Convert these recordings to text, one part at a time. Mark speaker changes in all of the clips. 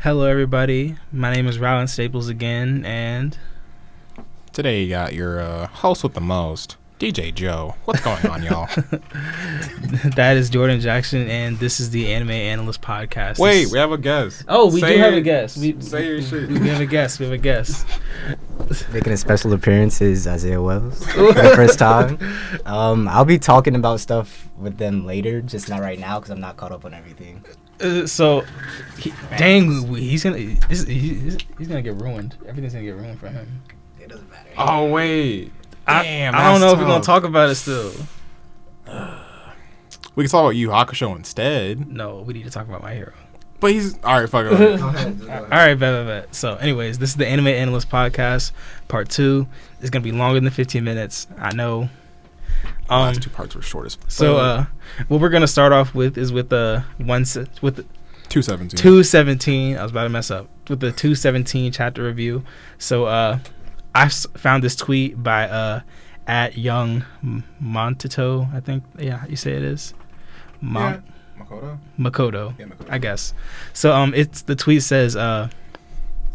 Speaker 1: Hello, everybody. My name is Rylan Staples again, and
Speaker 2: Today you got your uh, host with the most, DJ Joe. What's going on, y'all?
Speaker 1: that is Jordan Jackson, and this is the Anime Analyst Podcast.
Speaker 2: Wait,
Speaker 1: This-
Speaker 2: we have a guest.
Speaker 1: oh, we
Speaker 2: Say
Speaker 1: do have
Speaker 2: your-
Speaker 1: a guest. We,
Speaker 2: Say your shit.
Speaker 1: we have a guest. We have a guest.
Speaker 3: Making a special appearance is Isaiah Wells for the first time. Um, I'll be talking about stuff with them later, just not right now because I'm not caught up on everything.
Speaker 1: Uh, so, he, dang, we- he's gonna this, he's, he's gonna get ruined. Everything's gonna get ruined for him.
Speaker 3: It doesn't matter.
Speaker 2: Oh wait. Damn,
Speaker 1: I, I don't
Speaker 2: that's
Speaker 1: know if we're gonna
Speaker 2: tough.
Speaker 1: talk about it still.
Speaker 2: We can talk about Yu Hakusho instead.
Speaker 1: No, we need to talk about my hero.
Speaker 2: But he's all right. Fuck it.
Speaker 1: All right, bet, bet, bet. So, anyways, this is the Anime Analyst Podcast, part two. It's gonna be longer than 15 minutes. I know. Um,
Speaker 2: Last two parts were short as fuck.
Speaker 1: So uh, what we're gonna start off with is with the one se- with the
Speaker 2: two seventeen.
Speaker 1: two seventeen. I was about to mess up with the two seventeen chapter review. So uh, I s- found this tweet by uh at Young M- Montito. I think yeah, you say it is Mon-
Speaker 2: Makoto.
Speaker 1: Makoto.
Speaker 2: Yeah, Makoto.
Speaker 1: I guess. So um, it's the tweet says uh,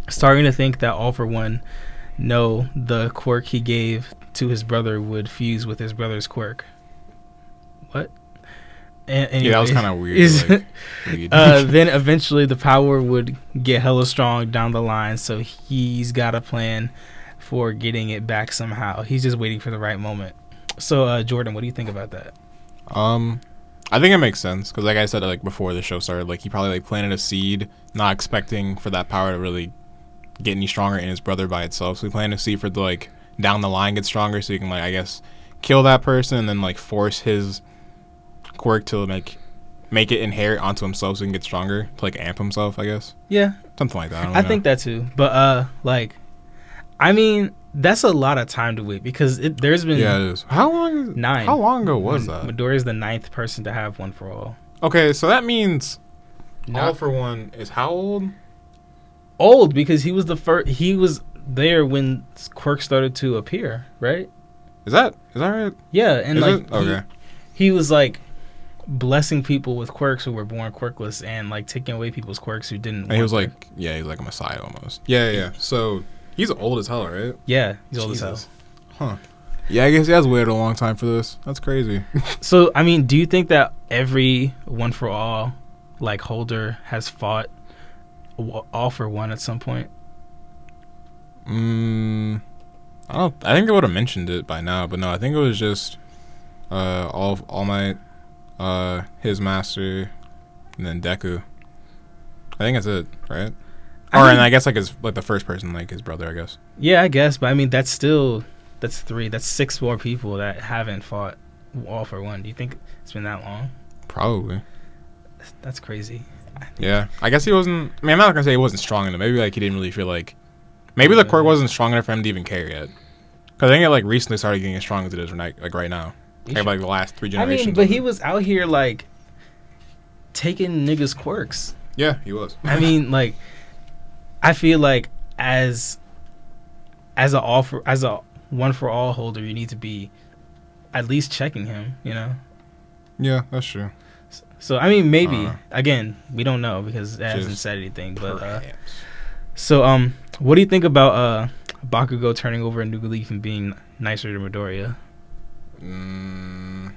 Speaker 1: starting to think that all for one, no, the quirk he gave to his brother would fuse with his brother's quirk. What? And,
Speaker 2: yeah, that was kind of weird. like, weird.
Speaker 1: uh, then eventually the power would get hella strong down the line, so he's got a plan for getting it back somehow. He's just waiting for the right moment. So uh, Jordan, what do you think about that?
Speaker 2: Um, I think it makes sense because, like I said, like before the show started, like he probably like planted a seed, not expecting for that power to really get any stronger in his brother by itself. So he planted a seed for the like down the line get stronger, so he can like I guess kill that person and then like force his quirk to like make it inherit onto himself so he can get stronger to like amp himself. I guess
Speaker 1: Yeah,
Speaker 2: something like that. I, don't
Speaker 1: I
Speaker 2: know.
Speaker 1: think that too. But uh like I mean, that's a lot of time to wait because it, there's been
Speaker 2: yeah, it is. How long? is-
Speaker 1: Nine.
Speaker 2: How long ago was
Speaker 1: Mid-
Speaker 2: that?
Speaker 1: Midoriya's the ninth person to have one for all.
Speaker 2: Okay, so that means all
Speaker 1: Not
Speaker 2: for one is how old?
Speaker 1: old because he was the first he was there when quirks started to appear, right?
Speaker 2: Is that is that right?
Speaker 1: Yeah, and
Speaker 2: Is
Speaker 1: like
Speaker 2: it?
Speaker 1: he-
Speaker 2: Okay.
Speaker 1: he, was like blessing people with quirks who were born quirkless and like taking away people's quirks who didn't
Speaker 2: And he
Speaker 1: want
Speaker 2: was
Speaker 1: quirk-
Speaker 2: like, yeah, he's like a messiah almost. Yeah, yeah. yeah. So he's old as hell, right?
Speaker 1: Yeah, he's old as hell.
Speaker 2: Jesus. Huh. Yeah, I guess he has waited a long time for this. That's crazy.
Speaker 1: So I mean, do you think that every one for all like holder has fought w- all for one at some point?
Speaker 2: mm, I don't. I think they would have mentioned it by now, but no, I think it was just uh, all all might, uh, his master, and then Deku. I think that's it, right?
Speaker 1: I
Speaker 2: or
Speaker 1: mean-
Speaker 2: and I guess like his like the first person, like his brother, I guess.
Speaker 1: Yeah, I guess, but I mean that's still that's three. That's six more people that haven't fought all for one. Do you think it's been that long?
Speaker 2: Probably.
Speaker 1: That's crazy.
Speaker 2: Yeah, I guess he wasn't. I mean, I'm not gonna say he wasn't strong enough. Maybe like he didn't really feel like. Maybe the quirk wasn't strong enough for him to even care yet. Because I think it like recently started getting as strong as it is right like right now.
Speaker 1: You
Speaker 2: Like, like the last three
Speaker 1: I
Speaker 2: generations.
Speaker 1: mean, but
Speaker 2: of
Speaker 1: he
Speaker 2: it.
Speaker 1: was out here like taking niggas' quirks.
Speaker 2: Yeah, he was.
Speaker 1: I mean, like I feel like as as a all for as a one for all holder, you need to be at least checking him. You know.
Speaker 2: Yeah, that's true.
Speaker 1: So I mean, maybe
Speaker 2: Uh,
Speaker 1: again, we don't know because it hasn't
Speaker 2: just
Speaker 1: said anything. But uh, so, um, what do you think about uh Bakugo turning over a new leaf and being nicer to Midoriya?
Speaker 2: Mm,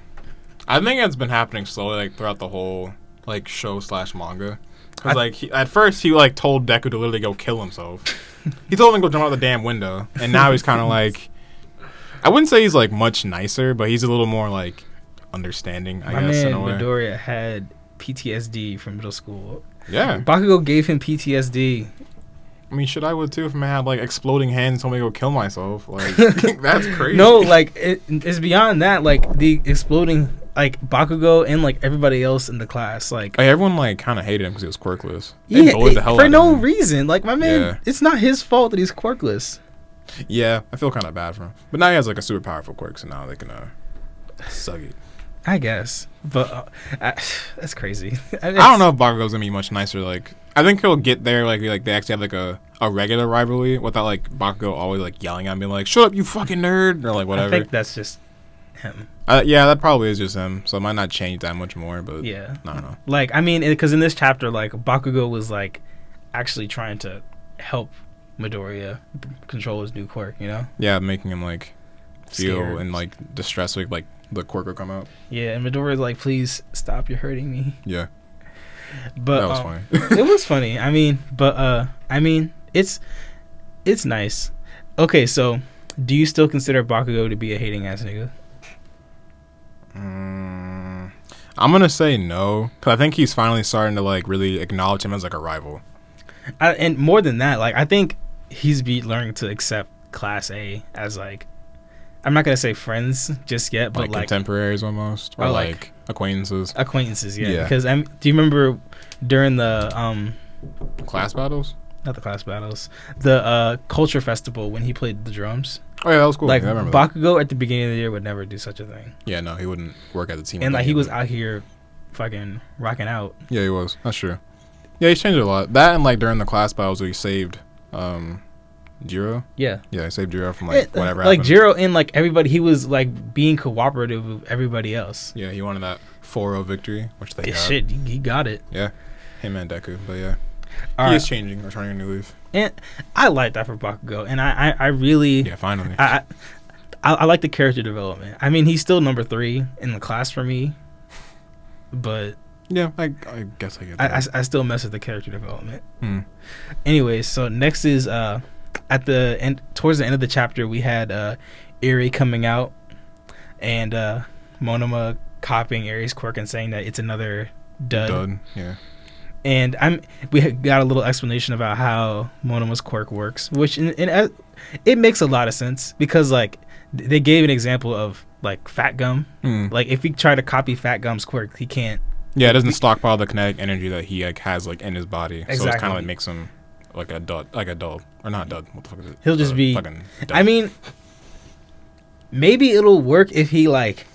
Speaker 2: I think it's been happening slowly, like throughout the whole like show slash manga.
Speaker 1: I-
Speaker 2: Cause like he, at first he like told Deku to literally go kill himself. he told him to go jump out the damn window, and now he's kind of like, I wouldn't say he's like much nicer, but he's a little more like understanding, I
Speaker 1: My
Speaker 2: guess,
Speaker 1: man
Speaker 2: in a way.
Speaker 1: Midoriya had PTSD from middle school.
Speaker 2: yeah,
Speaker 1: Bakugo gave him PTSD.
Speaker 2: I mean, shit, I would too if I had like exploding hands told me to go kill myself. Like that's crazy.
Speaker 1: No, like it, it's beyond that. Like the exploding, like Bakugo and like everybody else in the class, like.
Speaker 2: Like, everyone like kind of hated him because he was quirkless. They
Speaker 1: Yeah,
Speaker 2: bullied
Speaker 1: it-
Speaker 2: the hell out
Speaker 1: for
Speaker 2: of
Speaker 1: no
Speaker 2: him.
Speaker 1: reason. Like my man,
Speaker 2: Yeah.
Speaker 1: it's not his fault that he's quirkless.
Speaker 2: Yeah, I feel kind of bad for him. But now he has like a super powerful quirk, so now they can uh, suck it.
Speaker 1: I guess, but uh, I, that's crazy. I
Speaker 2: I don't know if Bakugo's gonna be much nicer. Like, I think he'll get there. Like, like they actually have like a, a regular rivalry without like Bakugo always like yelling at me like "Shut up, you fucking nerd" or like
Speaker 1: I
Speaker 2: whatever.
Speaker 1: think that's just him.
Speaker 2: Uh, yeah, that probably is just him. So it might not change that much more. But
Speaker 1: Yeah.
Speaker 2: I don't know.
Speaker 1: Like I mean, because in this chapter, like Bakugo was like actually trying to help Midoriya b- control his new quirk. You know,
Speaker 2: Yeah, making him like feel
Speaker 1: Scared.
Speaker 2: and like distress like like the quirk will come out.
Speaker 1: yeah. And Midoriya's like, please stop, you're hurting me.
Speaker 2: Yeah,
Speaker 1: But
Speaker 2: that was
Speaker 1: um,
Speaker 2: funny.
Speaker 1: it was funny. I mean, but uh, I mean, it's it's nice. Okay, so do you still consider Bakugo to be a hating ass nigga?
Speaker 2: Mm, I'm gonna say no because I think he's finally starting to like really acknowledge him as like a rival.
Speaker 1: I, and more than that, like I think he's be learning to accept Class A as like I'm not gonna say friends just yet, but
Speaker 2: like,
Speaker 1: like,
Speaker 2: contemporaries almost, or
Speaker 1: Or,
Speaker 2: like,
Speaker 1: like-
Speaker 2: acquaintances,
Speaker 1: acquaintances, yeah.
Speaker 2: Yeah.
Speaker 1: Because I'm, do you remember during the um
Speaker 2: class battles.
Speaker 1: not the class battles, the uh culture festival when he played the drums?
Speaker 2: Oh yeah, that was cool.
Speaker 1: like
Speaker 2: yeah, I remember that.
Speaker 1: Bakugo at the beginning of the year would never do such a thing,
Speaker 2: Yeah, no, he wouldn't work at the team.
Speaker 1: and
Speaker 2: without
Speaker 1: like he
Speaker 2: him.
Speaker 1: was out here fucking rocking out.
Speaker 2: Yeah, he was. That's true. Yeah, he's changed a lot. That and like during the class battles, we saved um Jiro.
Speaker 1: Yeah,
Speaker 2: Yeah, he saved Jiro from like
Speaker 1: It- uh,
Speaker 2: whatever.
Speaker 1: Like
Speaker 2: happened.
Speaker 1: Jiro and like everybody, he was like being cooperative with everybody else.
Speaker 2: Yeah, he wanted that 4-0 victory, which they
Speaker 1: Yeah,
Speaker 2: got.
Speaker 1: Shit, he he got it.
Speaker 2: Him and Deku, but yeah,
Speaker 1: All
Speaker 2: he
Speaker 1: right.
Speaker 2: is changing. We're turning a new leaf.
Speaker 1: I like that for Bakugo, and I, I, I really,
Speaker 2: Yeah, finally.
Speaker 1: I, I, I like the character development. I mean, he's still number three in the class for me, but
Speaker 2: yeah, I, I guess I get
Speaker 1: I,
Speaker 2: that.
Speaker 1: I, I still mess with the character development.
Speaker 2: Hmm.
Speaker 1: Anyways, so next is uh, at the end, towards the end of the chapter, we had uh, Eri coming out, and uh, Monoma copying Eri's quirk and saying that it's another dud.
Speaker 2: Dud. Yeah.
Speaker 1: and I'm we had got a little explanation about how Monoma's quirk works, which in, in, uh, it makes a lot of sense because like th- they gave an example of like Fat Gum.
Speaker 2: Hmm.
Speaker 1: Like if he try to copy Fat Gum's quirk, he can't.
Speaker 2: Yeah, it doesn't stockpile the kinetic energy that he like has like in his body, so it's kind of
Speaker 1: Exactly.
Speaker 2: like makes him like a dud, like a dud, or not dud. What the fuck is it?
Speaker 1: He'll just
Speaker 2: Uh,
Speaker 1: be-
Speaker 2: Fucking dud.
Speaker 1: I mean, maybe it'll work if he like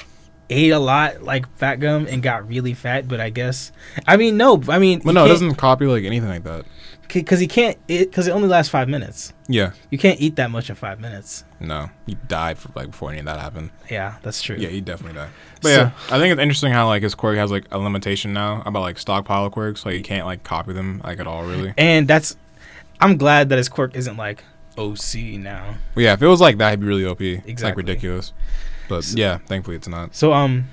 Speaker 1: ate a lot like Fat Gum and got really fat. But I guess I mean no, I mean
Speaker 2: well, no, it doesn't copy like anything like that.
Speaker 1: because he can't because it, only lasts five minutes.
Speaker 2: Yeah,
Speaker 1: You can't eat that much in five minutes.
Speaker 2: no, he died for, like before any of that happened.
Speaker 1: Yeah, that's true.
Speaker 2: Yeah, he definitely died. But
Speaker 1: So-
Speaker 2: yeah, I think it's interesting how like his quirk has like a limitation now about like stockpile quirks, like you can't like copy them like at all really.
Speaker 1: And that's I'm glad that his quirk isn't like OC now.
Speaker 2: But yeah, if it was like that, he'd be really OP. It's like
Speaker 1: Exactly.
Speaker 2: ridiculous. But
Speaker 1: So-
Speaker 2: yeah, thankfully it's not.
Speaker 1: So um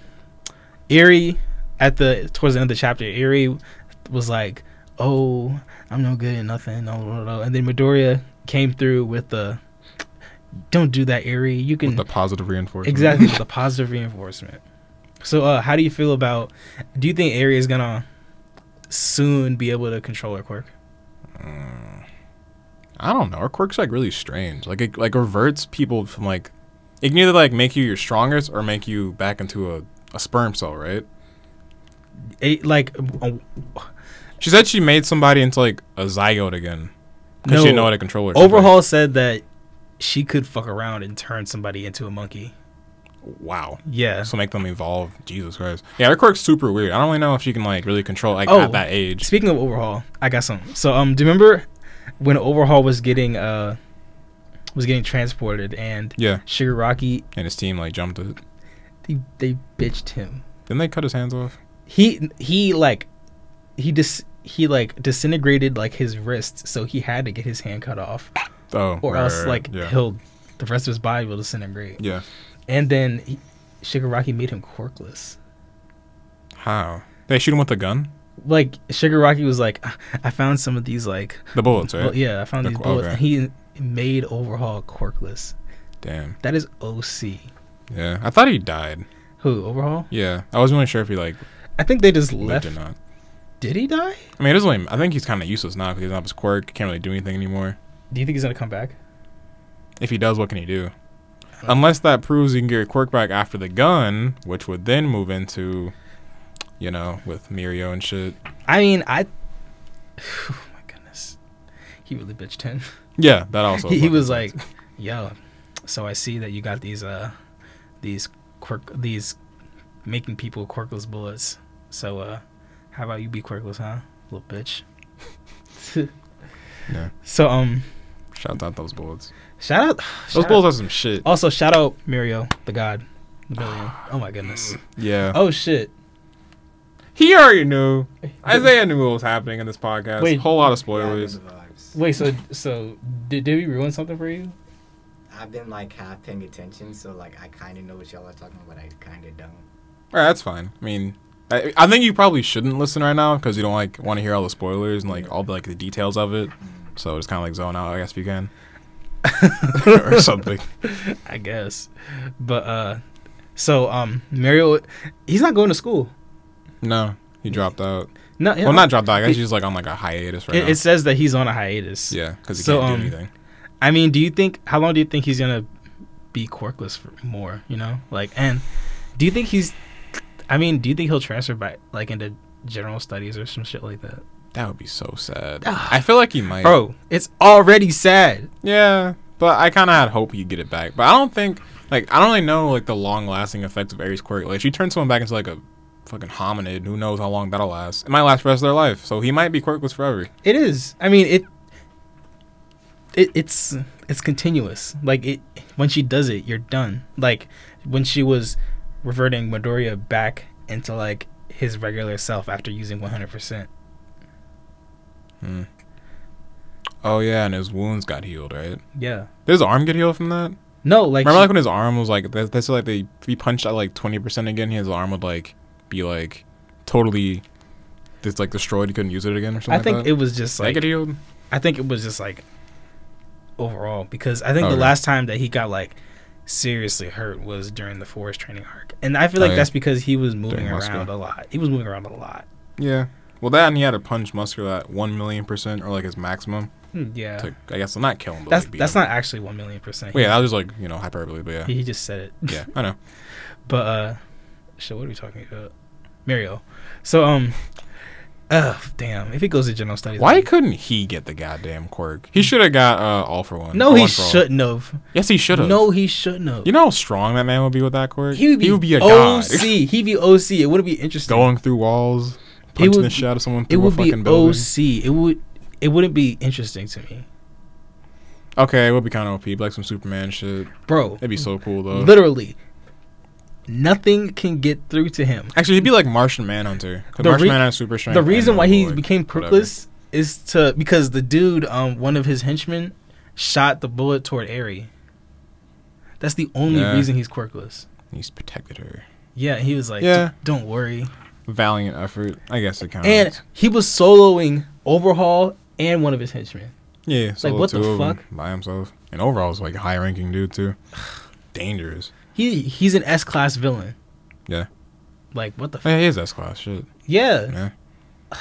Speaker 1: Erie at the towards the end of the chapter, Erie was like, Oh, I'm no good at nothing, no, no, no. and then Midoriya came through with the don't do that, Erie. You
Speaker 2: With
Speaker 1: can
Speaker 2: the positive reinforcement.
Speaker 1: Mm. exactly with the positive reinforcement. So uh how do you feel about do you think Erie is gonna soon be able to control her quirk?
Speaker 2: Mm. I don't know. Her quirk's like really strange. Like it like reverts people from like it can either like make you your strongest or make you back into a, a sperm cell, right?
Speaker 1: It, like uh,
Speaker 2: She said she made somebody into like a zygote again because
Speaker 1: no,
Speaker 2: she didn't know how to control her.
Speaker 1: Overhaul said that she could fuck around and turn somebody into a monkey.
Speaker 2: Wow.
Speaker 1: Yeah.
Speaker 2: So make them evolve. Jesus Christ. Yeah, her quirk's super weird. I don't really know if she can like really control like
Speaker 1: Oh.
Speaker 2: at that age.
Speaker 1: Speaking of Overhaul, I got some. So um, do you remember when Overhaul was getting uh was getting transported and
Speaker 2: Yeah,
Speaker 1: Shigaraki
Speaker 2: and his team like jumped it.
Speaker 1: they, they bitched him.
Speaker 2: Didn't they cut his hands off?
Speaker 1: He he like he dis he like disintegrated like his wrist, so he had to get his hand cut off,
Speaker 2: Oh,
Speaker 1: or
Speaker 2: right,
Speaker 1: else
Speaker 2: right,
Speaker 1: like
Speaker 2: right. yeah.
Speaker 1: he'll the rest of his body will disintegrate.
Speaker 2: yeah.
Speaker 1: And then he, Shigaraki made him corkless.
Speaker 2: How they shoot him with a gun?
Speaker 1: like Shigaraki was like, "Ah, I found some of these like,
Speaker 2: The bullets, right?
Speaker 1: well, yeah, I found
Speaker 2: The
Speaker 1: these
Speaker 2: qu-
Speaker 1: bullets.
Speaker 2: okay.
Speaker 1: And he made Overhaul corkless.
Speaker 2: Damn.
Speaker 1: That is OC.
Speaker 2: Yeah, I thought he died.
Speaker 1: Who Overhaul?
Speaker 2: Yeah, I wasn't really sure if he like
Speaker 1: I think they just left.
Speaker 2: lived or not.
Speaker 1: Did he die?
Speaker 2: I mean, it doesn't. Really, I think he's kind of useless now because he doesn't have his quirk. Can't really do anything anymore.
Speaker 1: Do you think he's gonna come back?
Speaker 2: If he does, what can he do? Unless that proves you can get your quirk back after the gun, which would then move into, you know, with Mirio and shit.
Speaker 1: I mean, I. Oh my goodness, he really bitched him.
Speaker 2: Yeah, that also.
Speaker 1: he, he
Speaker 2: fucking
Speaker 1: was
Speaker 2: sucks.
Speaker 1: like, "Yo, so I see that you got these uh, these quirk these making people quirkless bullets. So uh, how about you be quirkless, huh, little bitch?"
Speaker 2: Yeah.
Speaker 1: So um,
Speaker 2: shout out those bullets.
Speaker 1: shout out
Speaker 2: Those
Speaker 1: shout out- Oh,
Speaker 2: bullets are some shit.
Speaker 1: Also, shout out
Speaker 2: Mm.
Speaker 1: Mirio, the god. Mirio. Oh my goodness.
Speaker 2: Yeah.
Speaker 1: Oh shit.
Speaker 2: He already knew. Isaiah knew what was happening in this podcast.
Speaker 1: Wait.
Speaker 2: Whole lot of
Speaker 3: Yeah, I know
Speaker 2: spoilers.
Speaker 3: the vibes.
Speaker 1: Wait, so so did, did we ruin something for you?
Speaker 3: I've been like half paying attention, so like I kind of know what y'all are talking about. I kind of don't.
Speaker 2: All right, that's fine. I mean, I, I think you probably shouldn't listen right now because you don't like want to hear all the spoilers and like all the like the details of it. So just kind of like zone out, I guess, if you can, or something.
Speaker 1: I guess. But uh so um Mario he's not going to school.
Speaker 2: No, he dropped out.
Speaker 1: No, yeah.
Speaker 2: Well, not dropped out. I guess
Speaker 1: He-
Speaker 2: he's like on like a hiatus right
Speaker 1: it,
Speaker 2: now.
Speaker 1: it says that he's on a hiatus.
Speaker 2: yeah, because he
Speaker 1: so,
Speaker 2: can't
Speaker 1: um,
Speaker 2: do anything.
Speaker 1: I mean, do you think how long do you think he's gonna be quirkless for more? You know, like, and do you think he's? I mean, do you think he'll transfer by like into general studies or some shit like that?
Speaker 2: That would be so sad.
Speaker 1: Ah.
Speaker 2: I feel like he might.
Speaker 1: Bro, it's already sad.
Speaker 2: Yeah, but I kind of had hope he'd get it back. But I don't think, like, I don't really know, like, the long lasting effects of Aries Quirk. Like, if you turn someone back into, like, a fucking hominid, who knows how long that'll last. It might last the rest of their life. So he might be quirkless forever.
Speaker 1: It is. I mean, it. It it's it's continuous. Like it when she does it, you're done. Like when she was reverting Midoriya back into like his regular self after using 100%.
Speaker 2: Oh, yeah, and his wounds got healed, right?
Speaker 1: Yeah.
Speaker 2: Did his arm get healed from that?
Speaker 1: No, like
Speaker 2: Remember,
Speaker 1: she-
Speaker 2: like, when his arm was, like, that's, that's like, they, if he punched at, like, 20% again, his arm would, like, be, like, totally, just, like, destroyed. He couldn't use it again or something
Speaker 1: I think
Speaker 2: like that?
Speaker 1: it was just
Speaker 2: Did that
Speaker 1: like
Speaker 2: get healed?
Speaker 1: I think it was just like overall because I think the
Speaker 2: Okay.
Speaker 1: last time that he got like seriously hurt was during the forest training arc, and I feel
Speaker 2: Oh,
Speaker 1: like
Speaker 2: yeah.
Speaker 1: that's because he was moving
Speaker 2: During Muscle.
Speaker 1: around a lot. He was moving around a lot.
Speaker 2: Yeah. Well, that and he had a punch muscular at 1 million percent or, like, his maximum.
Speaker 1: Hmm, Yeah,
Speaker 2: to, I guess, not kill him, but
Speaker 1: that's
Speaker 2: like, beat
Speaker 1: that's
Speaker 2: him.
Speaker 1: not actually one million percent.
Speaker 2: Well, yeah, that was like you know hyperbole, but yeah,
Speaker 1: he, he just said it.
Speaker 2: yeah, I know.
Speaker 1: But uh, shit, what are we talking about? Mario. So um, uh, damn. If he goes to general studies,
Speaker 2: Why
Speaker 1: I'll be-
Speaker 2: couldn't he get the goddamn quirk? He should have got uh, all for one.
Speaker 1: No,
Speaker 2: or
Speaker 1: he
Speaker 2: one for all.
Speaker 1: shouldn't have.
Speaker 2: Yes, he should have.
Speaker 1: No, he shouldn't have.
Speaker 2: you know how strong that man would be with that quirk.
Speaker 1: he would be, OC.
Speaker 2: a god,
Speaker 1: He'd be OC. It wouldn't be interesting.
Speaker 2: going through
Speaker 1: He
Speaker 2: walls, punching
Speaker 1: would
Speaker 2: the
Speaker 1: be-
Speaker 2: shit out of someone
Speaker 1: it
Speaker 2: through a
Speaker 1: would be
Speaker 2: fucking building.
Speaker 1: OC. It would it wouldn't be interesting to me,
Speaker 2: Okay, it would be kind of OP, but like some Superman shit.
Speaker 1: bro.
Speaker 2: That'd be so cool though.
Speaker 1: Literally, nothing can get through to him.
Speaker 2: Actually, he'd be like Martian Manhunter. 'cause
Speaker 1: The
Speaker 2: Martian
Speaker 1: re-
Speaker 2: Manhunter has super strength.
Speaker 1: The
Speaker 2: and
Speaker 1: reason
Speaker 2: no,
Speaker 1: why he
Speaker 2: like,
Speaker 1: became
Speaker 2: whatever.
Speaker 1: Perkless is to because the dude, um, one of his henchmen, shot the bullet toward Aerie. That's the only
Speaker 2: Yeah.
Speaker 1: reason he's quirkless.
Speaker 2: he's protected her.
Speaker 1: Yeah, he was like,
Speaker 2: Yeah.
Speaker 1: "D- "Don't worry,"
Speaker 2: Valiant effort, I guess it counts.
Speaker 1: and he was soloing Overhaul and one of his henchmen.
Speaker 2: Yeah, so
Speaker 1: what the
Speaker 2: two of 'em
Speaker 1: fuck?
Speaker 2: by himself, and overall's like a high ranking dude too. Dangerous.
Speaker 1: He he's an S class villain.
Speaker 2: Yeah.
Speaker 1: Like what the? F-
Speaker 2: Oh, Yeah, he is S class shit.
Speaker 1: yeah.
Speaker 2: Yeah.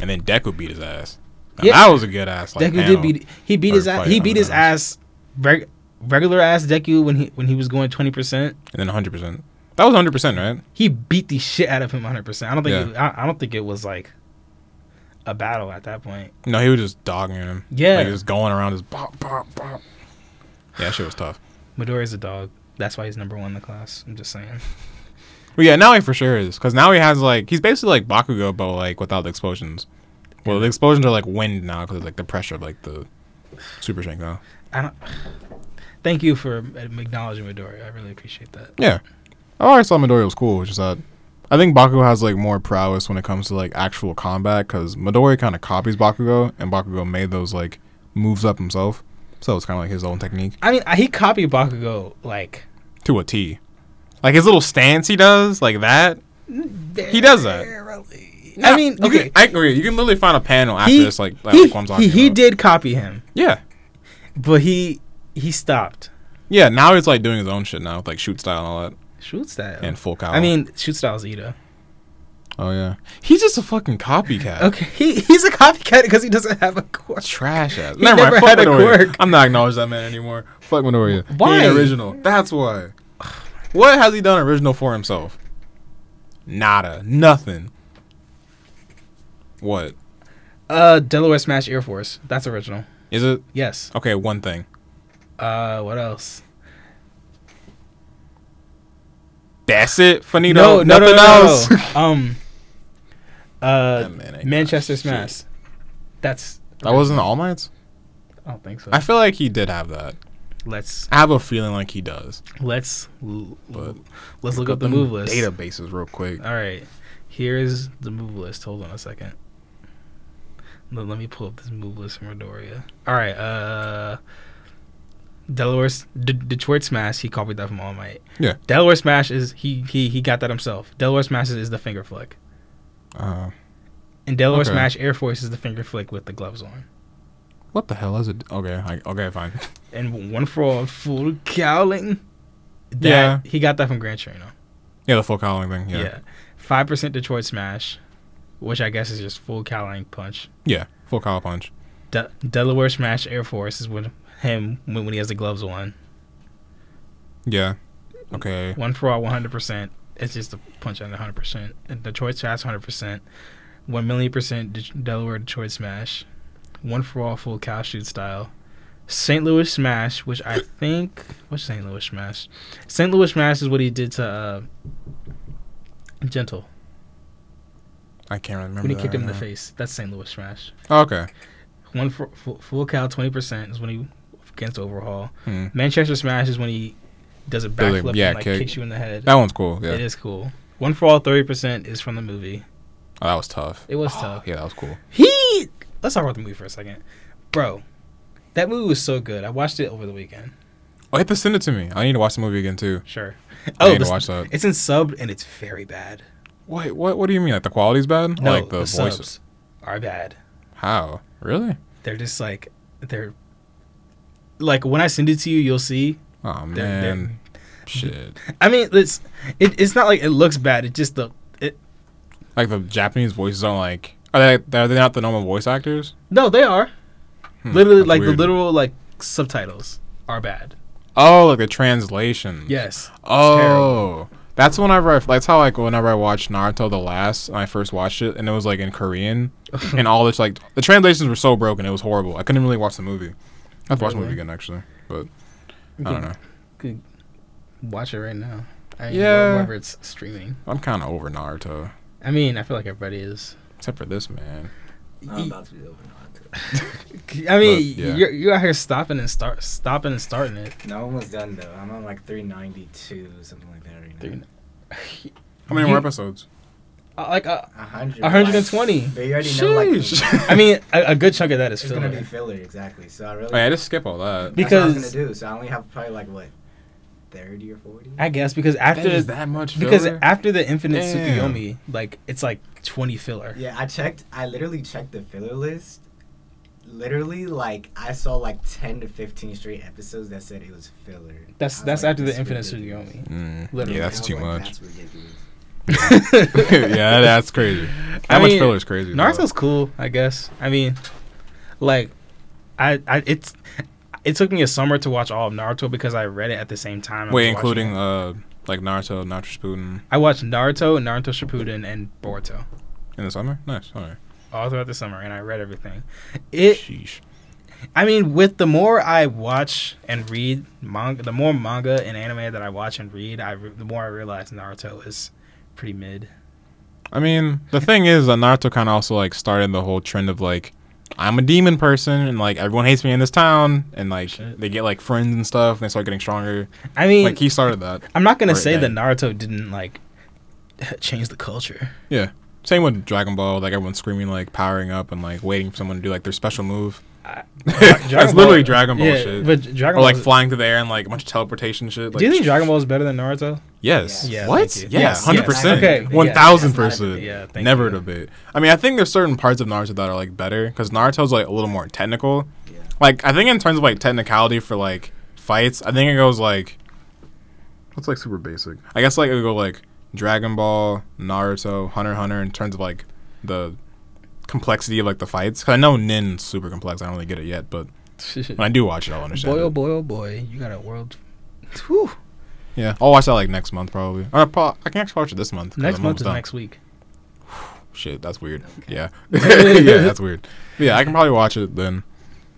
Speaker 2: And then Deku beat his ass. Now,
Speaker 1: Yeah.
Speaker 2: That was a good ass. Like,
Speaker 1: Deku
Speaker 2: Deku
Speaker 1: did beat he beat
Speaker 2: Or
Speaker 1: his ass,
Speaker 2: fight,
Speaker 1: he
Speaker 2: I
Speaker 1: beat
Speaker 2: don't
Speaker 1: his
Speaker 2: know.
Speaker 1: ass reg, regular ass Deku when he when he was going twenty percent.
Speaker 2: and then 100. percent That was 100, percent right?
Speaker 1: He beat the shit out of him hundred percent. I don't think it, I, I don't think it was like a battle at that point.
Speaker 2: No, he was just dogging him.
Speaker 1: Yeah.
Speaker 2: like, just going around, just bop bop bop. Yeah, that shit was tough.
Speaker 1: Midoriya's a dog. That's why he's number one in the class. I'm just saying.
Speaker 2: But yeah, now he for sure is because now he has like he's basically like Bakugo, but like without the explosions. Well, the explosions are like wind now because like the pressure of like the super shank now.
Speaker 1: I don't. Thank you for acknowledging Midoriya. I really appreciate that.
Speaker 2: Yeah. I always thought Midoriya was cool, which is that I think Bakugo has like more prowess when it comes to like actual combat because Midoriya kind of copies Bakugo, and Bakugo made those like moves up himself, so it's kind of like his own technique
Speaker 1: I mean, I- he copied Bakugo like
Speaker 2: to a T. Like his little stance he does, like that. He does that.
Speaker 1: barely. I mean,
Speaker 2: you
Speaker 1: okay.
Speaker 2: can, I agree. You can literally find a panel after
Speaker 1: he,
Speaker 2: this, like, like
Speaker 1: he,
Speaker 2: what I'm
Speaker 1: he,
Speaker 2: talking
Speaker 1: he
Speaker 2: about.
Speaker 1: did copy him,
Speaker 2: Yeah,
Speaker 1: but he he stopped.
Speaker 2: yeah. Now he's like doing his own shit now, with, like shoot style and all that,
Speaker 1: Shoots that.
Speaker 2: and full cow.
Speaker 1: I mean, shoot styles Ida.
Speaker 2: oh yeah, he's just a fucking copycat.
Speaker 1: Okay, he, he's a copycat because he doesn't have a core.
Speaker 2: trash ass.
Speaker 1: He
Speaker 2: Never,
Speaker 1: never
Speaker 2: mind. Fuck
Speaker 1: had a
Speaker 2: Midoriya.
Speaker 1: quirk.
Speaker 2: I'm not acknowledging that man anymore. Fuck Midoriya.
Speaker 1: Why?
Speaker 2: He ain't original. That's why. What has he done original for himself? Nada. Nothing. What
Speaker 1: Uh, Delaware Smash Air Force. That's original.
Speaker 2: is it?
Speaker 1: Yes.
Speaker 2: Okay, one thing.
Speaker 1: Uh, what else?
Speaker 2: That's it. Finito.
Speaker 1: No, no, no,
Speaker 2: Nothing
Speaker 1: no,
Speaker 2: else.
Speaker 1: no. um, uh,
Speaker 2: That man ain't
Speaker 1: Manchester
Speaker 2: got shit.
Speaker 1: Smash. That's.
Speaker 2: That wasn't All Might's.
Speaker 1: I don't think so.
Speaker 2: I feel like he did have that.
Speaker 1: let's
Speaker 2: I have a feeling like he does.
Speaker 1: let's l-
Speaker 2: But
Speaker 1: let's look up the
Speaker 2: them
Speaker 1: move list.
Speaker 2: Databases real quick.
Speaker 1: All right. Here's the move list. Hold on a second. Let, let me pull up this move list from Redoria. All right. Uh, Delaware, S- D- Detroit Smash. He copied that from All Might.
Speaker 2: Yeah.
Speaker 1: Delaware Smash is he he he got that himself. Delaware Smash is, is the finger flick,
Speaker 2: Uh,
Speaker 1: and Delaware
Speaker 2: Okay.
Speaker 1: Smash Air Force is the finger flick with the gloves on.
Speaker 2: what the hell is it? Okay, I, okay, fine.
Speaker 1: And one for all, full cowling. That,
Speaker 2: Yeah.
Speaker 1: He got that from Gran Torino.
Speaker 2: Yeah, the full cowling thing. Yeah, yeah,
Speaker 1: Yeah. Five percent Detroit Smash, which I guess is just full cowling punch.
Speaker 2: full cowl punch.
Speaker 1: De- Delaware Smash Air Force is with him when, when he has the gloves on.
Speaker 2: Yeah. Okay.
Speaker 1: One for all, one hundred percent. It's just a punch under hundred percent. And Detroit Smash, hundred percent. One million percent De- Delaware Detroit Smash. One for all, full cow shoot style. St. Louis Smash, which I think what's St. Louis Smash? St. Louis Smash is what he did to uh, Gentle
Speaker 2: I can't remember.
Speaker 1: when he
Speaker 2: that
Speaker 1: kicked him in
Speaker 2: right
Speaker 1: the face. That's St. Louis Smash.
Speaker 2: now. Oh, okay.
Speaker 1: One for full, full cow, twenty percent is when he against overhaul.
Speaker 2: Hmm.
Speaker 1: Manchester Smash is when he does a
Speaker 2: Does a-
Speaker 1: backflip
Speaker 2: yeah,
Speaker 1: and like
Speaker 2: kick.
Speaker 1: kicks you in the head.
Speaker 2: That one's cool.
Speaker 1: It
Speaker 2: Yeah.
Speaker 1: is cool. One for all, thirty percent is from the movie.
Speaker 2: Oh, that was tough.
Speaker 1: It was tough.
Speaker 2: Yeah, that was cool.
Speaker 1: He. Let's talk about the movie for a second, bro. That movie was so good. I watched it over the weekend.
Speaker 2: Oh, you have to send it to me. I need to watch the movie again too.
Speaker 1: Sure.
Speaker 2: I
Speaker 1: Oh,
Speaker 2: need to
Speaker 1: this-
Speaker 2: watch that.
Speaker 1: it's in sub and it's very bad.
Speaker 2: Wait, what? What do you mean? Like the quality's bad? Or,
Speaker 1: No,
Speaker 2: like
Speaker 1: the, subs are bad.
Speaker 2: How? Really?
Speaker 1: They're just like they're like when I send it to you, you'll see.
Speaker 2: Oh man.
Speaker 1: They're- they're-
Speaker 2: Shit.
Speaker 1: I mean, it's it, it's not like it looks bad. It just the it,
Speaker 2: Like the Japanese voices aren't like. Are they? Are they not the normal voice actors?
Speaker 1: no, they are
Speaker 2: Hmm,
Speaker 1: literally
Speaker 2: that's
Speaker 1: like
Speaker 2: weird.
Speaker 1: the literal like subtitles are bad.
Speaker 2: Oh, like the translation.
Speaker 1: Yes.
Speaker 2: Oh, that's whenever I. That's how like whenever I watched Naruto the last, when I first watched it, and it was like in Korean, and all this like the translations were so broken, it was horrible. I couldn't really watch the movie. I have to watch the movie
Speaker 1: Really?
Speaker 2: again actually, but I don't know.
Speaker 1: watch it right now. I mean,
Speaker 2: Yeah.
Speaker 1: yeah. Wherever it's streaming.
Speaker 2: I'm kind of over Naruto,
Speaker 1: I mean, I feel like everybody is.
Speaker 2: except for this man.
Speaker 3: I'm about to be over now.
Speaker 1: I mean,
Speaker 2: But, yeah.
Speaker 1: you're you're out here stopping and start stopping and starting it.
Speaker 3: No, I'm almost done though. I'm on like 392, something like that right now.
Speaker 1: Three-
Speaker 2: How many
Speaker 1: You-
Speaker 2: more episodes?
Speaker 1: I- Like, uh,
Speaker 3: 100.
Speaker 1: 120.
Speaker 3: Like, but you already know like
Speaker 2: Sheesh.
Speaker 3: it's
Speaker 1: I mean, a, a good chunk of that is
Speaker 3: gonna be
Speaker 1: filler.
Speaker 3: filler exactly. So I really
Speaker 2: Oh, yeah, I just skip all that.
Speaker 1: Be-
Speaker 3: that's what I was
Speaker 1: because-
Speaker 3: gonna do. So I only have probably like what 30 or 40.
Speaker 1: I guess because after
Speaker 2: that is that much.
Speaker 1: because
Speaker 2: filler?
Speaker 1: after the Infinite
Speaker 2: Damn.
Speaker 1: Tsukuyomi, like it's like twenty filler.
Speaker 3: Yeah, I checked. I literally checked the filler list. Literally, like I saw like 10 to 15 straight episodes that said it was filler.
Speaker 1: That's
Speaker 3: I was
Speaker 1: that's
Speaker 3: like,
Speaker 1: after the
Speaker 3: this
Speaker 1: Infinite
Speaker 3: ridiculous.
Speaker 1: Tsukuyomi.
Speaker 2: Mm,
Speaker 1: Literally.
Speaker 2: yeah,
Speaker 3: I
Speaker 2: that's
Speaker 3: was
Speaker 2: too
Speaker 3: like,
Speaker 2: much.
Speaker 3: That's ridiculous.
Speaker 2: yeah, that's crazy. How
Speaker 1: I
Speaker 2: much
Speaker 1: mean,
Speaker 2: filler is crazy? though.
Speaker 1: Naruto's cool, I guess. I mean, like, I, I it's it took me a summer to watch all of Naruto because I read it at the same time. I
Speaker 2: Wait,
Speaker 1: was watching
Speaker 2: including
Speaker 1: it.
Speaker 2: uh like Naruto, Naruto Spoon
Speaker 1: I watched Naruto, Naruto Shippuden, and Boruto
Speaker 2: in the summer. Nice. All right.
Speaker 1: all throughout the summer, and I read everything. It
Speaker 2: Sheesh.
Speaker 1: I mean, with the more I watch and read manga, the more manga and anime that I watch and read, I re- the more I realize Naruto is pretty mid.
Speaker 2: I mean, the thing is that Naruto kind of also like started the whole trend of like, I'm a demon person and like everyone hates me in this town and like
Speaker 1: Shit.
Speaker 2: they get like friends and stuff and they start getting stronger.
Speaker 1: I mean,
Speaker 2: like he started that.
Speaker 1: I'm not gonna
Speaker 2: Right,
Speaker 1: say
Speaker 2: right.
Speaker 1: that Naruto didn't like change the culture.
Speaker 2: Same with Dragon Ball, like everyone's screaming like powering up and like waiting for someone to do like their special move.
Speaker 1: I-
Speaker 2: That's
Speaker 1: Dragon
Speaker 2: literally
Speaker 1: Ball-
Speaker 2: Dragon Ball shit.
Speaker 1: but Dragon
Speaker 2: or
Speaker 1: Ball.
Speaker 2: like flying through the air and like a bunch of teleportation shit. Like,
Speaker 1: do you think Dragon Ball is better than Naruto?
Speaker 2: Yes.
Speaker 1: Yeah,
Speaker 2: what?
Speaker 1: thank you.
Speaker 2: Yeah,
Speaker 1: Yes,
Speaker 2: hundred percent.
Speaker 1: yes. Okay, yeah,
Speaker 2: One thousand
Speaker 3: that's not
Speaker 2: percent.
Speaker 3: a debate.
Speaker 1: Yeah, thank
Speaker 2: Never
Speaker 1: you.
Speaker 2: a debate. I mean, I think there's certain parts of Naruto that are like better because Naruto's like a little more technical.
Speaker 3: Yeah.
Speaker 2: Like I think in terms of like technicality for like fights, I think it goes like what's like super basic. I guess like it would go like Dragon Ball, Naruto, Hunter x Hunter in terms of like the complexity of like the fights. 'Cause I know Nin's super complex. I don't really get it yet, but when I do watch it, I'll understand.
Speaker 1: boy, oh
Speaker 2: it.
Speaker 1: boy, oh boy, you got a world. Whew.
Speaker 2: Yeah, I'll watch that like next month probably. Or pro- I can actually watch it this month. 'cause
Speaker 1: Next
Speaker 2: I'm
Speaker 1: month
Speaker 2: almost
Speaker 1: is
Speaker 2: done.
Speaker 1: next week.
Speaker 2: Shit, that's weird. Yeah. yeah, that's weird. But yeah, I can probably watch it then.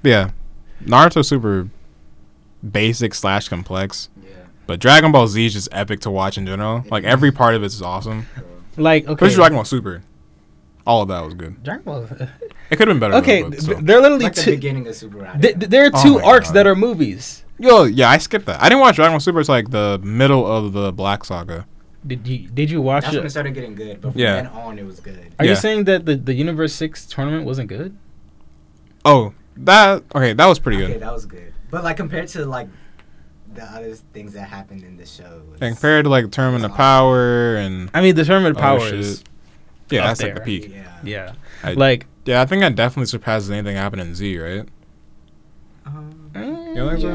Speaker 2: But yeah. Naruto's super basic slash complex.
Speaker 3: Yeah.
Speaker 2: But Dragon Ball Z is just epic to watch in general. Like every part of it is awesome.
Speaker 1: Like okay,
Speaker 2: Especially Dragon Ball Super. All of that was good.
Speaker 1: Dragon Ball.
Speaker 2: It could have been better.
Speaker 1: Okay,
Speaker 2: though, but
Speaker 1: th-
Speaker 2: still.
Speaker 1: they're literally
Speaker 3: Like the
Speaker 1: two.
Speaker 3: beginning of Super Ride.
Speaker 1: th- th- there are
Speaker 2: Oh
Speaker 1: two
Speaker 2: my
Speaker 1: arcs
Speaker 2: God.
Speaker 1: that are movies.
Speaker 2: Yo, yeah, I skipped that. I didn't watch Dragon Ball Super. It's like the middle of the Black Saga.
Speaker 1: Did you did you watch
Speaker 3: That's when it
Speaker 1: it?
Speaker 3: started getting good, but from
Speaker 2: Yeah.
Speaker 3: then on it was good.
Speaker 1: Are
Speaker 2: Yeah.
Speaker 1: you saying that the, the Universe Six tournament wasn't good?
Speaker 2: Oh, that okay. That was pretty
Speaker 3: okay,
Speaker 2: good.
Speaker 3: that was good. But like compared to like the other things that happened in the show, it was,
Speaker 2: And compared to like Tournament of
Speaker 3: Wow.
Speaker 2: Power and
Speaker 1: I mean, Uh, the tournament
Speaker 2: Oh,
Speaker 1: of power
Speaker 2: shit.
Speaker 1: is
Speaker 2: yeah,
Speaker 1: Up
Speaker 2: that's like the
Speaker 1: there.
Speaker 2: peak.
Speaker 3: yeah,
Speaker 1: yeah,
Speaker 2: I-
Speaker 1: like
Speaker 2: Yeah, I think that definitely surpasses anything that happened in Z, right?
Speaker 3: Um,
Speaker 1: mm,
Speaker 2: You think so?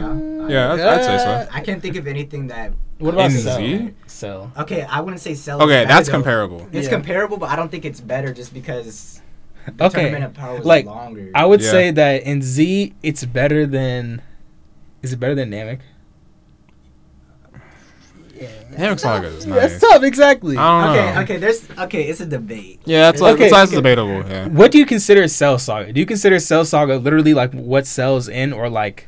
Speaker 1: yeah.
Speaker 2: Yeah, I'd- I'd say so.
Speaker 3: I can't think of anything that.
Speaker 1: What about
Speaker 2: In
Speaker 1: Cell?
Speaker 2: Z?
Speaker 1: Cell.
Speaker 3: Okay, I wouldn't say sell. is
Speaker 2: Okay,
Speaker 3: better,
Speaker 2: that's
Speaker 3: though.
Speaker 2: comparable.
Speaker 3: It's
Speaker 1: Oh, Yeah.
Speaker 3: comparable, but I don't think it's better just because the
Speaker 1: Okay,
Speaker 3: tournament of power was
Speaker 1: like,
Speaker 3: longer.
Speaker 1: I would
Speaker 2: Yeah.
Speaker 1: say that in Z, it's better than. Is it better than Namek? Yeah,
Speaker 2: Namek's not good. It's nice.
Speaker 1: That's tough. Exactly.
Speaker 2: I don't
Speaker 3: Okay,
Speaker 2: know.
Speaker 3: okay, there's okay. It's a debate.
Speaker 2: Yeah, it's like
Speaker 1: Okay,
Speaker 2: it's, that's
Speaker 1: okay.
Speaker 2: debatable. Yeah.
Speaker 1: What do you consider Cell Saga? Do you consider Cell Saga literally like what Cell's in, or like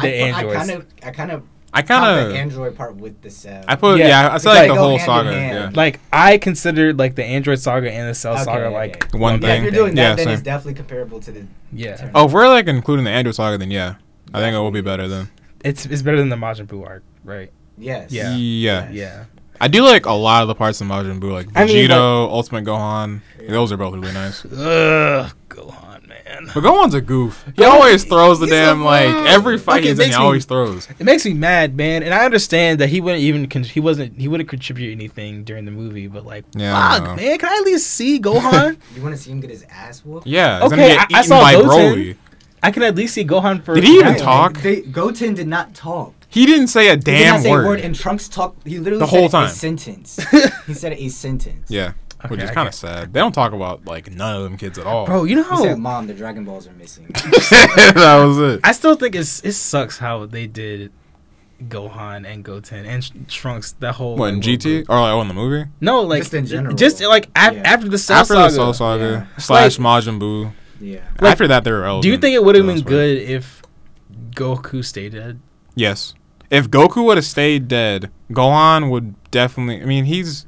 Speaker 1: the
Speaker 3: I, I
Speaker 1: androids?
Speaker 3: kind of, I kind of,
Speaker 2: I
Speaker 3: count the
Speaker 2: kind of
Speaker 3: android part with the cell.
Speaker 2: I put
Speaker 1: Yeah,
Speaker 2: yeah, I
Speaker 1: it's
Speaker 2: said like,
Speaker 1: like-
Speaker 2: the
Speaker 1: go
Speaker 2: whole
Speaker 3: hand in
Speaker 2: saga.
Speaker 3: hand.
Speaker 2: Yeah.
Speaker 1: like I considered like the Android Saga and the Cell
Speaker 3: Okay,
Speaker 1: Saga
Speaker 3: okay.
Speaker 1: like
Speaker 2: One
Speaker 3: yeah, if
Speaker 2: thing.
Speaker 3: you're doing
Speaker 2: Yeah,
Speaker 3: that, then it's
Speaker 2: same.
Speaker 3: definitely comparable to the.
Speaker 1: Yeah,
Speaker 2: Oh, if we're like including the Android saga, then yeah, I think it will be better then.
Speaker 1: it's it's better than the Majin Buu arc, right?
Speaker 3: Yes.
Speaker 1: Yeah.
Speaker 2: yeah.
Speaker 1: Yeah,
Speaker 2: I do like a lot of the parts of Majin Buu, like
Speaker 1: I mean,
Speaker 2: Vegito, Ultimate Gohan. Those are both really nice.
Speaker 1: ugh, Gohan, man,
Speaker 2: But Gohan's a goof. He always throws the
Speaker 1: he's a
Speaker 2: damn like
Speaker 1: goof.
Speaker 2: every fight
Speaker 1: Fucking
Speaker 2: he's in. He
Speaker 1: makes me-
Speaker 2: always throws.
Speaker 1: it makes me mad, man. And I understand that he wouldn't even con- he wasn't he wouldn't contribute anything during the movie, but like,
Speaker 2: Yeah, I
Speaker 1: fuck,
Speaker 2: know.
Speaker 1: man, can I at least see Gohan?
Speaker 3: You want to see him get his ass whooped?
Speaker 2: Yeah, he's
Speaker 1: Okay,
Speaker 2: gonna get
Speaker 1: I- I
Speaker 2: eaten
Speaker 1: saw
Speaker 2: by
Speaker 1: Goten.
Speaker 2: Broly.
Speaker 1: I can at least see Gohan for.
Speaker 2: Did he even
Speaker 3: No,
Speaker 2: talk?
Speaker 3: They, they, Goten did not talk.
Speaker 2: He didn't say a
Speaker 3: he did not
Speaker 2: damn
Speaker 3: say a
Speaker 2: word.
Speaker 3: word. And Trunks talked. He literally
Speaker 2: The
Speaker 3: said
Speaker 2: whole
Speaker 3: a
Speaker 2: time.
Speaker 3: sentence. he said a sentence.
Speaker 2: Yeah, which
Speaker 1: Okay,
Speaker 2: is
Speaker 1: I
Speaker 2: kind
Speaker 1: get-
Speaker 2: of sad. They don't talk about like none of them kids at all.
Speaker 1: Bro, you know
Speaker 3: He
Speaker 2: Oh.
Speaker 3: said,
Speaker 1: how
Speaker 3: "Mom, the Dragon Balls are missing."
Speaker 2: that was it.
Speaker 1: I still think it's it sucks how they did Gohan and Goten and Sh- Trunks that whole
Speaker 2: What in GT or like, oh in the movie?
Speaker 1: No, like
Speaker 3: Just in general.
Speaker 1: just like af-
Speaker 3: Yeah.
Speaker 1: after the Cell
Speaker 2: After
Speaker 1: Saga.
Speaker 2: the Soul Saga
Speaker 3: Yeah.
Speaker 2: slash Majin Buu.
Speaker 3: yeah.
Speaker 1: Like,
Speaker 2: After that, they were
Speaker 1: Do you
Speaker 2: relevant
Speaker 1: think it would have
Speaker 2: to
Speaker 1: been
Speaker 2: those words.
Speaker 1: good if Goku stayed dead?
Speaker 2: Yes. If Goku would have stayed dead, Gohan would definitely. I mean, he's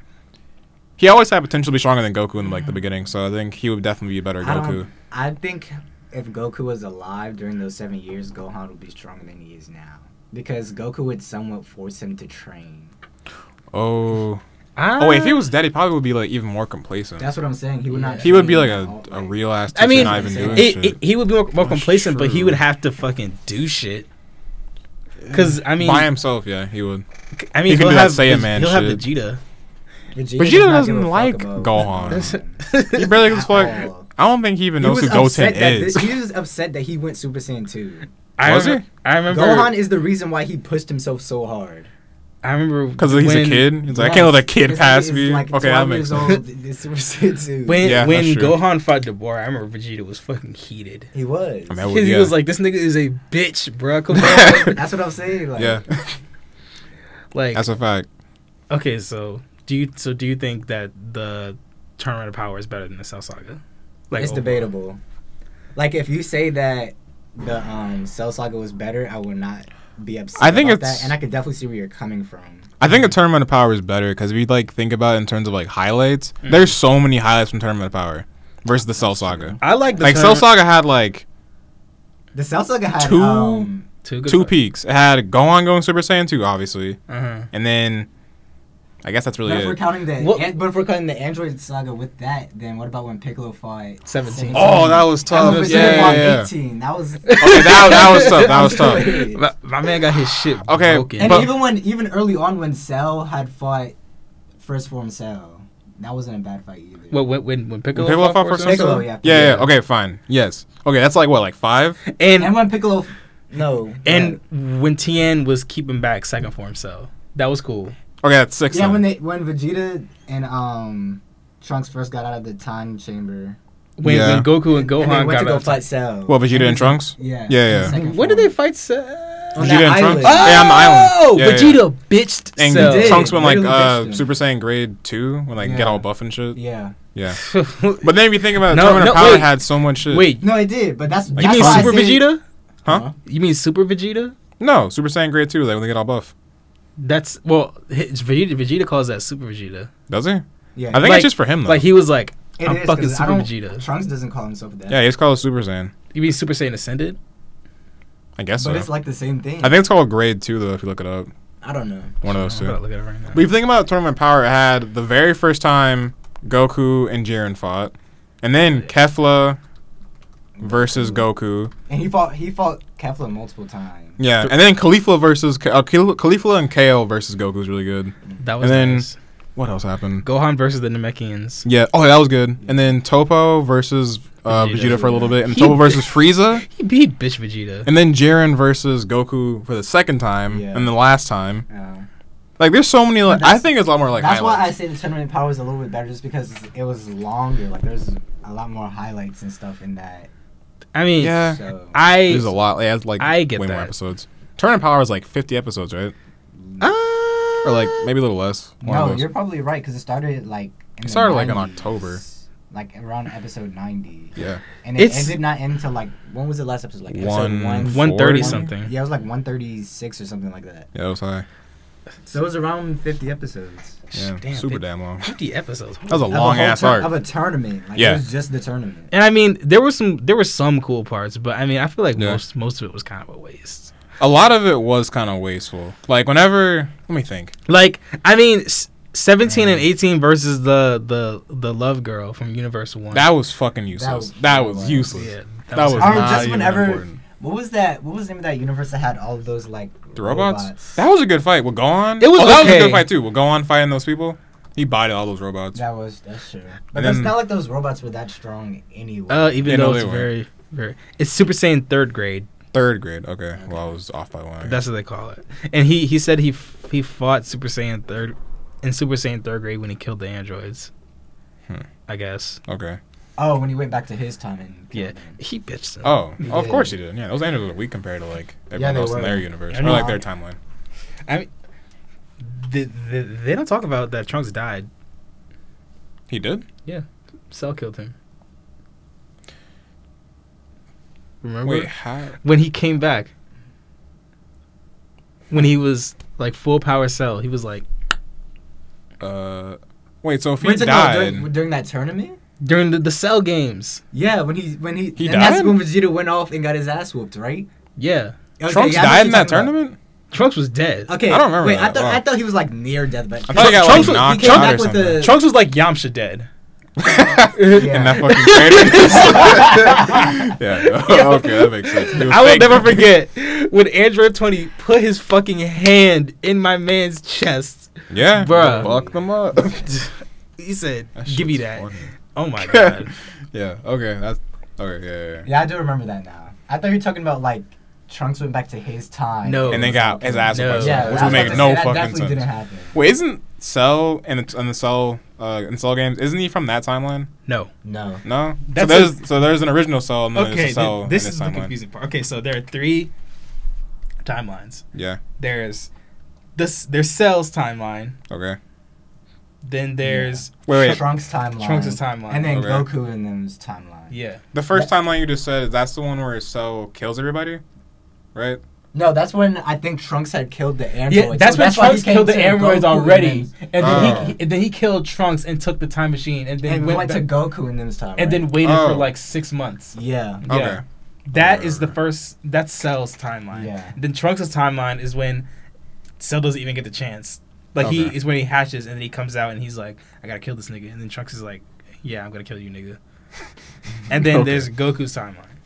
Speaker 2: he always had potential to be stronger than Goku in like the beginning, so I think he would definitely be a better
Speaker 3: I don't-
Speaker 2: Goku.
Speaker 3: I think if Goku was alive during those seven years, Gohan would be stronger than he is now. Because Goku would somewhat force him to train.
Speaker 2: Oh, oh, wait, if he was dead, he probably would be like even more complacent.
Speaker 3: That's what I'm saying. He would not.
Speaker 2: He would be like
Speaker 3: train
Speaker 2: a,
Speaker 3: at all.
Speaker 2: a real ass.
Speaker 1: I mean,
Speaker 2: not even doing
Speaker 1: it,
Speaker 2: shit.
Speaker 1: it- he would be more, more
Speaker 2: That's
Speaker 1: complacent, but he
Speaker 2: true.
Speaker 1: would have to fucking do shit. Because I mean,
Speaker 2: by himself, yeah, he would.
Speaker 1: c- I mean,
Speaker 2: he can
Speaker 1: he'll
Speaker 2: do that
Speaker 1: have
Speaker 2: Saiyan man
Speaker 1: he'll have
Speaker 2: shit.
Speaker 1: Vegeta.
Speaker 2: Vegeta
Speaker 3: Vegeta, does not
Speaker 2: doesn't
Speaker 3: give a fuck
Speaker 2: like
Speaker 3: about
Speaker 2: Gohan. He
Speaker 1: He
Speaker 2: barely gives a fuck.
Speaker 3: At all.
Speaker 2: I don't think he even
Speaker 3: He
Speaker 2: knows
Speaker 3: was
Speaker 2: who Goten
Speaker 3: upset that
Speaker 2: is.
Speaker 3: thi- he was upset that he went Super Saiyan 2.
Speaker 1: I
Speaker 2: Was
Speaker 1: remember, I remember.
Speaker 3: Gohan is the reason why he pushed himself so hard.
Speaker 1: I remember
Speaker 2: Because he's
Speaker 1: when-
Speaker 2: a kid. He's like, I can't let a kid
Speaker 3: This
Speaker 2: pass
Speaker 3: nigga is
Speaker 2: me.
Speaker 3: Like
Speaker 2: okay,
Speaker 3: 12
Speaker 2: that makes
Speaker 3: years
Speaker 2: sense.
Speaker 3: old in Super Saiyan 2.
Speaker 1: When
Speaker 2: Yeah,
Speaker 1: when
Speaker 2: that's true.
Speaker 1: Gohan fought Deborah, I remember Vegeta was fucking heated.
Speaker 3: he was.
Speaker 2: I mean, I
Speaker 1: Because
Speaker 2: would-
Speaker 1: he
Speaker 2: Oh, yeah.
Speaker 1: was like, "This nigga is a bitch, bruh. Come on."
Speaker 3: That's what I'm saying. Like,
Speaker 2: yeah,
Speaker 1: like,
Speaker 2: that's a fact.
Speaker 1: okay, so do you so do you think that the tournament of power is better than the Cell Saga? oh.
Speaker 3: it's
Speaker 1: overall?
Speaker 3: debatable. Like if you say that the um, Cell Saga was better, I would not be upset.
Speaker 2: I think
Speaker 3: about
Speaker 2: it's-
Speaker 3: that, and I could definitely see where you're coming from.
Speaker 2: I think a tournament of power is better because if you like think about it in terms of like highlights, there's so many highlights from tournament of power versus the Cell Saga.
Speaker 1: I like the
Speaker 2: Like Cell
Speaker 1: tournament-
Speaker 2: Saga had like
Speaker 3: The Cell Saga had
Speaker 2: Two-
Speaker 3: um,
Speaker 1: Two, good
Speaker 2: two
Speaker 1: fights.
Speaker 2: peaks. It had Gohan going Super Saiyan two, obviously,
Speaker 1: Uh-huh.
Speaker 2: and then I guess that's really
Speaker 3: But if we're
Speaker 2: it.
Speaker 3: counting the
Speaker 1: What-
Speaker 3: an- but if we're counting the Android Saga with that, then what about when Piccolo fought
Speaker 1: 17.
Speaker 2: Oh, that was
Speaker 3: I
Speaker 2: tough.
Speaker 3: remember
Speaker 2: Yeah, yeah,
Speaker 3: Piccolo fought
Speaker 2: yeah.
Speaker 3: 18. That was
Speaker 2: Okay, that, that was tough. That was tough.
Speaker 3: hilarious.
Speaker 1: My, my man got his shit
Speaker 2: Okay,
Speaker 1: broken.
Speaker 3: And
Speaker 2: But-
Speaker 3: even when even early on when Cell had fought first form Cell, that wasn't a bad fight either.
Speaker 1: What when when, when Piccolo,
Speaker 2: Piccolo fought for
Speaker 1: Force Rose?
Speaker 2: Piccolo?
Speaker 3: Piccolo, yeah.
Speaker 2: Yeah, yeah. Okay, fine. Yes. Okay, that's like what, like five?
Speaker 3: and
Speaker 1: and
Speaker 3: when Piccolo, no,
Speaker 1: and when Tien was keeping back second form Cell, that was cool.
Speaker 2: Okay, that's six.
Speaker 3: yeah,
Speaker 2: then.
Speaker 3: when they when Vegeta and um Trunks first got out of the time chamber,
Speaker 1: When,
Speaker 2: Yeah.
Speaker 1: when Goku and
Speaker 3: and they
Speaker 1: Gohan
Speaker 3: went
Speaker 1: got
Speaker 3: to go
Speaker 1: out of-
Speaker 3: fight Cell.
Speaker 2: What, Vegeta and
Speaker 3: it's-
Speaker 2: Trunks?
Speaker 3: Yeah,
Speaker 2: Yeah,
Speaker 3: in
Speaker 2: yeah.
Speaker 3: the second
Speaker 1: When did they
Speaker 3: form.
Speaker 1: fight Oh! Cell?
Speaker 3: On
Speaker 2: Vegeta and
Speaker 3: that island.
Speaker 2: Trunks? Yeah, on the island. Yeah, yeah, yeah.
Speaker 1: Oh, Vegeta bitched
Speaker 2: And
Speaker 1: Cell.
Speaker 3: did.
Speaker 2: Trunks went like
Speaker 3: Literally
Speaker 2: uh,
Speaker 3: bitched him.
Speaker 2: Super Saiyan grade two when like
Speaker 3: Yeah.
Speaker 2: get all buff and shit.
Speaker 3: Yeah,
Speaker 2: Yeah. But then if you think about it,
Speaker 1: No,
Speaker 2: Tournament
Speaker 1: no,
Speaker 2: of Power
Speaker 1: wait.
Speaker 2: had so much shit.
Speaker 1: Wait,
Speaker 3: no, it did, but that's
Speaker 2: Like,
Speaker 1: you
Speaker 3: that's
Speaker 1: mean
Speaker 3: why I
Speaker 1: Super
Speaker 3: say-
Speaker 1: Vegeta?
Speaker 2: Huh?
Speaker 1: You mean Super Vegeta?
Speaker 2: No, Super Saiyan grade two, like when they get all buff.
Speaker 1: That's well, hi- Vegeta, Vegeta calls that Super Vegeta.
Speaker 2: Does he? I
Speaker 3: Yeah,
Speaker 2: think
Speaker 1: Like-
Speaker 2: it's just for him though.
Speaker 1: Like he was like,
Speaker 3: it
Speaker 1: I'm
Speaker 3: is,
Speaker 1: fucking
Speaker 3: 'cause I
Speaker 1: Super
Speaker 3: don't-
Speaker 1: Vegeta.
Speaker 3: Trunks doesn't call himself that.
Speaker 2: yeah, he's called Super Saiyan.
Speaker 1: You mean Super Saiyan Ascended?
Speaker 2: I guess
Speaker 3: but
Speaker 2: so.
Speaker 3: it's like the same thing.
Speaker 2: I think it's called grade two though, if you look it up.
Speaker 3: I don't know.
Speaker 2: One of those
Speaker 1: I'm
Speaker 2: two.
Speaker 1: gonna Oh, look at it right now.
Speaker 2: But if you think about Tournament of Power, it had the very first time Goku and Jiren fought, and then Kefla versus Goku.
Speaker 3: And he fought he fought Kefla multiple times.
Speaker 2: Yeah, and then Khalifa versus K- uh, Khal- Khalifa and KO versus Goku is really good.
Speaker 1: that was
Speaker 2: and then-
Speaker 1: nice.
Speaker 2: What else happened?
Speaker 1: Gohan versus the Namekians.
Speaker 2: Yeah, oh that was good. And then Topo versus uh,
Speaker 1: Vegeta.
Speaker 2: Vegeta for a little bit, and
Speaker 1: He-
Speaker 2: Topo versus Frieza,
Speaker 1: He beat bitch Vegeta.
Speaker 2: and then Jiren versus Goku for the second time
Speaker 3: Yeah.
Speaker 2: and the last time.
Speaker 3: Uh,
Speaker 2: Like, there's so many. Like, I
Speaker 3: That's-
Speaker 2: think it's a lot more like.
Speaker 3: that's why I
Speaker 2: highlights.
Speaker 3: say the tournament power is a little bit better, just because it was longer. Like there's a lot more highlights and stuff in that.
Speaker 1: I mean,
Speaker 2: Yeah.
Speaker 3: So
Speaker 1: I
Speaker 2: There's a lot. It has like
Speaker 1: I get
Speaker 2: way more
Speaker 1: that.
Speaker 2: episodes. Tournament Power is like 50 episodes, right?
Speaker 1: uh,
Speaker 2: Or like maybe a little less. One of
Speaker 3: no,
Speaker 2: those.
Speaker 3: you're probably right because it started like in
Speaker 2: It
Speaker 3: the
Speaker 2: started, like, in
Speaker 3: 90s,
Speaker 2: October.
Speaker 3: like around episode ninety,
Speaker 2: Yeah.
Speaker 3: and it,
Speaker 1: It's-
Speaker 3: it did not end till like when was the last episode? Like
Speaker 2: One-
Speaker 3: episode one
Speaker 1: one thirty
Speaker 2: 40?
Speaker 1: something.
Speaker 3: Yeah, it was like one thirty six or something like that.
Speaker 2: Yeah, that was high.
Speaker 3: So it was around fifty episodes.
Speaker 2: Yeah.
Speaker 1: Damn,
Speaker 2: Super
Speaker 1: fif-
Speaker 2: damn long.
Speaker 1: Fifty episodes.
Speaker 2: That was a
Speaker 3: Of a
Speaker 2: long
Speaker 3: whole
Speaker 2: ass
Speaker 3: tour-
Speaker 2: arc.
Speaker 3: of a tournament. Like
Speaker 2: Yeah.
Speaker 3: it was just the tournament.
Speaker 1: And I mean, there were some there were some cool parts, but I mean, I feel like
Speaker 2: Yeah.
Speaker 1: most most of it was kind of a waste.
Speaker 2: A lot of it was kind of wasteful. Like whenever, let me think.
Speaker 1: Like, I mean, s- seventeen and eighteen versus the the the love girl from Universe One.
Speaker 2: That was fucking useless.
Speaker 3: was-
Speaker 2: That was,
Speaker 3: that was-
Speaker 2: useless.
Speaker 1: yeah,
Speaker 2: That was
Speaker 3: I mean,
Speaker 2: not
Speaker 3: just
Speaker 2: even
Speaker 3: whenever-
Speaker 2: important.
Speaker 3: What was that? What was the name of that universe that had all of those like
Speaker 2: The robots? That was a good fight. We'll go on.
Speaker 1: It was
Speaker 2: oh, that was a
Speaker 1: okay.
Speaker 2: good fight too. We'll go on fighting those people. He bodied all those robots.
Speaker 3: That was that's true. But
Speaker 2: And
Speaker 3: that's
Speaker 2: then-
Speaker 3: not like those robots were that strong anyway.
Speaker 1: uh, even
Speaker 2: Yeah, no,
Speaker 1: though
Speaker 2: they
Speaker 1: it's
Speaker 2: weren't.
Speaker 1: very very it's Super Saiyan third grade.
Speaker 2: Third grade. Okay. Well, I was off by one. I guess.
Speaker 1: That's what they call it. And he he said he f- he fought Super Saiyan third in Super Saiyan third grade when he killed the androids.
Speaker 2: Hmm.
Speaker 1: I guess.
Speaker 2: okay.
Speaker 3: oh, when he went back to his time and
Speaker 1: Yeah,
Speaker 3: killed them.
Speaker 1: he bitched them.
Speaker 2: Oh, oh, of
Speaker 3: Yeah.
Speaker 2: course he did. Yeah, those animals are weak compared to like everyone
Speaker 3: they
Speaker 2: else in
Speaker 3: were.
Speaker 2: their universe
Speaker 1: I
Speaker 2: or
Speaker 1: know.
Speaker 2: like their timeline.
Speaker 1: They, they, they don't talk about that Trunks died.
Speaker 2: He did.
Speaker 1: Cell killed him. Remember
Speaker 2: Wait, how?
Speaker 1: when he came back? When he was like full power Cell, he was like
Speaker 2: Uh, wait. So if he
Speaker 3: Wait, so no,
Speaker 2: died,
Speaker 3: during, during that tournament.
Speaker 1: during the, the Cell games.
Speaker 3: Yeah, when he when he,
Speaker 2: He
Speaker 3: and that's
Speaker 2: died?
Speaker 3: when Vegeta went off and got his ass whooped, right?
Speaker 1: Yeah,
Speaker 3: Okay,
Speaker 2: Trunks
Speaker 3: yeah, I
Speaker 2: died
Speaker 3: know what you're
Speaker 2: in that
Speaker 3: talking about.
Speaker 2: tournament.
Speaker 1: Trunks was dead.
Speaker 3: Okay,
Speaker 2: I don't remember
Speaker 3: Wait, I
Speaker 2: that.
Speaker 3: thought
Speaker 2: Wow.
Speaker 3: I thought he was like near death, but
Speaker 2: I thought he got
Speaker 1: Trunks-
Speaker 2: like knocked
Speaker 3: he came
Speaker 2: out
Speaker 3: back
Speaker 2: or
Speaker 3: with
Speaker 2: something.
Speaker 3: the-
Speaker 1: Trunks was like Yamcha dead.
Speaker 3: Yeah.
Speaker 2: And that fucking crater. yeah. Okay, that makes sense. He was
Speaker 1: I will
Speaker 2: fake.
Speaker 1: never forget when Android 20 put his fucking hand in my man's chest.
Speaker 2: Yeah,
Speaker 1: Bruh.
Speaker 2: Fuck them up.
Speaker 1: He said, "Give
Speaker 2: shit's
Speaker 1: me that."
Speaker 2: funny.
Speaker 1: Oh my god.
Speaker 2: Yeah. Okay. That's okay. Yeah. yeah, yeah.
Speaker 3: yeah, I do remember that now. I thought you were talking about like Trunks went back to his time.
Speaker 1: No.
Speaker 2: And they got his ass
Speaker 1: No.
Speaker 2: no.
Speaker 1: Yeah,
Speaker 3: I
Speaker 2: which
Speaker 3: was
Speaker 2: would
Speaker 3: about
Speaker 2: make
Speaker 3: to
Speaker 2: no
Speaker 3: say, that
Speaker 2: fucking
Speaker 3: definitely
Speaker 2: sense.
Speaker 3: didn't happen.
Speaker 2: Wait, isn't Cell in the in the Cell uh, in Cell games? Isn't he from that timeline?
Speaker 1: no.
Speaker 3: No.
Speaker 2: No.
Speaker 1: That's
Speaker 2: so there's so there's an original Cell and then
Speaker 1: Okay,
Speaker 2: there's a
Speaker 1: thi-
Speaker 2: Cell
Speaker 1: this
Speaker 2: in
Speaker 1: is
Speaker 2: this
Speaker 1: the
Speaker 2: timeline.
Speaker 1: confusing part. Okay, so there are three timelines.
Speaker 2: Yeah.
Speaker 1: There's this there's Cell's timeline,
Speaker 2: Okay.
Speaker 1: then there's
Speaker 2: Wait, wait.
Speaker 3: Trunks timeline.
Speaker 1: Trunks' timeline.
Speaker 3: And then
Speaker 2: Okay.
Speaker 3: Goku and them's timeline.
Speaker 1: yeah.
Speaker 2: The first timeline you just said is that's the one where Cell kills everybody, right?
Speaker 3: No, that's when I think Trunks had killed the androids.
Speaker 1: Yeah, that's
Speaker 3: so
Speaker 1: when
Speaker 3: why he
Speaker 1: Trunks
Speaker 3: came
Speaker 1: killed the
Speaker 3: to
Speaker 1: androids
Speaker 3: Goku and
Speaker 1: already,
Speaker 3: them's-
Speaker 1: and then
Speaker 2: Oh.
Speaker 1: he and then he killed Trunks and took the time machine, and then
Speaker 3: And we
Speaker 1: went,
Speaker 3: went to
Speaker 1: back-
Speaker 3: Goku and them's time.
Speaker 1: and then waited for
Speaker 2: Oh.
Speaker 1: like six months.
Speaker 3: yeah,
Speaker 1: Yeah.
Speaker 2: Okay.
Speaker 1: That
Speaker 2: Right,
Speaker 1: is the
Speaker 2: right, right.
Speaker 1: first. That's Cell's timeline.
Speaker 3: Yeah.
Speaker 1: Then Trunks' timeline is when Cell doesn't even get the chance. Like he
Speaker 2: Okay.
Speaker 1: is when he hatches and then he comes out and he's like, "I gotta kill this nigga," and then Trunks is like, "Yeah, I'm gonna kill you, nigga." And then
Speaker 2: Okay.
Speaker 1: there's Goku's timeline.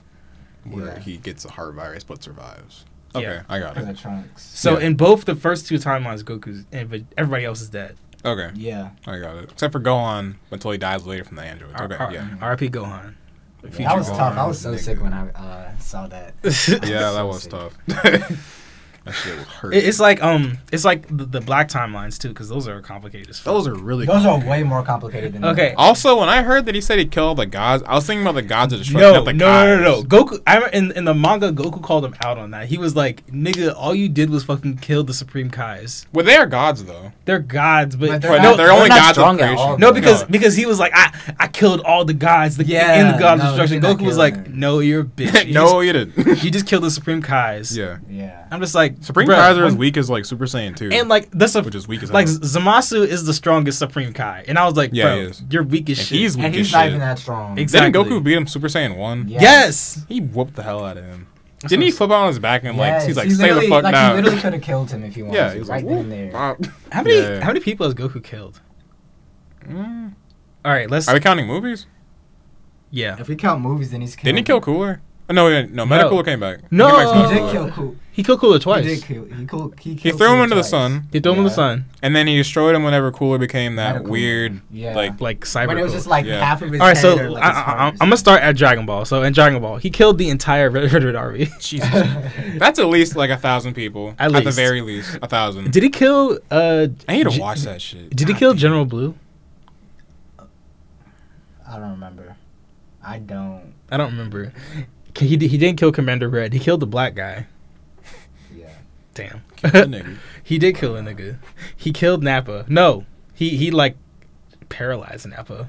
Speaker 2: Where
Speaker 3: Yeah.
Speaker 2: he gets a heart virus but survives.
Speaker 1: Yeah.
Speaker 2: Okay, I got
Speaker 3: for the
Speaker 2: it.
Speaker 3: Trunks.
Speaker 1: So
Speaker 2: Yeah.
Speaker 1: in both the first two timelines, Goku's and but everybody else is dead.
Speaker 2: Okay,
Speaker 3: Yeah,
Speaker 2: I got it. Except for Gohan until he dies later from the android.
Speaker 1: R-
Speaker 2: Okay,
Speaker 1: R-
Speaker 2: yeah.
Speaker 1: R.I.P. Gohan. Future
Speaker 3: that was
Speaker 1: Gohan.
Speaker 3: tough. I was so
Speaker 2: Nigga.
Speaker 3: sick when I uh, saw that.
Speaker 2: Yeah, that
Speaker 3: So
Speaker 2: was
Speaker 3: sick.
Speaker 2: tough. that shit was hurt.
Speaker 1: It- it's like um, it's like the, the black timelines too, because those are complicated as fuck.
Speaker 2: those are really.
Speaker 3: Those are way more complicated than
Speaker 1: Okay.
Speaker 2: Also, when I heard that he said he killed the gods, I was thinking about the gods of destruction.
Speaker 1: No,
Speaker 2: not
Speaker 1: no,
Speaker 2: the
Speaker 1: no, no, no.
Speaker 2: gods.
Speaker 1: Goku, I remember in in the manga, Goku called him out on that. He was like, "Nigga, all you did was fucking kill the Supreme Kais.
Speaker 2: Well, they are gods though.
Speaker 1: They're gods, but,
Speaker 3: But
Speaker 2: They're,
Speaker 3: They're
Speaker 1: no,
Speaker 3: not-
Speaker 2: they're only
Speaker 3: they're not
Speaker 2: gods of
Speaker 3: strong at
Speaker 2: creation.
Speaker 3: all.
Speaker 1: no, because because he was like, I I killed all the gods, the
Speaker 3: Yeah,
Speaker 1: and the god
Speaker 3: no,
Speaker 1: of destruction.
Speaker 3: you're not
Speaker 1: Goku was
Speaker 3: killing
Speaker 1: like,
Speaker 3: her.
Speaker 1: "No, you're a bitch. You
Speaker 2: no, you didn't.
Speaker 1: just, you just killed the Supreme Kais.
Speaker 2: yeah.
Speaker 3: Yeah.
Speaker 1: I'm just like
Speaker 2: Supreme
Speaker 1: bruh,
Speaker 2: Kaiser is
Speaker 1: what-
Speaker 2: weak as like Super Saiyan 2.
Speaker 1: and like that's a
Speaker 2: which is weak as
Speaker 1: like
Speaker 2: hell.
Speaker 1: Zamasu is the strongest Supreme Kai, and I was like,
Speaker 2: Yeah, he
Speaker 1: bro,
Speaker 2: is.
Speaker 1: you're weak as
Speaker 2: And
Speaker 1: shit.
Speaker 2: he's weak
Speaker 3: And
Speaker 2: as
Speaker 3: he's not
Speaker 2: shit.
Speaker 3: even that strong.
Speaker 1: Exactly.
Speaker 2: Didn't Goku beat him Super Saiyan 1?
Speaker 3: Yeah.
Speaker 1: yes.
Speaker 2: He whooped the hell out of him. Didn't he flip out on his back and like
Speaker 3: Yes,
Speaker 2: he's like
Speaker 3: he
Speaker 2: stay the
Speaker 3: literally-
Speaker 2: fuck
Speaker 3: like, He
Speaker 2: down?
Speaker 3: literally could have killed him if he wanted
Speaker 2: yeah,
Speaker 3: to,
Speaker 2: he's
Speaker 3: right
Speaker 2: like
Speaker 3: then and there.
Speaker 2: "Whoop."
Speaker 1: How many
Speaker 2: Yeah.
Speaker 1: how many people has Goku killed?
Speaker 2: Mm.
Speaker 1: All right, let's
Speaker 2: Are we counting movies?
Speaker 1: yeah.
Speaker 3: If we count movies, then he's killed.
Speaker 2: Didn't he kill Cooler? Oh, no, he didn't. no, Meta
Speaker 1: No.
Speaker 2: Cooler came back. He
Speaker 1: No!
Speaker 2: came back to
Speaker 3: He
Speaker 2: Meta
Speaker 3: did
Speaker 2: Cooler.
Speaker 3: kill Cool.
Speaker 1: He killed Cooler twice.
Speaker 3: He
Speaker 1: He,
Speaker 3: did kill. He, cool, he,
Speaker 2: He
Speaker 3: killed
Speaker 2: threw him
Speaker 3: Cooler
Speaker 2: into the
Speaker 3: twice.
Speaker 2: sun,
Speaker 1: threw him in the
Speaker 3: Yeah.
Speaker 1: sun
Speaker 2: and then he destroyed him whenever Cooler became that
Speaker 3: Meta Cooler.
Speaker 2: weird.
Speaker 3: Yeah.
Speaker 2: like,
Speaker 1: like cyber.
Speaker 3: When it
Speaker 1: Cooler.
Speaker 3: was just like
Speaker 2: Yeah.
Speaker 3: half of his
Speaker 1: All right,
Speaker 3: head
Speaker 1: so
Speaker 3: or, like,
Speaker 1: I,
Speaker 3: his
Speaker 1: I, I'm
Speaker 3: arms.
Speaker 1: gonna start at Dragon Ball. So in Dragon Ball, he killed the entire Red Red Red Army.
Speaker 2: Jesus, that's at least like a thousand people.
Speaker 1: At
Speaker 2: the
Speaker 1: least.
Speaker 2: very least, a thousand.
Speaker 1: Did he kill? uh
Speaker 2: I need to
Speaker 1: G-
Speaker 2: watch that shit.
Speaker 1: Did he
Speaker 2: God
Speaker 1: kill
Speaker 2: damn.
Speaker 1: General Blue?
Speaker 3: I don't remember. I don't.
Speaker 1: I don't remember. K- He di- he didn't kill Commander Red. He killed the black guy.
Speaker 3: Yeah.
Speaker 1: Damn.
Speaker 2: Killed the nigga.
Speaker 1: he did kill a nigga. He killed Nappa. No, he he like paralyzed Nappa.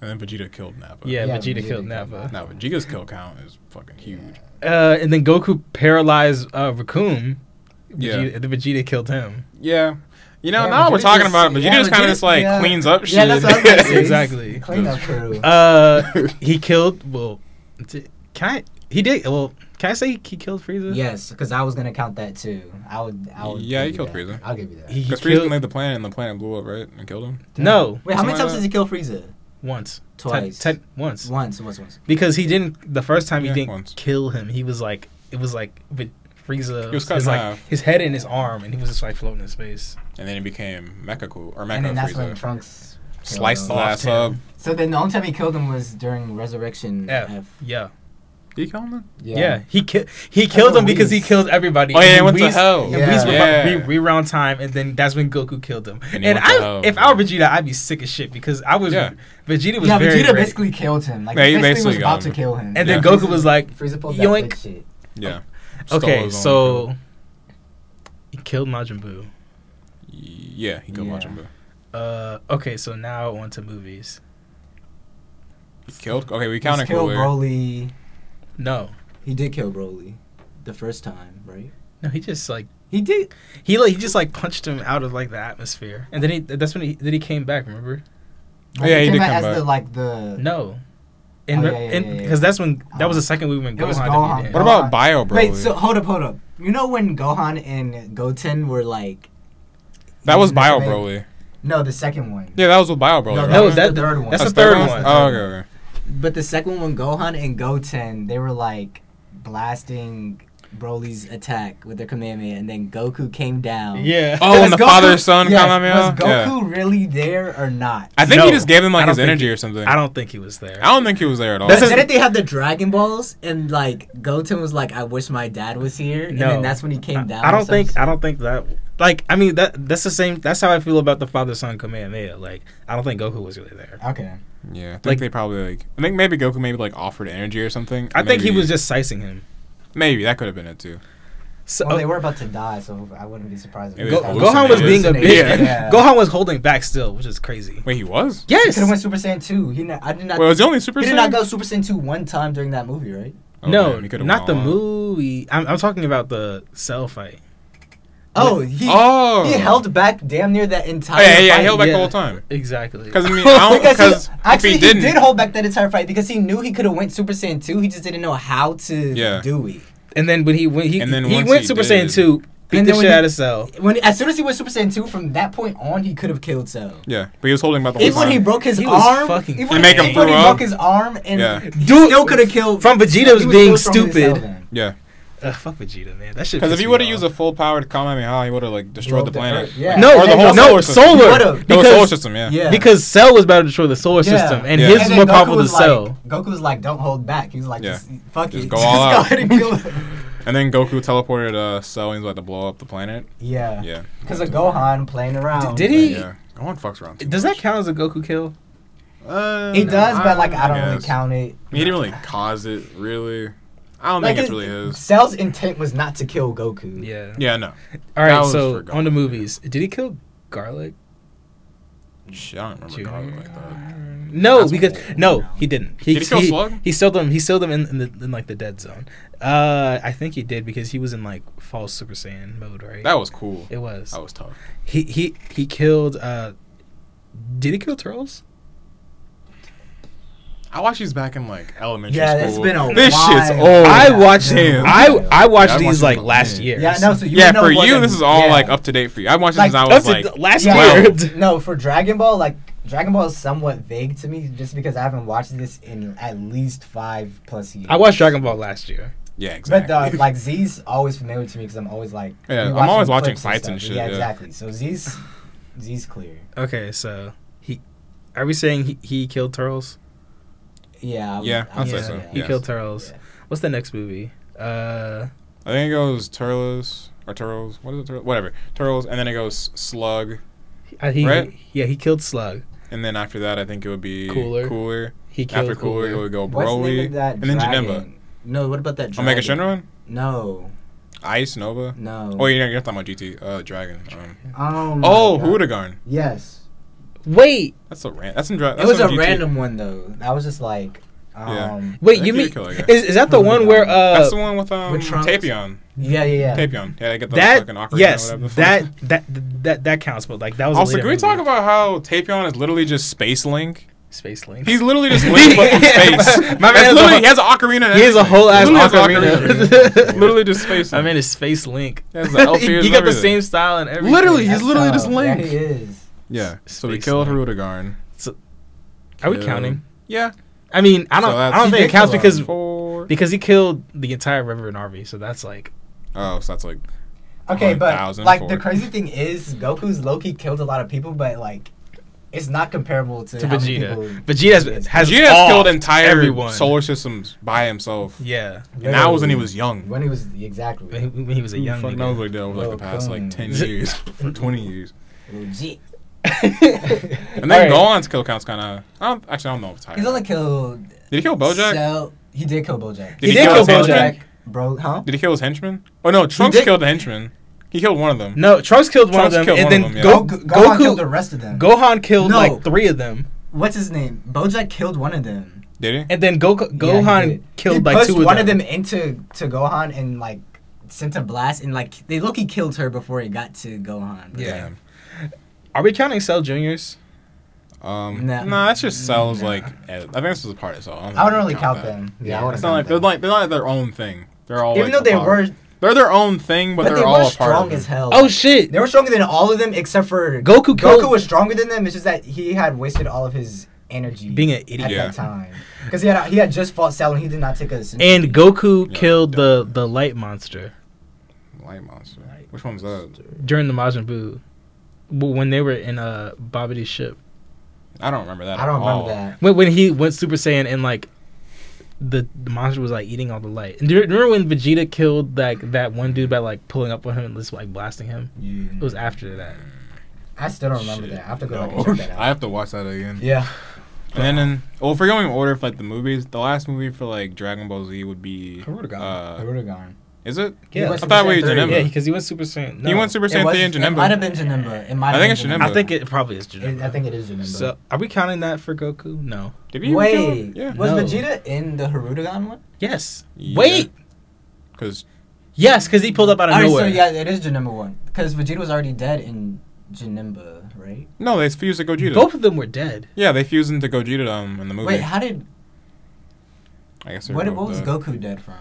Speaker 2: And then Vegeta killed Nappa.
Speaker 1: yeah,
Speaker 3: Yeah,
Speaker 1: Vegeta
Speaker 3: Vegeta
Speaker 1: killed
Speaker 3: killed
Speaker 1: Nappa.
Speaker 2: Now Vegeta's kill count is fucking huge.
Speaker 1: Uh, and then Goku paralyzed uh, Raccoon.
Speaker 2: Yeah.
Speaker 1: Vegeta, The Vegeta killed him.
Speaker 2: Yeah. You know,
Speaker 3: Yeah,
Speaker 2: now we're
Speaker 3: Vegeta
Speaker 2: talking
Speaker 3: just-
Speaker 2: about it. Vegeta
Speaker 3: yeah,
Speaker 2: just kind
Speaker 3: Vegeta-
Speaker 2: of just like
Speaker 3: yeah.
Speaker 2: cleans up shit.
Speaker 3: Yeah, that's what I was gonna say.
Speaker 1: Exactly.
Speaker 3: Cleanup crew.
Speaker 1: Uh, he killed. Well, di- can I? He did. Well, can I say he killed Frieza?
Speaker 3: Yes, because I was gonna count that too. I would. I would
Speaker 2: Yeah, he
Speaker 3: give you
Speaker 2: killed
Speaker 3: that.
Speaker 2: Frieza.
Speaker 3: I'll give you that.
Speaker 1: He, he
Speaker 2: Because Frieza
Speaker 1: killed
Speaker 2: made the planet and the planet blew up, right? And killed him?
Speaker 1: no
Speaker 3: Wait, how
Speaker 2: Something
Speaker 3: many times
Speaker 2: like
Speaker 3: did he kill Frieza?
Speaker 1: once. Ten-
Speaker 3: Twice.
Speaker 1: ten- once.
Speaker 3: Once. Once. Once.
Speaker 1: Because he didn't. The first time he
Speaker 2: Yeah,
Speaker 1: didn't
Speaker 2: once.
Speaker 1: kill him, he was like, it was like with Frieza.
Speaker 2: He was cut
Speaker 1: his,
Speaker 2: in
Speaker 1: like
Speaker 2: half.
Speaker 1: his head in his arm, and he was just like floating in space.
Speaker 2: And then he became Mecha Cool or
Speaker 3: and
Speaker 2: Mecha
Speaker 3: then that's when
Speaker 2: Frieza.
Speaker 3: Trunks. killed
Speaker 2: Sliced his
Speaker 3: him.
Speaker 2: ass up.
Speaker 1: Lost
Speaker 3: So then the only time he killed him was during Resurrection
Speaker 1: F.
Speaker 3: F.
Speaker 1: Yeah,
Speaker 2: Did he kill him?
Speaker 1: yeah. He ki- he killed
Speaker 3: a
Speaker 1: him because he
Speaker 3: Whis.
Speaker 1: killed everybody.
Speaker 2: Oh, yeah,
Speaker 1: And
Speaker 2: he went to
Speaker 1: Whis-
Speaker 2: hell.
Speaker 1: And
Speaker 3: Yeah.
Speaker 1: Whis were about to
Speaker 2: Yeah.
Speaker 1: re- reround time, and then that's when Goku killed him.
Speaker 2: And
Speaker 1: And,
Speaker 2: he went to hell.
Speaker 1: I, if I were Vegeta, I'd be sick as shit because I was
Speaker 2: Yeah.
Speaker 1: Vegeta was
Speaker 3: yeah,
Speaker 1: very
Speaker 3: Vegeta
Speaker 1: ready.
Speaker 3: basically killed him. Like
Speaker 2: Yeah, he
Speaker 3: he basically,
Speaker 2: basically
Speaker 3: was about
Speaker 2: got him.
Speaker 3: to kill him.
Speaker 1: And
Speaker 2: then
Speaker 1: Goku was like,
Speaker 3: Frieza pulled
Speaker 1: yoink.
Speaker 3: that good shit.
Speaker 2: Yeah.
Speaker 1: Oh.
Speaker 2: Stole
Speaker 1: Okay,
Speaker 2: his own
Speaker 1: so he killed Majin Buu.
Speaker 2: crew. Yeah, he killed
Speaker 3: Yeah.
Speaker 2: Majin Buu.
Speaker 1: Uh, okay, so now on to movies.
Speaker 2: He killed? Okay, we
Speaker 3: He
Speaker 2: counted
Speaker 3: killed
Speaker 2: Cooler.
Speaker 3: Broly.
Speaker 1: No,
Speaker 3: He did kill Broly, the first time, right?
Speaker 1: no, he just like
Speaker 3: He did.
Speaker 1: he like he just like punched him out of like the atmosphere, and then he that's when he then he came back. Remember?
Speaker 2: Oh, yeah, he
Speaker 3: came
Speaker 2: did
Speaker 3: out
Speaker 2: come
Speaker 3: as
Speaker 2: back.
Speaker 3: the like the.
Speaker 1: No, and
Speaker 3: Oh,
Speaker 1: because
Speaker 3: yeah, yeah, yeah, yeah.
Speaker 1: that's when that was the
Speaker 3: Um,
Speaker 1: second movie when
Speaker 3: it was
Speaker 1: Gohan
Speaker 3: Gohan.
Speaker 1: defeated him.
Speaker 2: What about Bio Broly?
Speaker 3: Wait, so hold up, hold up. You know when Gohan and Goten were like.
Speaker 2: that was
Speaker 3: using
Speaker 2: Bio
Speaker 3: the-
Speaker 2: Broly.
Speaker 3: No, the second one.
Speaker 2: Yeah, that was with Bio Broly.
Speaker 3: No,
Speaker 2: right?
Speaker 1: No,
Speaker 3: was
Speaker 1: that,
Speaker 3: the third one.
Speaker 1: That's,
Speaker 2: That's
Speaker 1: the third,
Speaker 3: third
Speaker 1: one.
Speaker 3: one.
Speaker 2: Oh, okay, okay.
Speaker 3: But the second one, Gohan and Goten, they were like blasting Broly's attack with their Kamehameha, and then Goku came down.
Speaker 1: Yeah.
Speaker 2: Oh, and the
Speaker 3: Goku-
Speaker 2: father-son
Speaker 3: yes,
Speaker 2: Kamehameha?
Speaker 3: Was Goku really there or not?
Speaker 2: I think
Speaker 1: No,
Speaker 2: he just gave him
Speaker 1: I
Speaker 2: like
Speaker 1: don't
Speaker 2: his
Speaker 1: think
Speaker 2: energy
Speaker 1: he-
Speaker 2: or something.
Speaker 1: I don't think he was there.
Speaker 2: I don't think he was there at all.
Speaker 1: That's
Speaker 3: That's
Speaker 1: his-
Speaker 3: didn't they have the Dragon Balls and like Goten was like, "I wish my dad was here," and
Speaker 1: No.
Speaker 3: then that's when he
Speaker 1: I,
Speaker 3: came down.
Speaker 1: I
Speaker 3: or
Speaker 1: don't
Speaker 3: some
Speaker 1: think
Speaker 3: shit?
Speaker 1: I don't think that like I mean that that's the same that's how I feel about the father son Kamehameha. Like I don't think Goku was really there.
Speaker 3: Okay.
Speaker 2: Yeah, I think
Speaker 1: Like-
Speaker 2: they probably like. I think maybe Goku maybe like offered energy or something.
Speaker 1: I think he
Speaker 2: Maybe-
Speaker 1: was just sicing him.
Speaker 2: maybe that could have been it too.
Speaker 1: So,
Speaker 3: Well, they were about to die, so I wouldn't be surprised.
Speaker 2: It
Speaker 3: if
Speaker 2: was
Speaker 1: Go-
Speaker 3: they started
Speaker 1: Gohan was being a
Speaker 3: hallucinating.
Speaker 1: bitch.
Speaker 2: Yeah.
Speaker 1: Gohan was holding back still, which is crazy.
Speaker 2: Wait, he was.
Speaker 3: He
Speaker 1: Yes.
Speaker 3: could have went Super Saiyan two. He not, I did not.
Speaker 2: Well, it was the only Super
Speaker 3: he did
Speaker 2: Saiyan?
Speaker 3: not go Super Saiyan two one time during that movie, right?
Speaker 2: Oh,
Speaker 1: no,
Speaker 2: damn, he could've
Speaker 1: not the
Speaker 2: went all out.
Speaker 1: movie. I'm, I'm talking about the cell fight.
Speaker 3: Oh, he
Speaker 2: Oh,
Speaker 3: he held back damn near that
Speaker 2: Oh,
Speaker 3: entire.
Speaker 2: yeah, yeah, yeah,
Speaker 3: fight.
Speaker 2: he held back
Speaker 1: Yeah.
Speaker 2: the whole time.
Speaker 1: Exactly.
Speaker 2: Because I mean, I don't,
Speaker 3: Because
Speaker 2: because
Speaker 3: he, actually,
Speaker 2: if
Speaker 3: he,
Speaker 2: he didn't,
Speaker 3: did hold back that entire fight because he knew he could have went Super Saiyan two. He just didn't know how to
Speaker 2: Yeah.
Speaker 3: do it.
Speaker 1: and then when he went, he,
Speaker 2: And then
Speaker 1: he
Speaker 2: once
Speaker 1: went
Speaker 2: he
Speaker 1: Super
Speaker 2: did-
Speaker 1: Saiyan two, beat
Speaker 3: And
Speaker 1: the
Speaker 3: then
Speaker 1: shit
Speaker 3: when he-
Speaker 1: out of Cell.
Speaker 3: When as soon as he went Super Saiyan two, from that point on, he could have killed Cell.
Speaker 2: yeah, but he was holding back the whole
Speaker 3: Even when
Speaker 2: time.
Speaker 3: he broke his
Speaker 1: He was
Speaker 3: arm,
Speaker 1: fucking-
Speaker 3: even
Speaker 2: Oh And
Speaker 3: when,
Speaker 2: make him
Speaker 3: even when he
Speaker 2: throw up?
Speaker 3: broke his arm, and
Speaker 2: Yeah.
Speaker 3: he still could have killed.
Speaker 1: From Vegeta
Speaker 3: he
Speaker 1: was being
Speaker 3: still stronger than
Speaker 1: stupid.
Speaker 3: Cell then.
Speaker 2: yeah,
Speaker 1: Ugh, Uh, fuck Vegeta, man. That shit.
Speaker 2: because if
Speaker 1: pissed
Speaker 2: he
Speaker 1: me
Speaker 2: would have
Speaker 1: off.
Speaker 2: used a full powered Kamehameha, he would have like destroyed
Speaker 3: Rolled
Speaker 2: the
Speaker 3: the
Speaker 2: planet.
Speaker 3: Earth, yeah.
Speaker 2: Like,
Speaker 1: no,
Speaker 2: or the
Speaker 1: no,
Speaker 2: whole solar
Speaker 1: or
Speaker 2: system.
Speaker 1: solar.
Speaker 3: Would've.
Speaker 2: No, the solar
Speaker 1: because-
Speaker 2: system. Yeah.
Speaker 3: Yeah.
Speaker 1: because Cell was about to destroy the solar
Speaker 3: Yeah.
Speaker 1: system, and
Speaker 2: Yeah.
Speaker 1: his
Speaker 3: And
Speaker 1: is
Speaker 3: then
Speaker 1: more
Speaker 3: Goku
Speaker 1: powerful than
Speaker 3: was like-
Speaker 1: Cell.
Speaker 3: Goku was like, "Don't hold back." He was like,
Speaker 2: Yeah.
Speaker 3: just, "Fuck
Speaker 2: Just
Speaker 3: it,
Speaker 2: go all out.
Speaker 3: ahead and kill him."
Speaker 2: And then Goku teleported uh, Cell and he was about to blow up the planet.
Speaker 3: Yeah,
Speaker 2: Yeah.
Speaker 3: because of Gohan playing around.
Speaker 1: Did he-
Speaker 2: Yeah. Gohan fucks around. too
Speaker 1: Does that
Speaker 2: much.
Speaker 1: count as a Goku kill?
Speaker 2: Uh,
Speaker 3: He does, but like I don't really
Speaker 2: guess.
Speaker 3: count it.
Speaker 2: I mean, he didn't really cause it, really. I don't
Speaker 3: Like,
Speaker 2: think it's
Speaker 3: it-
Speaker 2: really his.
Speaker 3: Cell's intent was not to kill Goku.
Speaker 1: Yeah.
Speaker 2: Yeah, no.
Speaker 1: All
Speaker 2: That
Speaker 1: right.
Speaker 2: was
Speaker 1: So
Speaker 2: for
Speaker 1: on the
Speaker 2: Gohan.
Speaker 1: movies, did he kill Garlic?
Speaker 2: Shit, I don't remember Garlic like that.
Speaker 1: No,
Speaker 2: Mm, That's
Speaker 1: because
Speaker 2: cool.
Speaker 1: no, he didn't.
Speaker 2: Did he kill Slug?
Speaker 1: He sealed them. He sealed them in, in, the, in like the dead zone. Uh, I think he did because he was in like false Super Saiyan mode, right?
Speaker 2: That was cool.
Speaker 1: it was.
Speaker 2: That was tough.
Speaker 1: He he he killed. Uh, did he kill Turtles?
Speaker 2: I watched these back in like elementary
Speaker 3: Yeah,
Speaker 2: school.
Speaker 3: it's been a
Speaker 4: This
Speaker 3: while.
Speaker 4: shit's old.
Speaker 1: I watched
Speaker 2: Damn.
Speaker 1: I I watched
Speaker 2: Yeah, I
Speaker 1: these
Speaker 2: watched
Speaker 1: like
Speaker 2: them,
Speaker 1: last
Speaker 2: yeah.
Speaker 1: year.
Speaker 3: Yeah, no. So you
Speaker 2: yeah,
Speaker 3: know
Speaker 2: for
Speaker 3: what
Speaker 2: you,
Speaker 3: it-
Speaker 2: this is all
Speaker 3: yeah.
Speaker 2: like up to date for you. I watched
Speaker 3: Like,
Speaker 2: this when I
Speaker 1: Up
Speaker 2: was
Speaker 1: to
Speaker 2: like,
Speaker 1: th- last
Speaker 3: Yeah.
Speaker 1: year.
Speaker 3: No, for Dragon Ball, like Dragon Ball is somewhat vague to me, just because I haven't watched this in at least five plus years.
Speaker 1: I watched Dragon Ball last year.
Speaker 2: yeah,
Speaker 3: But
Speaker 2: exactly.
Speaker 3: uh, like Z's always familiar to me because I'm always like
Speaker 2: Yeah,
Speaker 3: we
Speaker 2: I'm always watching
Speaker 3: clips
Speaker 2: fights and
Speaker 3: stuff.
Speaker 2: shit,
Speaker 3: Yeah,
Speaker 2: yeah.
Speaker 3: exactly. So Z's Z's clear.
Speaker 1: Okay, so he are we saying he, he killed Turtles?
Speaker 3: Yeah. I would-
Speaker 2: Yeah,
Speaker 3: I
Speaker 2: I'd
Speaker 3: would
Speaker 2: say
Speaker 1: yeah,
Speaker 2: so,
Speaker 1: he
Speaker 2: yes.
Speaker 1: killed Turtles.
Speaker 3: Yeah.
Speaker 1: What's the next movie? Uh,
Speaker 2: I think it goes Turles or Turles. What is it? Turles? Whatever. Turles, and then it goes Slug,
Speaker 1: I- he,
Speaker 2: Right?
Speaker 1: yeah, he killed Slug.
Speaker 2: and then after that, I think it would be
Speaker 1: Cooler.
Speaker 2: Cooler.
Speaker 1: He killed
Speaker 2: After Cooler, it would go
Speaker 3: What's the name
Speaker 2: Broly,
Speaker 3: of that
Speaker 2: and then
Speaker 3: dragon?
Speaker 2: Janemba.
Speaker 3: No, what about that?
Speaker 2: Omega
Speaker 3: dragon?
Speaker 2: Shenron,
Speaker 3: No,
Speaker 2: Ice Nova.
Speaker 3: no.
Speaker 2: Oh, yeah, you're talking about GT uh, Dragon. Um,
Speaker 3: Oh, my
Speaker 2: oh,
Speaker 3: God.
Speaker 2: Hoodagarn.
Speaker 3: Yes.
Speaker 1: Wait,
Speaker 2: That's a ran. That's in. Dra-
Speaker 3: It
Speaker 2: that's
Speaker 3: was a
Speaker 2: in GT.
Speaker 3: random one though. I was just like,
Speaker 2: Yeah.
Speaker 3: um,
Speaker 1: wait,
Speaker 2: I
Speaker 1: you
Speaker 2: think
Speaker 1: mean
Speaker 2: he killed a guy.
Speaker 1: is, is that the one where uh
Speaker 2: That's the one with um
Speaker 3: With Trunks?
Speaker 2: Tapion.
Speaker 3: yeah, yeah, yeah.
Speaker 2: Tapion. Yeah, they get the
Speaker 1: that
Speaker 2: fucking ocarina
Speaker 1: yes
Speaker 2: or whatever. the fuck.
Speaker 1: that, that that that counts, but like that was a
Speaker 2: Also,
Speaker 1: later
Speaker 2: can we talk
Speaker 1: movie.
Speaker 2: about how Tapion is literally just Space Link?
Speaker 1: Space Link?
Speaker 2: He's literally just Link but from space.
Speaker 1: My man
Speaker 2: That's
Speaker 1: has a
Speaker 2: literally,
Speaker 1: whole-
Speaker 2: he has an ocarina. and
Speaker 1: He has a
Speaker 2: everything.
Speaker 1: whole ass
Speaker 2: Literally has an
Speaker 1: ocarina.
Speaker 2: literally just Space
Speaker 1: I
Speaker 2: Link.
Speaker 1: mean, it's Space Link.
Speaker 2: He has the elf
Speaker 1: he
Speaker 2: ears
Speaker 1: he
Speaker 2: and
Speaker 1: got the
Speaker 2: everything.
Speaker 1: same style and everything.
Speaker 2: Literally, he's
Speaker 3: That's
Speaker 2: literally just
Speaker 3: how- yeah,
Speaker 2: Link.
Speaker 3: he is.
Speaker 2: yeah. So we
Speaker 1: Space
Speaker 2: killed
Speaker 1: Link.
Speaker 2: Hirudegarn.
Speaker 1: Are we
Speaker 2: Yeah.
Speaker 1: counting?
Speaker 2: Yeah.
Speaker 1: I mean, I don't.
Speaker 2: So that's-
Speaker 1: I don't think it counts because
Speaker 2: Four.
Speaker 1: because he killed the entire Reverend Harvey. So that's like
Speaker 2: Oh, so that's like.
Speaker 3: Okay, but
Speaker 2: 1,000
Speaker 3: like the
Speaker 2: for-
Speaker 3: crazy thing is, Goku's Loki killed a lot of people, but like, it's not comparable to,
Speaker 1: to
Speaker 3: how many
Speaker 1: Vegeta.
Speaker 3: people-
Speaker 1: Vegeta has
Speaker 2: Vegeta has
Speaker 1: all-
Speaker 2: killed entire
Speaker 1: everyone.
Speaker 2: solar systems by himself.
Speaker 1: Yeah,
Speaker 2: And that was when he was young.
Speaker 3: When he was exactly
Speaker 1: when he, when he was a
Speaker 2: Who the
Speaker 1: young
Speaker 2: fuck knows
Speaker 1: nigga.
Speaker 2: like that over like the
Speaker 3: Lil
Speaker 2: past like
Speaker 3: Cone.
Speaker 2: ten years or twenty years.
Speaker 3: legit.
Speaker 2: And then
Speaker 1: All
Speaker 2: Gohan's kill count's kind of. I don't actually I don't know. If it's higher.
Speaker 3: He's only killed.
Speaker 2: Did he kill Bojack?
Speaker 3: So, he did kill Bojack.
Speaker 2: Did he did kill
Speaker 1: kill
Speaker 2: his henchmen?
Speaker 1: Bojack.
Speaker 3: Bro, huh?
Speaker 2: Did he kill his henchmen? Oh no, Trunks
Speaker 3: did-
Speaker 2: killed the henchman. He killed one of them.
Speaker 1: No, Trunks killed one
Speaker 2: Trunks
Speaker 1: of them,
Speaker 2: killed
Speaker 1: and
Speaker 2: one
Speaker 1: then
Speaker 2: of them, yeah.
Speaker 1: Go-
Speaker 3: Go- Gohan killed the
Speaker 1: Goku.
Speaker 3: rest of them.
Speaker 1: Gohan killed
Speaker 3: No.
Speaker 1: like three of them,
Speaker 3: What's his name? Bojack killed one of them.
Speaker 2: Did he?
Speaker 1: and then Goku,
Speaker 3: Yeah, he
Speaker 1: Gohan
Speaker 3: did.
Speaker 1: killed
Speaker 3: He
Speaker 1: like
Speaker 3: pushed
Speaker 1: two of
Speaker 3: one
Speaker 1: them.
Speaker 3: of them into to Gohan and like sent a blast and like they Loki killed her before he got to Gohan. but,
Speaker 1: Yeah.
Speaker 2: Damn.
Speaker 1: Are we counting Cell Juniors?
Speaker 2: Um. No,
Speaker 3: No.
Speaker 2: that's just cells.
Speaker 3: No.
Speaker 2: Like, eh, I think this was a part of cell.
Speaker 3: I wouldn't really count, them. Yeah,
Speaker 1: Yeah.
Speaker 3: I wouldn't
Speaker 2: It's not like
Speaker 3: count
Speaker 2: they're
Speaker 3: them.
Speaker 2: like they're not their own thing. They're all
Speaker 3: Even
Speaker 2: like,
Speaker 3: though they
Speaker 2: apart.
Speaker 3: were,
Speaker 2: they're their own thing, but,
Speaker 3: but
Speaker 2: they're
Speaker 3: they
Speaker 2: all
Speaker 3: were
Speaker 2: a part
Speaker 3: strong
Speaker 2: of
Speaker 3: as
Speaker 2: it.
Speaker 3: hell.
Speaker 1: Oh shit!
Speaker 3: They were stronger than all of them except for
Speaker 1: Goku
Speaker 3: Goku
Speaker 1: killed-
Speaker 3: was stronger than them. It's just that he had wasted all of his energy
Speaker 1: Being an
Speaker 3: at
Speaker 1: idiot.
Speaker 2: Yeah.
Speaker 3: that time because he had he had just fought Cell and he did not take us.
Speaker 1: And Goku
Speaker 2: Yeah,
Speaker 1: killed the the light monster
Speaker 2: Light monster. Which one's that?
Speaker 1: during the Majin Buu, w- when they were in uh Babidi's ship.
Speaker 2: I don't remember that.
Speaker 3: I don't
Speaker 2: at all.
Speaker 3: remember that.
Speaker 1: When when he went Super Saiyan and like the, the monster was like eating all the light. And do you remember when Vegeta killed like that one dude by like pulling up on him and just like blasting him? It was after that.
Speaker 3: I still don't remember
Speaker 2: Shit.
Speaker 3: that. I have to go back
Speaker 2: No.
Speaker 3: and check that
Speaker 2: I
Speaker 3: out.
Speaker 2: have to watch that again.
Speaker 3: Yeah.
Speaker 2: And then, in, well, if we're going in order for like the movies, the last movie for like Dragon Ball Z would be.
Speaker 3: I
Speaker 2: Uh,
Speaker 3: would have gone.
Speaker 2: is it?
Speaker 3: He
Speaker 1: Yeah,
Speaker 3: went
Speaker 2: I
Speaker 1: I
Speaker 2: thought
Speaker 3: Super
Speaker 2: we
Speaker 3: Saiyan
Speaker 2: were
Speaker 3: three.
Speaker 2: Janemba.
Speaker 1: yeah, because he went Super Saiyan. No,
Speaker 2: He went Super
Speaker 3: It
Speaker 2: Saiyan
Speaker 3: was-
Speaker 2: 3 and
Speaker 3: It might have
Speaker 2: Janemba.
Speaker 3: been Janemba. It might
Speaker 2: I
Speaker 3: have
Speaker 2: think
Speaker 3: been
Speaker 2: it's
Speaker 3: Janemba.
Speaker 2: Janemba.
Speaker 1: I think it probably is
Speaker 3: It,
Speaker 1: Janemba.
Speaker 3: I think it is Janemba.
Speaker 1: so are we counting that for Goku? No.
Speaker 2: Did he even kill
Speaker 3: Wait,
Speaker 2: him? Yeah.
Speaker 3: was
Speaker 1: No.
Speaker 3: Vegeta in the Harudagon one?
Speaker 1: Yes.
Speaker 2: Yeah.
Speaker 1: Wait.
Speaker 2: Because
Speaker 1: Yes, because he pulled up out of
Speaker 3: All right, so
Speaker 1: nowhere.
Speaker 3: yeah, it is Janemba one because Vegeta was already dead in Janemba, right?
Speaker 2: no, they fused to Gogeta.
Speaker 1: Both of them were dead.
Speaker 2: Yeah, they fused into Gogeta um in the movie.
Speaker 3: Wait, how did
Speaker 2: I guess they
Speaker 3: what,
Speaker 2: wrote
Speaker 3: what was
Speaker 2: that.
Speaker 3: Goku dead from?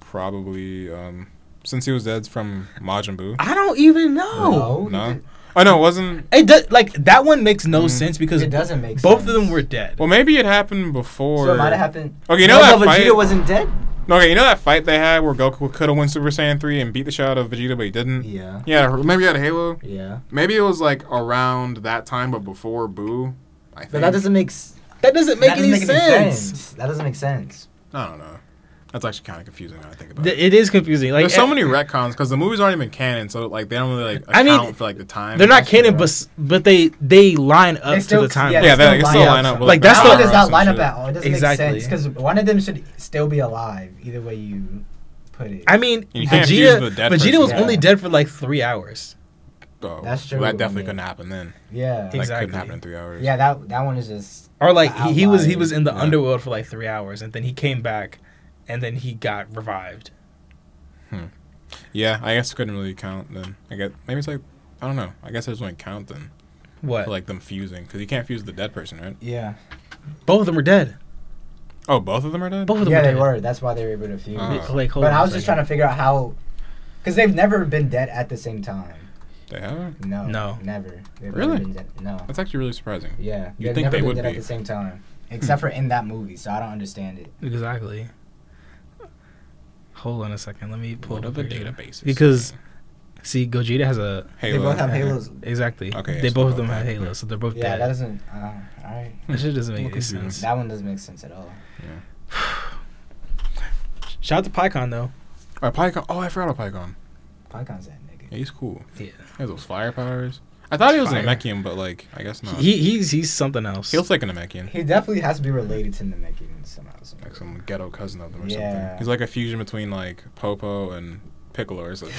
Speaker 2: Probably um since he was dead from Majin Buu.
Speaker 1: I don't even know.
Speaker 3: No,
Speaker 2: No. Oh no, it wasn't.
Speaker 1: It does like that one makes no
Speaker 2: Mm.
Speaker 1: sense because
Speaker 3: it doesn't make
Speaker 1: both
Speaker 3: sense.
Speaker 1: of them were dead.
Speaker 2: Well, maybe it happened before.
Speaker 3: So it might have happened.
Speaker 2: Okay, you know
Speaker 3: no,
Speaker 2: that
Speaker 3: no, Vegeta
Speaker 2: fight-
Speaker 3: wasn't dead.
Speaker 2: No, okay, you know that fight they had where Goku could have won Super Saiyan three and beat the shit out of Vegeta, but he didn't. Yeah,
Speaker 3: Yeah,
Speaker 2: maybe at Halo.
Speaker 3: yeah,
Speaker 2: Maybe it was like around that time, but before Boo. I think.
Speaker 3: but that doesn't make s-
Speaker 1: That doesn't make,
Speaker 3: that
Speaker 1: any,
Speaker 3: doesn't make
Speaker 1: sense.
Speaker 3: any sense. That doesn't make sense.
Speaker 2: I don't know. That's actually kind of confusing when I think about
Speaker 1: Th- It
Speaker 2: it.
Speaker 1: is confusing. Like
Speaker 2: There's so
Speaker 1: eh,
Speaker 2: many retcons because the movies aren't even canon, so like they don't really like account
Speaker 1: I mean,
Speaker 2: for like the time.
Speaker 1: They're not
Speaker 2: Yeah,
Speaker 1: canon, but s- but they they line up
Speaker 3: They
Speaker 1: to
Speaker 3: still-
Speaker 1: the time.
Speaker 3: yeah,
Speaker 2: yeah, they like,
Speaker 3: It's
Speaker 2: still
Speaker 3: still
Speaker 2: line
Speaker 3: lineup.
Speaker 2: up.
Speaker 1: Like, that's
Speaker 3: How
Speaker 1: the-
Speaker 3: does
Speaker 2: Power
Speaker 3: that
Speaker 2: or
Speaker 3: line
Speaker 2: some
Speaker 3: up
Speaker 2: shit.
Speaker 3: at all? It doesn't
Speaker 1: Exactly.
Speaker 3: make sense because one of them should still be alive. Either way you put it.
Speaker 1: I mean,
Speaker 2: You can't
Speaker 1: Vegeta,
Speaker 2: fuse the dead
Speaker 1: Vegeta
Speaker 2: person.
Speaker 1: was
Speaker 3: Yeah.
Speaker 1: only dead for like three hours.
Speaker 2: Oh,
Speaker 3: That's true,
Speaker 2: That
Speaker 3: I
Speaker 2: definitely
Speaker 3: mean.
Speaker 2: couldn't happen then.
Speaker 3: yeah,
Speaker 2: That
Speaker 1: Exactly.
Speaker 2: couldn't happen in three hours.
Speaker 3: yeah. That that one is just
Speaker 1: Or like he, he was he
Speaker 3: Outliers.
Speaker 1: was in the
Speaker 2: Yeah.
Speaker 1: underworld for like three hours, and then he came back, and then he got revived.
Speaker 2: Yeah, I guess it couldn't really count then. I guess maybe it's like I don't know. I guess it doesn't count then
Speaker 1: What?
Speaker 2: for like them fusing because you can't fuse the dead person, right?
Speaker 3: yeah.
Speaker 1: Both of them were dead.
Speaker 2: Oh, both of them are dead.
Speaker 1: Both of them
Speaker 3: Yeah,
Speaker 1: are
Speaker 3: they
Speaker 1: dead.
Speaker 3: were. That's why they were able to fuse.
Speaker 2: Oh.
Speaker 1: Like, hold
Speaker 3: But
Speaker 1: on
Speaker 3: I
Speaker 1: a
Speaker 3: was just
Speaker 1: second.
Speaker 3: trying to figure out how, because they've never been dead at the same time.
Speaker 2: They have.
Speaker 3: No.
Speaker 1: No.
Speaker 3: Never. They've never
Speaker 2: Really?
Speaker 3: been dead. No.
Speaker 2: That's actually really surprising.
Speaker 3: Yeah.
Speaker 2: You'd
Speaker 3: they've
Speaker 2: think
Speaker 3: never
Speaker 2: they
Speaker 3: been
Speaker 2: would
Speaker 3: dead
Speaker 2: be.
Speaker 3: at the same time, except for in that movie. So I don't understand it.
Speaker 1: Exactly. Hold on a second. Let me pull
Speaker 2: Pulled
Speaker 1: it
Speaker 2: up
Speaker 1: up
Speaker 2: the
Speaker 1: here.
Speaker 2: databases.
Speaker 1: Because- See, Gogeta has a
Speaker 2: Halo.
Speaker 3: They both have
Speaker 1: Uh-huh.
Speaker 3: halos.
Speaker 1: exactly.
Speaker 2: Okay,
Speaker 1: They
Speaker 2: so
Speaker 1: both of
Speaker 2: both
Speaker 1: them have
Speaker 2: dead.
Speaker 1: Halo, so they're both
Speaker 3: Yeah, that
Speaker 1: dead.
Speaker 3: doesn't. Uh, all right.
Speaker 1: That shit doesn't make any
Speaker 2: confusing.
Speaker 1: sense.
Speaker 3: That one doesn't make sense at all.
Speaker 1: Shout out to PyCon though.
Speaker 2: Oh, Pycon. Oh, I forgot about Pycon.
Speaker 3: Pycon's that nigga.
Speaker 2: Yeah, he's cool.
Speaker 1: Yeah.
Speaker 2: He has those fire powers. I thought he was
Speaker 1: Fire.
Speaker 2: a Namekian, but like, I guess not. He,
Speaker 1: He he's he's something else.
Speaker 2: looks like a Namekian.
Speaker 3: He definitely has to be related to Namekian somehow. somehow.
Speaker 2: Like some ghetto cousin of them or
Speaker 3: Yeah.
Speaker 2: something. He's like a fusion between like Popo and Piccolo or something.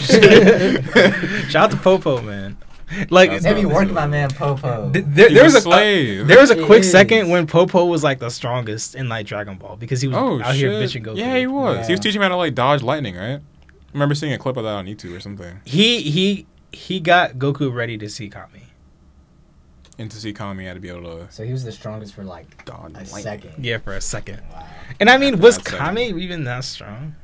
Speaker 1: Shout out to Popo, man. Like
Speaker 2: Shout out
Speaker 3: Maybe
Speaker 2: Sounds
Speaker 3: work
Speaker 2: good.
Speaker 3: my man Popo.
Speaker 1: th- there,
Speaker 2: He's
Speaker 1: there was a
Speaker 2: slave.
Speaker 1: there was a
Speaker 3: He
Speaker 1: quick
Speaker 3: is.
Speaker 1: second when Popo was like the strongest in like Dragon Ball because he was
Speaker 2: oh
Speaker 1: out
Speaker 2: shit!
Speaker 1: here bitching Goku.
Speaker 2: yeah, he was. He was
Speaker 3: Yeah.
Speaker 2: teaching him how to like dodge lightning, right? I remember seeing a clip of that on YouTube or something.
Speaker 1: he he he got Goku ready to see Kami.
Speaker 2: And to see Kami had to be able to
Speaker 3: So he was the strongest for like
Speaker 2: dodge
Speaker 3: a
Speaker 2: lightning.
Speaker 3: second.
Speaker 1: Yeah, for a second.
Speaker 3: Wow.
Speaker 1: And I mean,
Speaker 2: After
Speaker 1: was
Speaker 2: that second.
Speaker 1: Kami even that strong?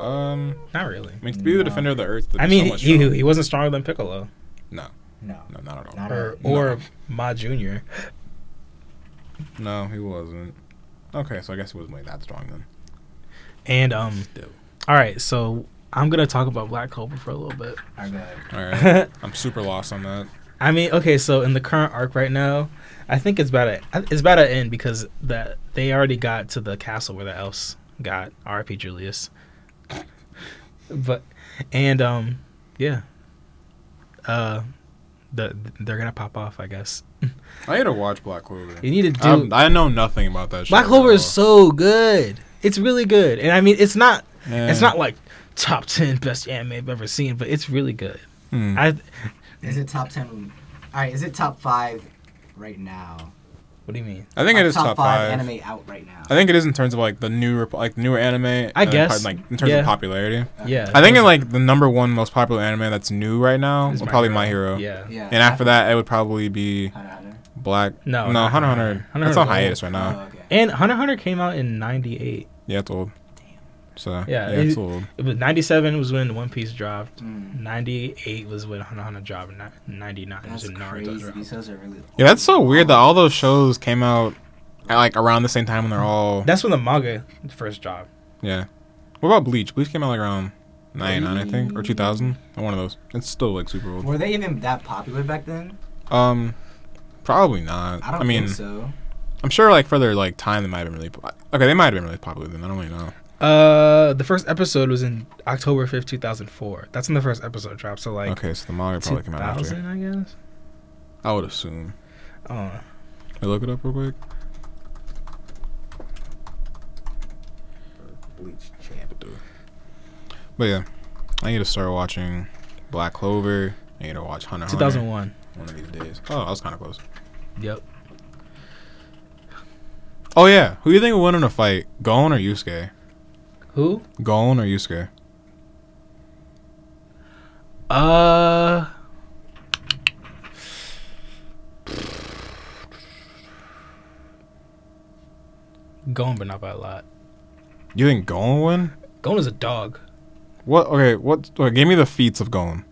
Speaker 2: Um,
Speaker 1: Not really.
Speaker 2: I mean, to be the
Speaker 3: No.
Speaker 2: defender of the earth.
Speaker 1: I
Speaker 2: there's
Speaker 1: mean,
Speaker 2: so much
Speaker 1: he,
Speaker 2: strong-
Speaker 1: he wasn't stronger than Piccolo
Speaker 3: No.
Speaker 2: no, not at all.
Speaker 3: Not
Speaker 1: or
Speaker 3: Alright.
Speaker 1: or Ma Junior.
Speaker 2: No, he wasn't. Okay, so I guess he wasn't like that strong then.
Speaker 1: And um,
Speaker 2: Still.
Speaker 1: all right, so I'm gonna talk about Black Clover for a little bit.
Speaker 3: I got
Speaker 2: All right, I'm super lost on that.
Speaker 1: I mean, okay, so in the current arc right now, I think it's about a it's about to end because that they already got to the castle where the elves got R.P. Julius. But and um yeah, uh, the they're gonna pop off, I guess.
Speaker 2: I had to watch Black Clover.
Speaker 1: You need to do
Speaker 2: I'm- I know nothing about that. show
Speaker 1: Black
Speaker 2: at
Speaker 1: Clover is
Speaker 2: all.
Speaker 1: so good. It's really good, and I mean, it's not
Speaker 2: Yeah.
Speaker 1: it's not like top ten best anime I've ever seen, but it's really good.
Speaker 2: Hmm.
Speaker 1: I
Speaker 3: Is it top ten? All right. Is it top five right now?
Speaker 1: what do you mean?
Speaker 2: I think it is top, five.
Speaker 3: anime out right now.
Speaker 2: I think it is in terms of like the new rep- like newer anime. and then
Speaker 1: guess.
Speaker 2: part- like in terms
Speaker 1: Yeah.
Speaker 2: of popularity.
Speaker 1: Yeah,
Speaker 2: I think in like the number one most popular anime that's new right now
Speaker 1: It's
Speaker 2: is probably My Hero.
Speaker 1: Yeah.
Speaker 3: Yeah.
Speaker 2: And after that, it would probably be
Speaker 3: Hunter, Hunter.
Speaker 2: Black.
Speaker 1: No,
Speaker 2: no,
Speaker 1: not
Speaker 2: Hunter
Speaker 1: Hunter.
Speaker 2: Hunter.
Speaker 1: Hunter
Speaker 2: That's
Speaker 1: Hunter is
Speaker 2: on
Speaker 1: old.
Speaker 2: hiatus right now.
Speaker 3: Oh, okay.
Speaker 1: And Hunter x Hunter came out in '98.
Speaker 2: Yeah, it's old. So
Speaker 1: Yeah,
Speaker 2: yeah,
Speaker 1: it-
Speaker 2: it's old.
Speaker 1: It was '97 was when One Piece dropped.
Speaker 3: Mm.
Speaker 1: '98 was when Hunter x Hunter dropped. and '99 was
Speaker 3: That's
Speaker 1: when Naruto
Speaker 3: crazy.
Speaker 1: dropped.
Speaker 3: These shows are really.
Speaker 2: Yeah, that's so weird that all those shows came out at, like around the same time when they're all.
Speaker 1: That's when the manga first dropped.
Speaker 2: Yeah. What about Bleach? Bleach came out like around 99, I think, or 2000. One of those. It's still like super old.
Speaker 3: Were they even that popular back then?
Speaker 2: Um, probably not.
Speaker 3: I
Speaker 2: I,
Speaker 3: don't
Speaker 2: mean,
Speaker 3: think so.
Speaker 2: I'm sure like for their like time, they might have been really. Po- okay, they might have been really popular then. I don't really know.
Speaker 1: Uh, the first episode was in October 5th, 2004. That's when the first episode dropped. So like
Speaker 2: okay, so the manga probably came out after.
Speaker 1: 2000, I guess.
Speaker 2: I would assume.
Speaker 1: Oh,
Speaker 2: Can I look it up real quick.
Speaker 3: Bleach champ.
Speaker 2: But yeah, I need to start watching Black Clover. I need to watch Hunter.
Speaker 1: Oh,
Speaker 2: x Hunter
Speaker 1: 2001.
Speaker 2: One of these days. Oh, I was kind of close.
Speaker 1: Yep.
Speaker 2: Oh yeah, who do you think would win in a fight, Gon or Yusuke?
Speaker 1: Who?
Speaker 2: Gon or Yusuke?
Speaker 1: Uh. Gone, but not by a lot.
Speaker 2: You think Gon would win?
Speaker 1: Gone is a dog.
Speaker 2: What? Okay, what? Okay, give me the feats of Gon.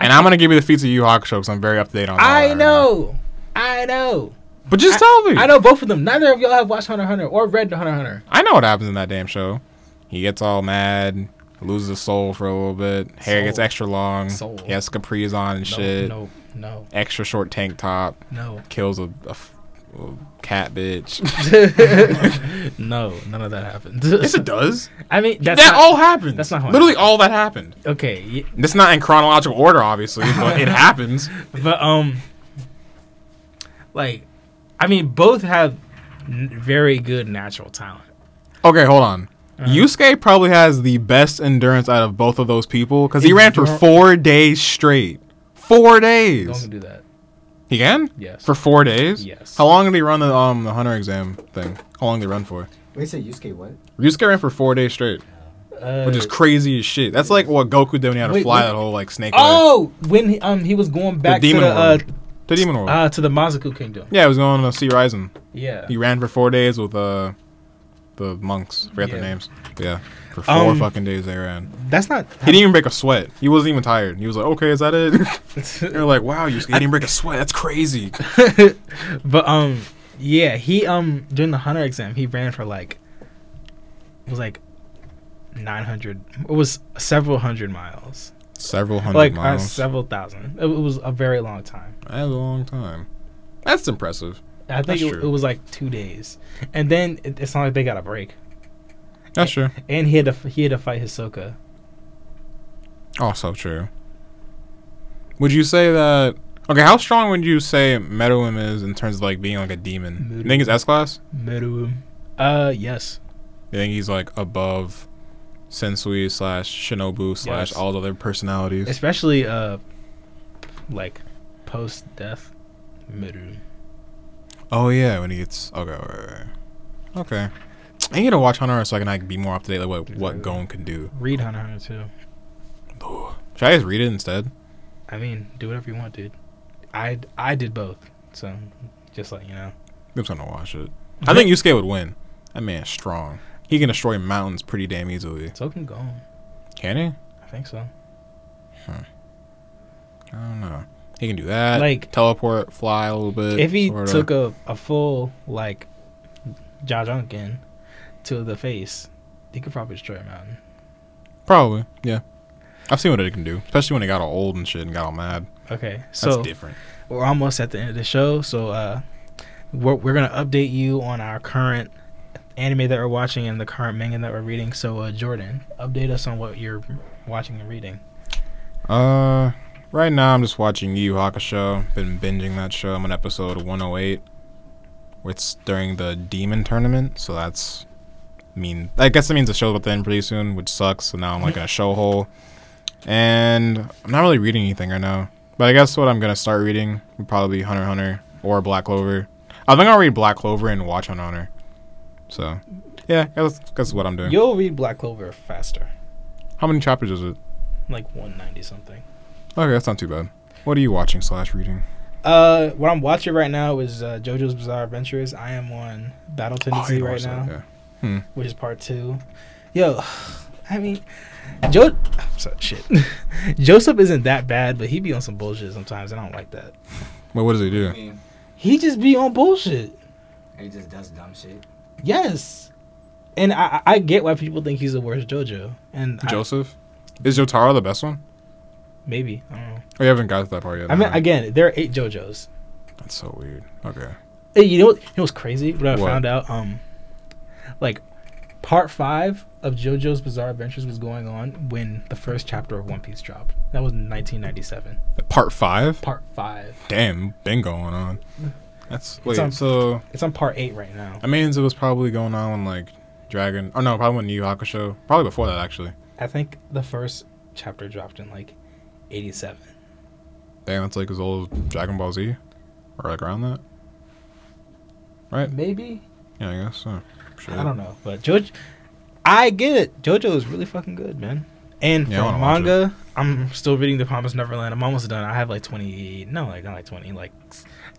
Speaker 2: And I'm gonna give you the feats of Yu Hakusho because I'm very up to date on. all that
Speaker 1: I
Speaker 2: right
Speaker 1: know. I know.
Speaker 2: now. but just tell me.
Speaker 1: I know both of them. Neither of y'all have watched Hunter x Hunter or read Hunter x Hunter.
Speaker 2: I know what happens in that damn show. He gets all mad, loses his soul for a little bit. Hair gets
Speaker 1: Soul.
Speaker 2: extra long.
Speaker 1: Soul.
Speaker 2: He has capris on and
Speaker 1: No,
Speaker 2: shit.
Speaker 1: no, no,
Speaker 2: Extra short tank top.
Speaker 1: no.
Speaker 2: Kills a, a f- a cat bitch.
Speaker 1: no, none of that happened.
Speaker 2: yes, it does.
Speaker 1: I mean, that's
Speaker 2: that
Speaker 1: not-
Speaker 2: all happened.
Speaker 1: that's not how it
Speaker 2: literally all that happened.
Speaker 1: okay. y-
Speaker 2: It's not in chronological order, obviously, but it happens.
Speaker 1: But um, like, I mean, both have n- very good natural talent.
Speaker 2: Okay, hold on.
Speaker 1: Uh-huh.
Speaker 2: Yusuke probably has the best endurance out of both of those people because he ran for
Speaker 1: Endur-
Speaker 2: four days straight. Four
Speaker 1: Don't
Speaker 2: days.
Speaker 1: do that.
Speaker 2: He can
Speaker 1: Yes.
Speaker 2: for four days.
Speaker 1: Yes.
Speaker 2: How long did he run the um the hunter exam thing? How long did he run for?
Speaker 3: Wait, so Yusuke what?
Speaker 2: Yusuke ran for four days straight,
Speaker 1: Uh,
Speaker 2: which is crazy as shit. That's like what Goku did when he had to
Speaker 1: Wait, Oh!
Speaker 2: fly
Speaker 1: wait.
Speaker 2: that whole like snake. way.
Speaker 1: Oh, when he, um he was going back to
Speaker 2: demon
Speaker 1: the uh,
Speaker 2: The Demon World.
Speaker 1: Ah, to the Mazaku Kingdom.
Speaker 2: yeah, it was going to see Rising.
Speaker 1: Yeah.
Speaker 2: He ran for four days with uh, the monks. Forget their
Speaker 1: Yeah.
Speaker 2: names. Yeah, for four
Speaker 1: Um,
Speaker 2: fucking days they ran.
Speaker 1: That's not.
Speaker 2: He didn't even break a sweat. He wasn't even tired. He was like, "Okay, is that it?" They're like, "Wow, you you didn't break a sweat. That's crazy."
Speaker 1: but um, yeah, he um during the hunter exam he ran for like it was like nine hundred. It was several hundred miles,
Speaker 2: Several hundred
Speaker 1: like uh,
Speaker 2: miles.
Speaker 1: several thousand. It, it was a very long time.
Speaker 2: That's a long time. That's impressive.
Speaker 1: I think
Speaker 2: That's
Speaker 1: it,
Speaker 2: true.
Speaker 1: it was like two days, and then it, it's not like they got a break.
Speaker 2: That's true.
Speaker 1: And he had to f- he had to fight Hisoka.
Speaker 2: Also true. Would you say that? Okay, how strong would you say Meadowim is in terms of like being like a demon? You think it's S class?
Speaker 1: Meruem. Uh, yes.
Speaker 2: You think he's like above Sensui slash Shinobu slash
Speaker 1: Yes.
Speaker 2: all the other personalities?
Speaker 1: especially uh like post death Meru.
Speaker 2: oh yeah, when he gets okay, right, right, right. okay. I need to watch Hunter so I can like be more up to date like what what
Speaker 1: Exactly.
Speaker 2: Gon can do.
Speaker 1: Read Hunter x Hunter too.
Speaker 2: Ooh. Should I just read it instead?
Speaker 1: I mean, do whatever you want, dude. I I did both, so just like you know.
Speaker 2: I'm just gonna watch it. I think Yusuke would win. That man's strong. He can destroy mountains pretty damn easily.
Speaker 1: So can go on.
Speaker 2: Can he?
Speaker 1: I think so.
Speaker 2: I don't know. He can do that.
Speaker 1: Like-
Speaker 2: teleport, fly a little bit.
Speaker 1: If he
Speaker 2: sorta.
Speaker 1: took a, a full like Jajunkin to the face, he could probably destroy a mountain.
Speaker 2: probably, yeah. I've seen what it can do, especially when it got all old and shit and got all mad.
Speaker 1: Okay,
Speaker 2: That's
Speaker 1: so
Speaker 2: different.
Speaker 1: we're almost at the end of the show, so uh, we're we're gonna update you on our current anime that we're watching and the current manga that we're reading. So uh, Jordan, update us on what you're watching and reading.
Speaker 2: Uh, right now I'm just watching Yu Yu Hakusho. Been binging that show. I'm on episode 108. It's during the demon tournament, so that's I mean. I guess that means the show's about to end pretty soon, which sucks. So now I'm like in a show hole, and I'm not really reading anything right now. But I guess what I'm gonna start reading would probably be Hunter x Hunter or Black Clover. I think I'll read Black Clover and watch Hunter x Hunter. So, yeah, that's, that's what I'm doing.
Speaker 1: You'll read Black Clover faster,
Speaker 2: How many chapters is it?
Speaker 1: like 190 something.
Speaker 2: Okay, that's not too bad. What are you watching slash reading?
Speaker 1: Uh, what I'm watching right now is uh, JoJo's Bizarre Adventures. I am on Battle
Speaker 2: Oh,
Speaker 1: Tendency right now, which is part two. Yo, I mean, Jo, I'm sorry, shit. Joseph isn't that bad, but he be on some bullshit sometimes, and I don't like that.
Speaker 2: Wait, what does he do?
Speaker 3: I mean,
Speaker 1: He just be on bullshit.
Speaker 3: he just does dumb shit.
Speaker 1: Yes. And I, I I get why people think he's the worst JoJo. And I-
Speaker 2: Joseph? Is Jotaro the best one?
Speaker 1: maybe. I don't know.
Speaker 2: Oh, you haven't got to that part yet.
Speaker 1: I mean,
Speaker 2: huh?
Speaker 1: again, there are eight JoJo's.
Speaker 2: That's so weird. Okay.
Speaker 1: Hey, you know what? You know what's crazy? What I
Speaker 2: What?
Speaker 1: found out, um, like, part five of JoJo's Bizarre Adventures was going on when the first chapter of One Piece dropped. That was in 1997.
Speaker 2: Part five?
Speaker 1: Part five.
Speaker 2: Damn, been going on. That's wait.
Speaker 1: on-
Speaker 2: so
Speaker 1: It's on part eight right now.
Speaker 2: I mean, it was probably going on when like Dragon. Oh no, probably when Yu Yu Hakusho. Probably before that actually.
Speaker 1: I think the first chapter dropped in like 87.
Speaker 2: Damn, that's like as old as Dragon Ball Z, or like around that. Right?
Speaker 1: Maybe
Speaker 2: Yeah, I guess. So.
Speaker 1: I don't know, but JoJo, I get it. JoJo is really fucking good, man. And
Speaker 2: Yeah, I
Speaker 1: for
Speaker 2: wanna watch
Speaker 1: manga, I'm still reading The Promised Neverland. I'm almost done. I have like 20, no, like not like 20, like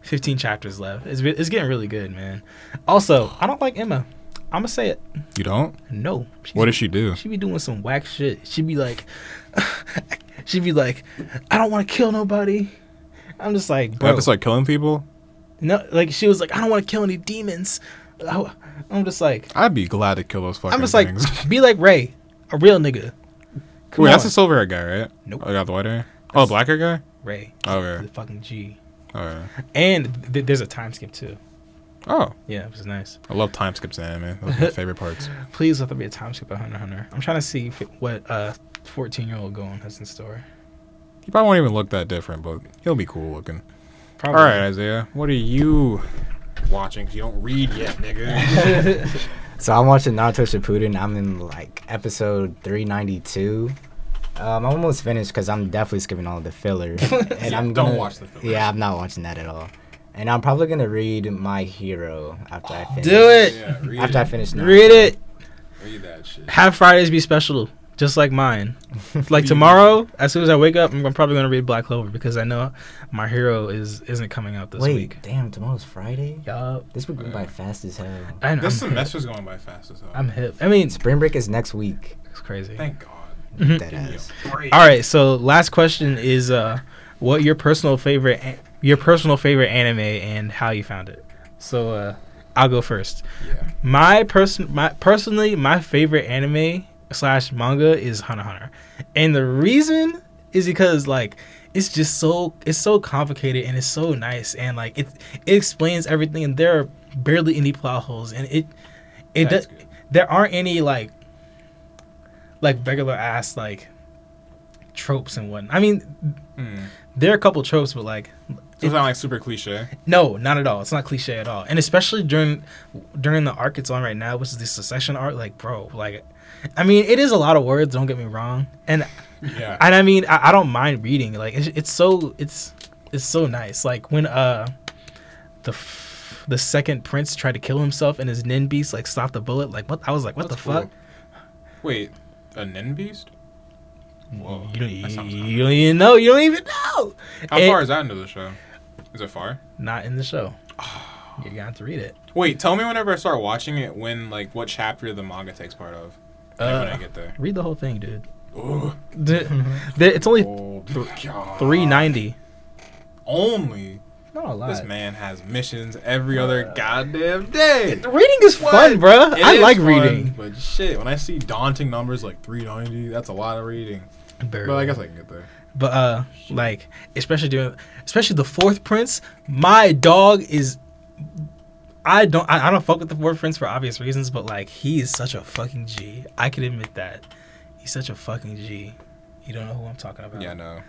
Speaker 1: 15 chapters left. It's re- it's getting really good, man. Also, I don't like Emma. I'm gonna say it.
Speaker 2: You don't?
Speaker 1: No. She's,
Speaker 2: What does she do?
Speaker 1: She be doing some whack shit. She be like, she be like, I don't want to kill nobody. I'm just like, bro.
Speaker 2: Like, it's like killing people.
Speaker 1: no, like she was like, I don't want to kill any demons. I- I'm just like,
Speaker 2: I'd be glad to kill those fucking.
Speaker 1: I'm just like,
Speaker 2: things.
Speaker 1: be like Ray, a real nigga. Come
Speaker 2: Wait,
Speaker 1: on.
Speaker 2: that's a silver hair guy, right?
Speaker 1: Nope.
Speaker 2: I got the white hair. Oh,
Speaker 1: That's-
Speaker 2: black hair guy.
Speaker 1: Ray, the
Speaker 2: Okay.
Speaker 1: fucking G.
Speaker 2: Okay.
Speaker 1: And th- there's a time skip too.
Speaker 2: Oh,
Speaker 1: Yeah, it was nice.
Speaker 2: I love time skips in anime. Those are my favorite parts.
Speaker 1: Please let there be a time skip at Hunter x Hunter. I'm trying to see if it- what uh 14 year old Gohan has in store.
Speaker 2: He probably won't even look that different, but he'll be cool looking. All
Speaker 1: Probably.
Speaker 2: right, Isaiah, what are you watching? 'Cause you don't read yet, nigga.
Speaker 3: So I'm watching Naruto Shippuden. I'm in like episode 392. Um, I'm almost finished because I'm definitely skipping all the filler. and
Speaker 2: Yeah, don't
Speaker 3: I'm gonna-
Speaker 2: watch the filler.
Speaker 3: Yeah, I'm not watching that at all. And I'm probably gonna read My Hero after I finish.
Speaker 1: Do it.
Speaker 2: yeah, read
Speaker 3: After I finish. Naruto.
Speaker 1: Read it.
Speaker 2: Read that shit.
Speaker 1: Have Fridays be special. just like mine. Like tomorrow, as soon as I wake up, I'm, I'm probably gonna read Black Clover because I know my hero is isn't coming out this
Speaker 3: Wait,
Speaker 1: week.
Speaker 3: damn, tomorrow's Friday?
Speaker 1: Yup.
Speaker 3: This week went by fast as hell.
Speaker 1: I know.
Speaker 2: This
Speaker 1: I'm, hip.
Speaker 2: semester's going by fast as hell.
Speaker 1: I'm hip. I mean, it's,
Speaker 3: Spring break is next week.
Speaker 1: it's crazy.
Speaker 2: Thank God.
Speaker 1: Mhm.
Speaker 3: Dead
Speaker 2: Give me
Speaker 3: ass.
Speaker 2: a break.
Speaker 1: All right, so last question is uh what your personal favorite a- your personal favorite anime and how you found it. So uh I'll go first.
Speaker 2: Yeah.
Speaker 1: My person my personally my favorite anime slash manga is Hunter x Hunter. And the reason is because like it's just so it's so complicated and it's so nice and like it it explains everything and there are barely any plot holes and it it does
Speaker 2: That's good.
Speaker 1: there aren't any like like regular ass like tropes and whatnot. I mean,
Speaker 2: Hmm.
Speaker 1: there are a couple tropes, but like
Speaker 2: So it's not like super cliche.
Speaker 1: no, not at all. It's not cliche at all. And especially during during the arc it's on right now, which is the secession arc, like bro, like I mean, it is a lot of words, don't get me wrong. And
Speaker 2: Yeah.
Speaker 1: and I mean, I, I don't mind reading. Like it's, it's so it's it's so nice. Like when uh the f- the second prince tried to kill himself and his nin beast like stopped the bullet. Like what I was like, what
Speaker 2: That's
Speaker 1: the
Speaker 2: cool.
Speaker 1: fuck?
Speaker 2: Wait, a nin beast? Whoa.
Speaker 1: You don't,
Speaker 2: that sounds kinda-
Speaker 1: you don't even know. You don't even know.
Speaker 2: How
Speaker 1: it-
Speaker 2: far is that into the show? Is it far?
Speaker 1: Not in the show. You're gonna have to read it.
Speaker 2: Wait, tell me whenever I start watching it when like what chapter the manga takes part of. Like, when
Speaker 1: Uh,
Speaker 2: I get there.
Speaker 1: Read the whole thing, dude.
Speaker 2: Ugh,
Speaker 1: The- the- it's only
Speaker 2: oh, God.
Speaker 1: three ninety.
Speaker 2: Only
Speaker 1: Not a lot.
Speaker 2: this man has missions every other goddamn day.
Speaker 1: Reading is
Speaker 2: What?
Speaker 1: Uh, fun, bruh.
Speaker 2: It
Speaker 1: I
Speaker 2: is
Speaker 1: like
Speaker 2: fun,
Speaker 1: reading.
Speaker 2: but shit, when I see daunting numbers like 390, that's a lot of reading. But I guess I can get there.
Speaker 1: But uh, like especially doing, especially the fourth prince. My dog is. I don't. I, I don't fuck with the fourth prince for obvious reasons, but like he is such a fucking G. I can admit that. He's such a fucking G. You don't know who I'm talking about.
Speaker 2: Yeah, no.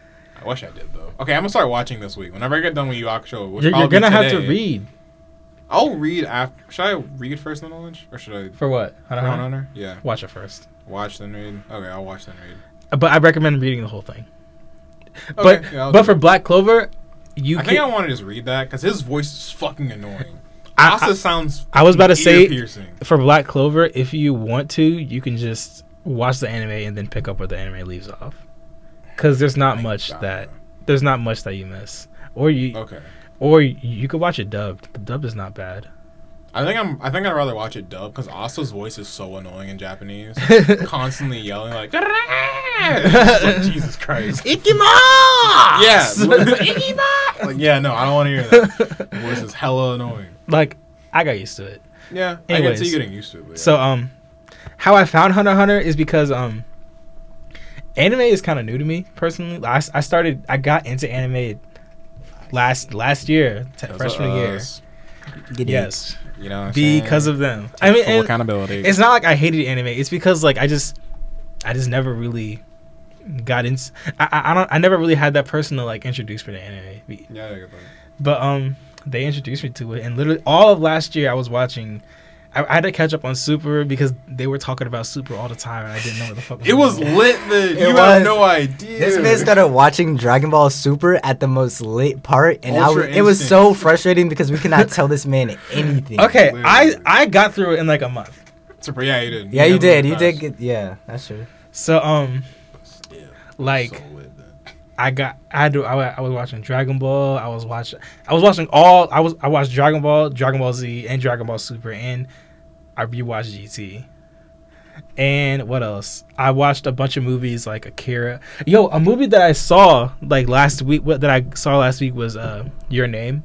Speaker 2: I wish I did though. Okay, I'm gonna start watching this week. Whenever I get done with Yu Show, which
Speaker 1: You're, you're
Speaker 2: probably
Speaker 1: gonna have to
Speaker 2: today,
Speaker 1: read
Speaker 2: I'll read after. Should I read first and then lunch, or should I?
Speaker 1: for what? I don't
Speaker 2: Round
Speaker 1: know.
Speaker 2: Hunter? Yeah.
Speaker 1: Watch it first. Uh,
Speaker 2: Watch then read. Okay, I'll watch then read.
Speaker 1: But I recommend reading the whole thing.
Speaker 2: Okay,
Speaker 1: but
Speaker 2: yeah, I'll
Speaker 1: but
Speaker 2: do
Speaker 1: for
Speaker 2: it.
Speaker 1: Black Clover, you
Speaker 2: I
Speaker 1: can.
Speaker 2: think I want to just read that because his voice is fucking annoying.
Speaker 1: I-
Speaker 2: Asa sounds.
Speaker 1: I was about to say-
Speaker 2: piercing.
Speaker 1: for Black Clover, if you want to, you can just watch the anime and then pick up where the anime leaves off. Cause there's not
Speaker 2: Thank
Speaker 1: much
Speaker 2: God. Oh.
Speaker 1: that there's not much that you miss, or you
Speaker 2: Okay.
Speaker 1: or you, you could watch it dubbed. The dub is not bad.
Speaker 2: I think I'm. I think I'd rather watch it dubbed because Asa's voice is so annoying in Japanese, constantly yelling like, It's like, Jesus Christ.
Speaker 1: Ikima.
Speaker 2: Yeah. like yeah, no, I don't want to hear that. The voice is hella annoying.
Speaker 1: like I got used to it.
Speaker 2: Yeah, I
Speaker 1: Anyways.
Speaker 2: can see you getting used to it. But yeah.
Speaker 1: So um, how I found Hunter x Hunter is because um, anime is kind of new to me personally. I, I started I got into anime last last year, te-
Speaker 2: Because of
Speaker 1: freshman year.
Speaker 2: us,
Speaker 1: Yes,
Speaker 2: you know, what I'm
Speaker 1: because
Speaker 2: saying?
Speaker 1: of them. I mean,
Speaker 2: Full
Speaker 1: and
Speaker 2: accountability.
Speaker 1: it's not like I hated anime. It's because like I just, I just never really got in. I, I I don't. I never really had that person to like introduce me to anime.
Speaker 2: yeah, I get that.
Speaker 1: But um, they introduced me to it, and literally all of last year I was watching. I, I had to catch up on Super because they were talking about Super all the time, and I didn't know what the fuck.
Speaker 2: It was
Speaker 1: going on.
Speaker 2: lit then.
Speaker 3: It
Speaker 2: you have
Speaker 3: was.
Speaker 2: no idea.
Speaker 3: This man started watching Dragon Ball Super at the most lit part, and I
Speaker 2: Ultra
Speaker 3: was, it was
Speaker 2: instinct.
Speaker 3: so frustrating because we cannot tell this man anything.
Speaker 1: okay. I
Speaker 2: Literally.
Speaker 1: I got through it in like a month.
Speaker 2: It's a- yeah, you did.
Speaker 3: Yeah, you
Speaker 2: have
Speaker 3: did.
Speaker 2: a
Speaker 3: You
Speaker 2: pass.
Speaker 3: did get. Yeah, that's true.
Speaker 1: So um,
Speaker 2: Yeah,
Speaker 1: like.
Speaker 2: so lit then.
Speaker 1: I got I had to I, wa- I was watching Dragon Ball. I was watching I was watching all I was I watched Dragon Ball, Dragon Ball Z, and Dragon Ball Super, and I rewatched GT. And what else? I watched a bunch of movies like Akira. Yo, a movie that I saw like last week. What that I saw last week was uh Your Name.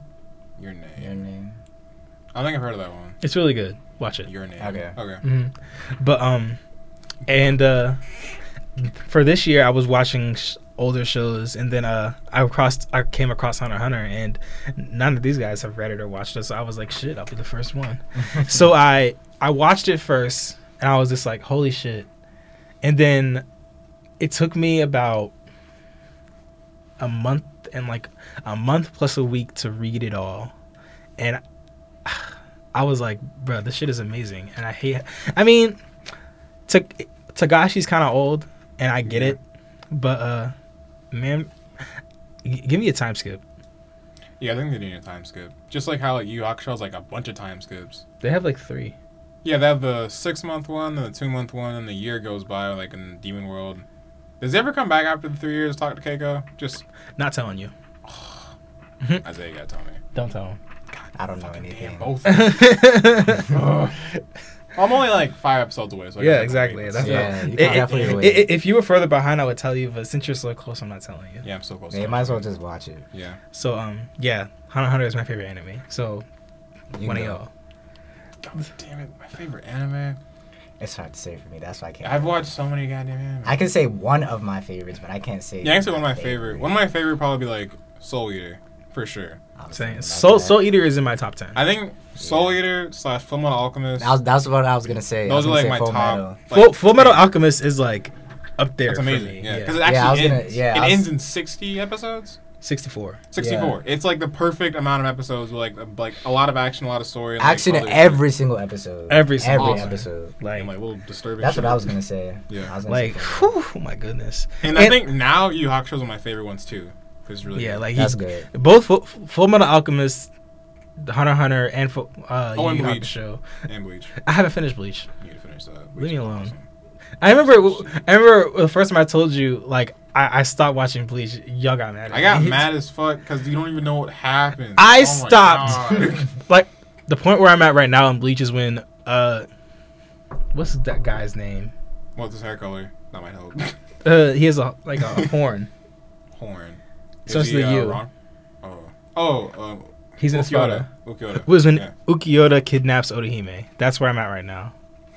Speaker 2: Your name.
Speaker 3: Your name.
Speaker 2: I think I've heard of that one.
Speaker 1: It's really good. Watch it.
Speaker 2: Your name.
Speaker 3: Okay.
Speaker 2: Okay.
Speaker 1: hmm But um, and uh, for this year, I was watching sh- older shows, and then uh, I crossed, I came across Hunter x Hunter, and none of these guys have read it or watched it, so I was like, shit, I'll be the first one. so I I watched it first, and I was just like, holy shit, and then it took me about a month and like a month plus a week to read it all and i was like bro this shit is amazing and i hate i mean Ta- tagashi's kind of old and i get it but uh man g- give me a time skip
Speaker 2: Yeah, I think they need a time skip. Just like how like Yu Hakusho is like a bunch of time skips.
Speaker 1: they have like three
Speaker 2: Yeah, they have the six month one, and the two month one, and the year goes by like in Demon World. Does he ever come back after the three years? to Talk to Keiko. Just
Speaker 1: Not telling you.
Speaker 2: Isaiah got to tell me.
Speaker 1: Don't tell him.
Speaker 3: I don't know
Speaker 2: Fucking damn
Speaker 3: anything.
Speaker 2: both. Ugh. I'm only like five episodes away. So I
Speaker 1: Yeah,
Speaker 2: guess I
Speaker 1: exactly.
Speaker 2: can wait.
Speaker 1: That's
Speaker 3: Yeah,
Speaker 1: what-
Speaker 3: you
Speaker 1: it-
Speaker 3: can
Speaker 1: it-
Speaker 3: definitely
Speaker 1: it-
Speaker 3: wait.
Speaker 1: it- if you were further behind, I would tell you, but since you're so close, I'm not telling you.
Speaker 2: yeah, I'm so close.
Speaker 3: Yeah,
Speaker 2: to
Speaker 3: you
Speaker 2: it.
Speaker 3: might as well just watch it.
Speaker 2: Yeah,
Speaker 1: So, um, yeah, Hunter x Hunter is my favorite anime. So,
Speaker 3: You
Speaker 1: one
Speaker 3: know.
Speaker 1: of y'all.
Speaker 2: God damn it, my favorite anime.
Speaker 3: It's hard to say for me. That's why I can't.
Speaker 2: I've watched so many goddamn anime.
Speaker 3: I can say one of my favorites, but I can't say.
Speaker 2: yeah, I can say one of my favorite. One of my favorite probably be like Soul Eater for sure.
Speaker 3: I was thinking
Speaker 1: Saying
Speaker 3: about
Speaker 1: Soul
Speaker 3: that.
Speaker 1: Soul Eater is in my top ten.
Speaker 2: I think Soul Eater slash Fullmetal Alchemist.
Speaker 3: That was, that's what I was gonna say. I was
Speaker 2: those are like
Speaker 3: gonna say
Speaker 2: my
Speaker 3: Full
Speaker 2: top.
Speaker 3: Metal.
Speaker 2: like,
Speaker 1: Full, Full Metal Alchemist is like up there.
Speaker 2: That's amazing. Yeah, because it
Speaker 3: Yeah, I
Speaker 2: actually
Speaker 3: was gonna-
Speaker 2: ends.
Speaker 3: yeah, I
Speaker 2: it
Speaker 3: was-
Speaker 2: ends in sixty episodes.
Speaker 1: sixty four.
Speaker 2: Sixty-four. It's like the perfect amount of episodes with like a- like a lot of action, a lot of story. and, like,
Speaker 3: Action
Speaker 2: all
Speaker 3: in
Speaker 2: this
Speaker 3: every single episode.
Speaker 1: Every single
Speaker 3: every
Speaker 2: episode.
Speaker 3: episode.
Speaker 2: shit.
Speaker 1: Like,
Speaker 2: And, like little disturbing.
Speaker 3: That's
Speaker 2: shit.
Speaker 3: what I was gonna say.
Speaker 2: Yeah.
Speaker 3: I was gonna say
Speaker 1: like,
Speaker 3: Full Metal.
Speaker 1: whew, oh my goodness.
Speaker 2: And, I
Speaker 1: and-
Speaker 2: think now Yu Yu Hakusho is one of my favorite ones too. Cause really.
Speaker 1: Yeah, like
Speaker 3: That's
Speaker 1: he's
Speaker 3: good.
Speaker 1: both Full, Full Metal Alchemist, Hunter x Hunter, and Full, uh,
Speaker 2: Oh,
Speaker 1: Yu
Speaker 2: and
Speaker 1: Yu
Speaker 2: Bleach.
Speaker 1: Hakusho.
Speaker 2: and Bleach.
Speaker 1: I haven't finished Bleach.
Speaker 2: You need to finish that.
Speaker 1: Leave me
Speaker 2: Bleach is
Speaker 1: alone.
Speaker 2: awesome.
Speaker 1: I remember. I remember the first time I told you, like, I, I stopped watching Bleach. Y'all got mad. At
Speaker 2: I got
Speaker 1: me.
Speaker 2: mad as fuck because you don't even know what happened.
Speaker 1: I
Speaker 2: Oh my
Speaker 1: stopped.
Speaker 2: God.
Speaker 1: like the point where I'm at right now in Bleach is when uh, what's that guy's name?
Speaker 2: What's his hair color? That might help.
Speaker 1: Uh, he has a like a horn.
Speaker 2: Horn. uh,
Speaker 1: So it's the U.
Speaker 2: wrong? Oh. Oh. Um,
Speaker 1: He's in a
Speaker 2: Ukiota.
Speaker 1: Sparta.
Speaker 2: Ukiota.
Speaker 1: Was when
Speaker 2: Yeah.
Speaker 1: Ukiyoda kidnaps Odahime. That's where I'm at right now.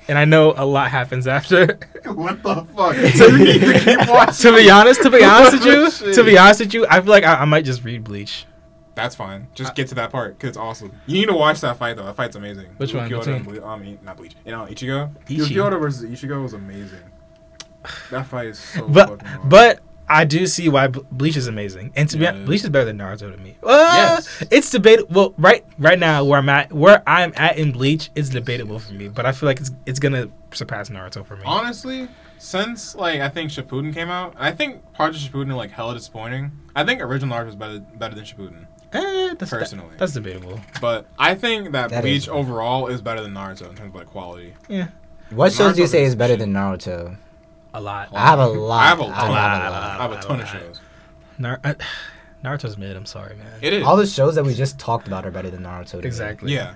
Speaker 1: And I know a lot happens after.
Speaker 2: What the fuck? you need to keep watching.
Speaker 1: to be honest, to be honest with you,
Speaker 2: Oh, Shit.
Speaker 1: to be honest with you, I feel like I, I might just read Bleach.
Speaker 2: That's fine. Just get to that part because it's awesome. You need to watch that fight though. That fight's amazing.
Speaker 1: Which one?
Speaker 2: Ukiota
Speaker 1: Between-
Speaker 2: and Ble- I mean, not Bleach. You know, Ichigo.
Speaker 1: Ichi.
Speaker 2: Ukiota versus Ichigo was amazing. That fight is so
Speaker 1: But
Speaker 2: fucking hard.
Speaker 1: but I do see why Ble- Bleach is amazing, and to
Speaker 2: Yeah,
Speaker 1: be
Speaker 2: it
Speaker 1: honest,
Speaker 2: is.
Speaker 1: Bleach is better than Naruto to me. Uh,
Speaker 2: Yes.
Speaker 1: it's debatable. Well, right right now where I'm at, where I'm at in Bleach, it's debatable for me. But I feel like it's it's gonna surpass Naruto for me.
Speaker 2: honestly, since like I think Shippuden came out, and I think parts of Shippuden are like hella disappointing. I think original Naruto is better better than Shippuden,
Speaker 1: Eh, that's,
Speaker 2: Personally.
Speaker 1: that's debatable.
Speaker 2: but I think that,
Speaker 3: That
Speaker 2: Bleach
Speaker 3: is-
Speaker 2: overall is better than Naruto in terms of like quality.
Speaker 3: What shows do you
Speaker 2: Naruto
Speaker 3: say
Speaker 2: is
Speaker 3: is better
Speaker 2: shit.
Speaker 3: than Naruto?
Speaker 1: A lot.
Speaker 3: I have a lot.
Speaker 2: I have a ton.
Speaker 1: have a lot.
Speaker 2: I have a ton of shows.
Speaker 1: Nar- I, Naruto's mid. I'm sorry, man.
Speaker 2: It is.
Speaker 3: All the shows that we just talked about are better than Naruto. to me.
Speaker 1: exactly.
Speaker 2: yeah.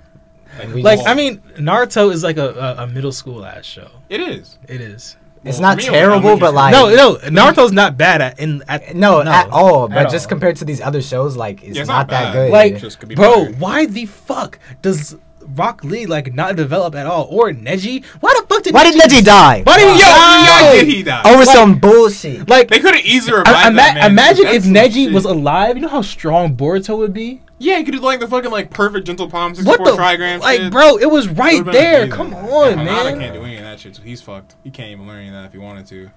Speaker 3: we
Speaker 1: Like
Speaker 3: just-
Speaker 1: I mean, Naruto is like a, a, a middle school ass show.
Speaker 2: it is.
Speaker 1: It is.
Speaker 3: It's
Speaker 2: Well, for
Speaker 3: not
Speaker 2: me, it was
Speaker 3: terrible, but,
Speaker 2: elementary
Speaker 3: like-
Speaker 1: no, no, Naruto's not bad at in at
Speaker 3: No, at all. But
Speaker 1: at
Speaker 3: just
Speaker 1: all.
Speaker 3: compared to these other shows, like it's,
Speaker 2: Yeah, it's not
Speaker 3: not, that
Speaker 2: bad.
Speaker 3: good.
Speaker 1: Like,
Speaker 2: Just could be
Speaker 1: bro,
Speaker 2: better.
Speaker 1: why the fuck does Rock Lee like not develop at all or Neji? Why the fuck did
Speaker 3: why did Neji die?
Speaker 1: Why did he
Speaker 2: Yo,
Speaker 1: die?
Speaker 2: why did he die?
Speaker 3: Over some bullshit.
Speaker 1: Like,
Speaker 2: They could have easily revived
Speaker 1: I, I,
Speaker 2: that man.
Speaker 1: imagine
Speaker 2: That's
Speaker 1: if
Speaker 2: some
Speaker 1: Neji
Speaker 2: shit.
Speaker 1: was alive. You know how strong Boruto would be.
Speaker 2: yeah, he could do like the fucking like perfect gentle palm sixty
Speaker 1: What
Speaker 2: four
Speaker 1: the
Speaker 2: trigram.
Speaker 1: like,
Speaker 2: shit.
Speaker 1: bro? It was right
Speaker 2: Would've been
Speaker 1: there.
Speaker 2: amazing.
Speaker 1: Come
Speaker 2: yeah,
Speaker 1: on,
Speaker 2: Hanada
Speaker 1: man.
Speaker 2: can't do any of that shit, so he's fucked. He can't even learn any of that if he wanted to.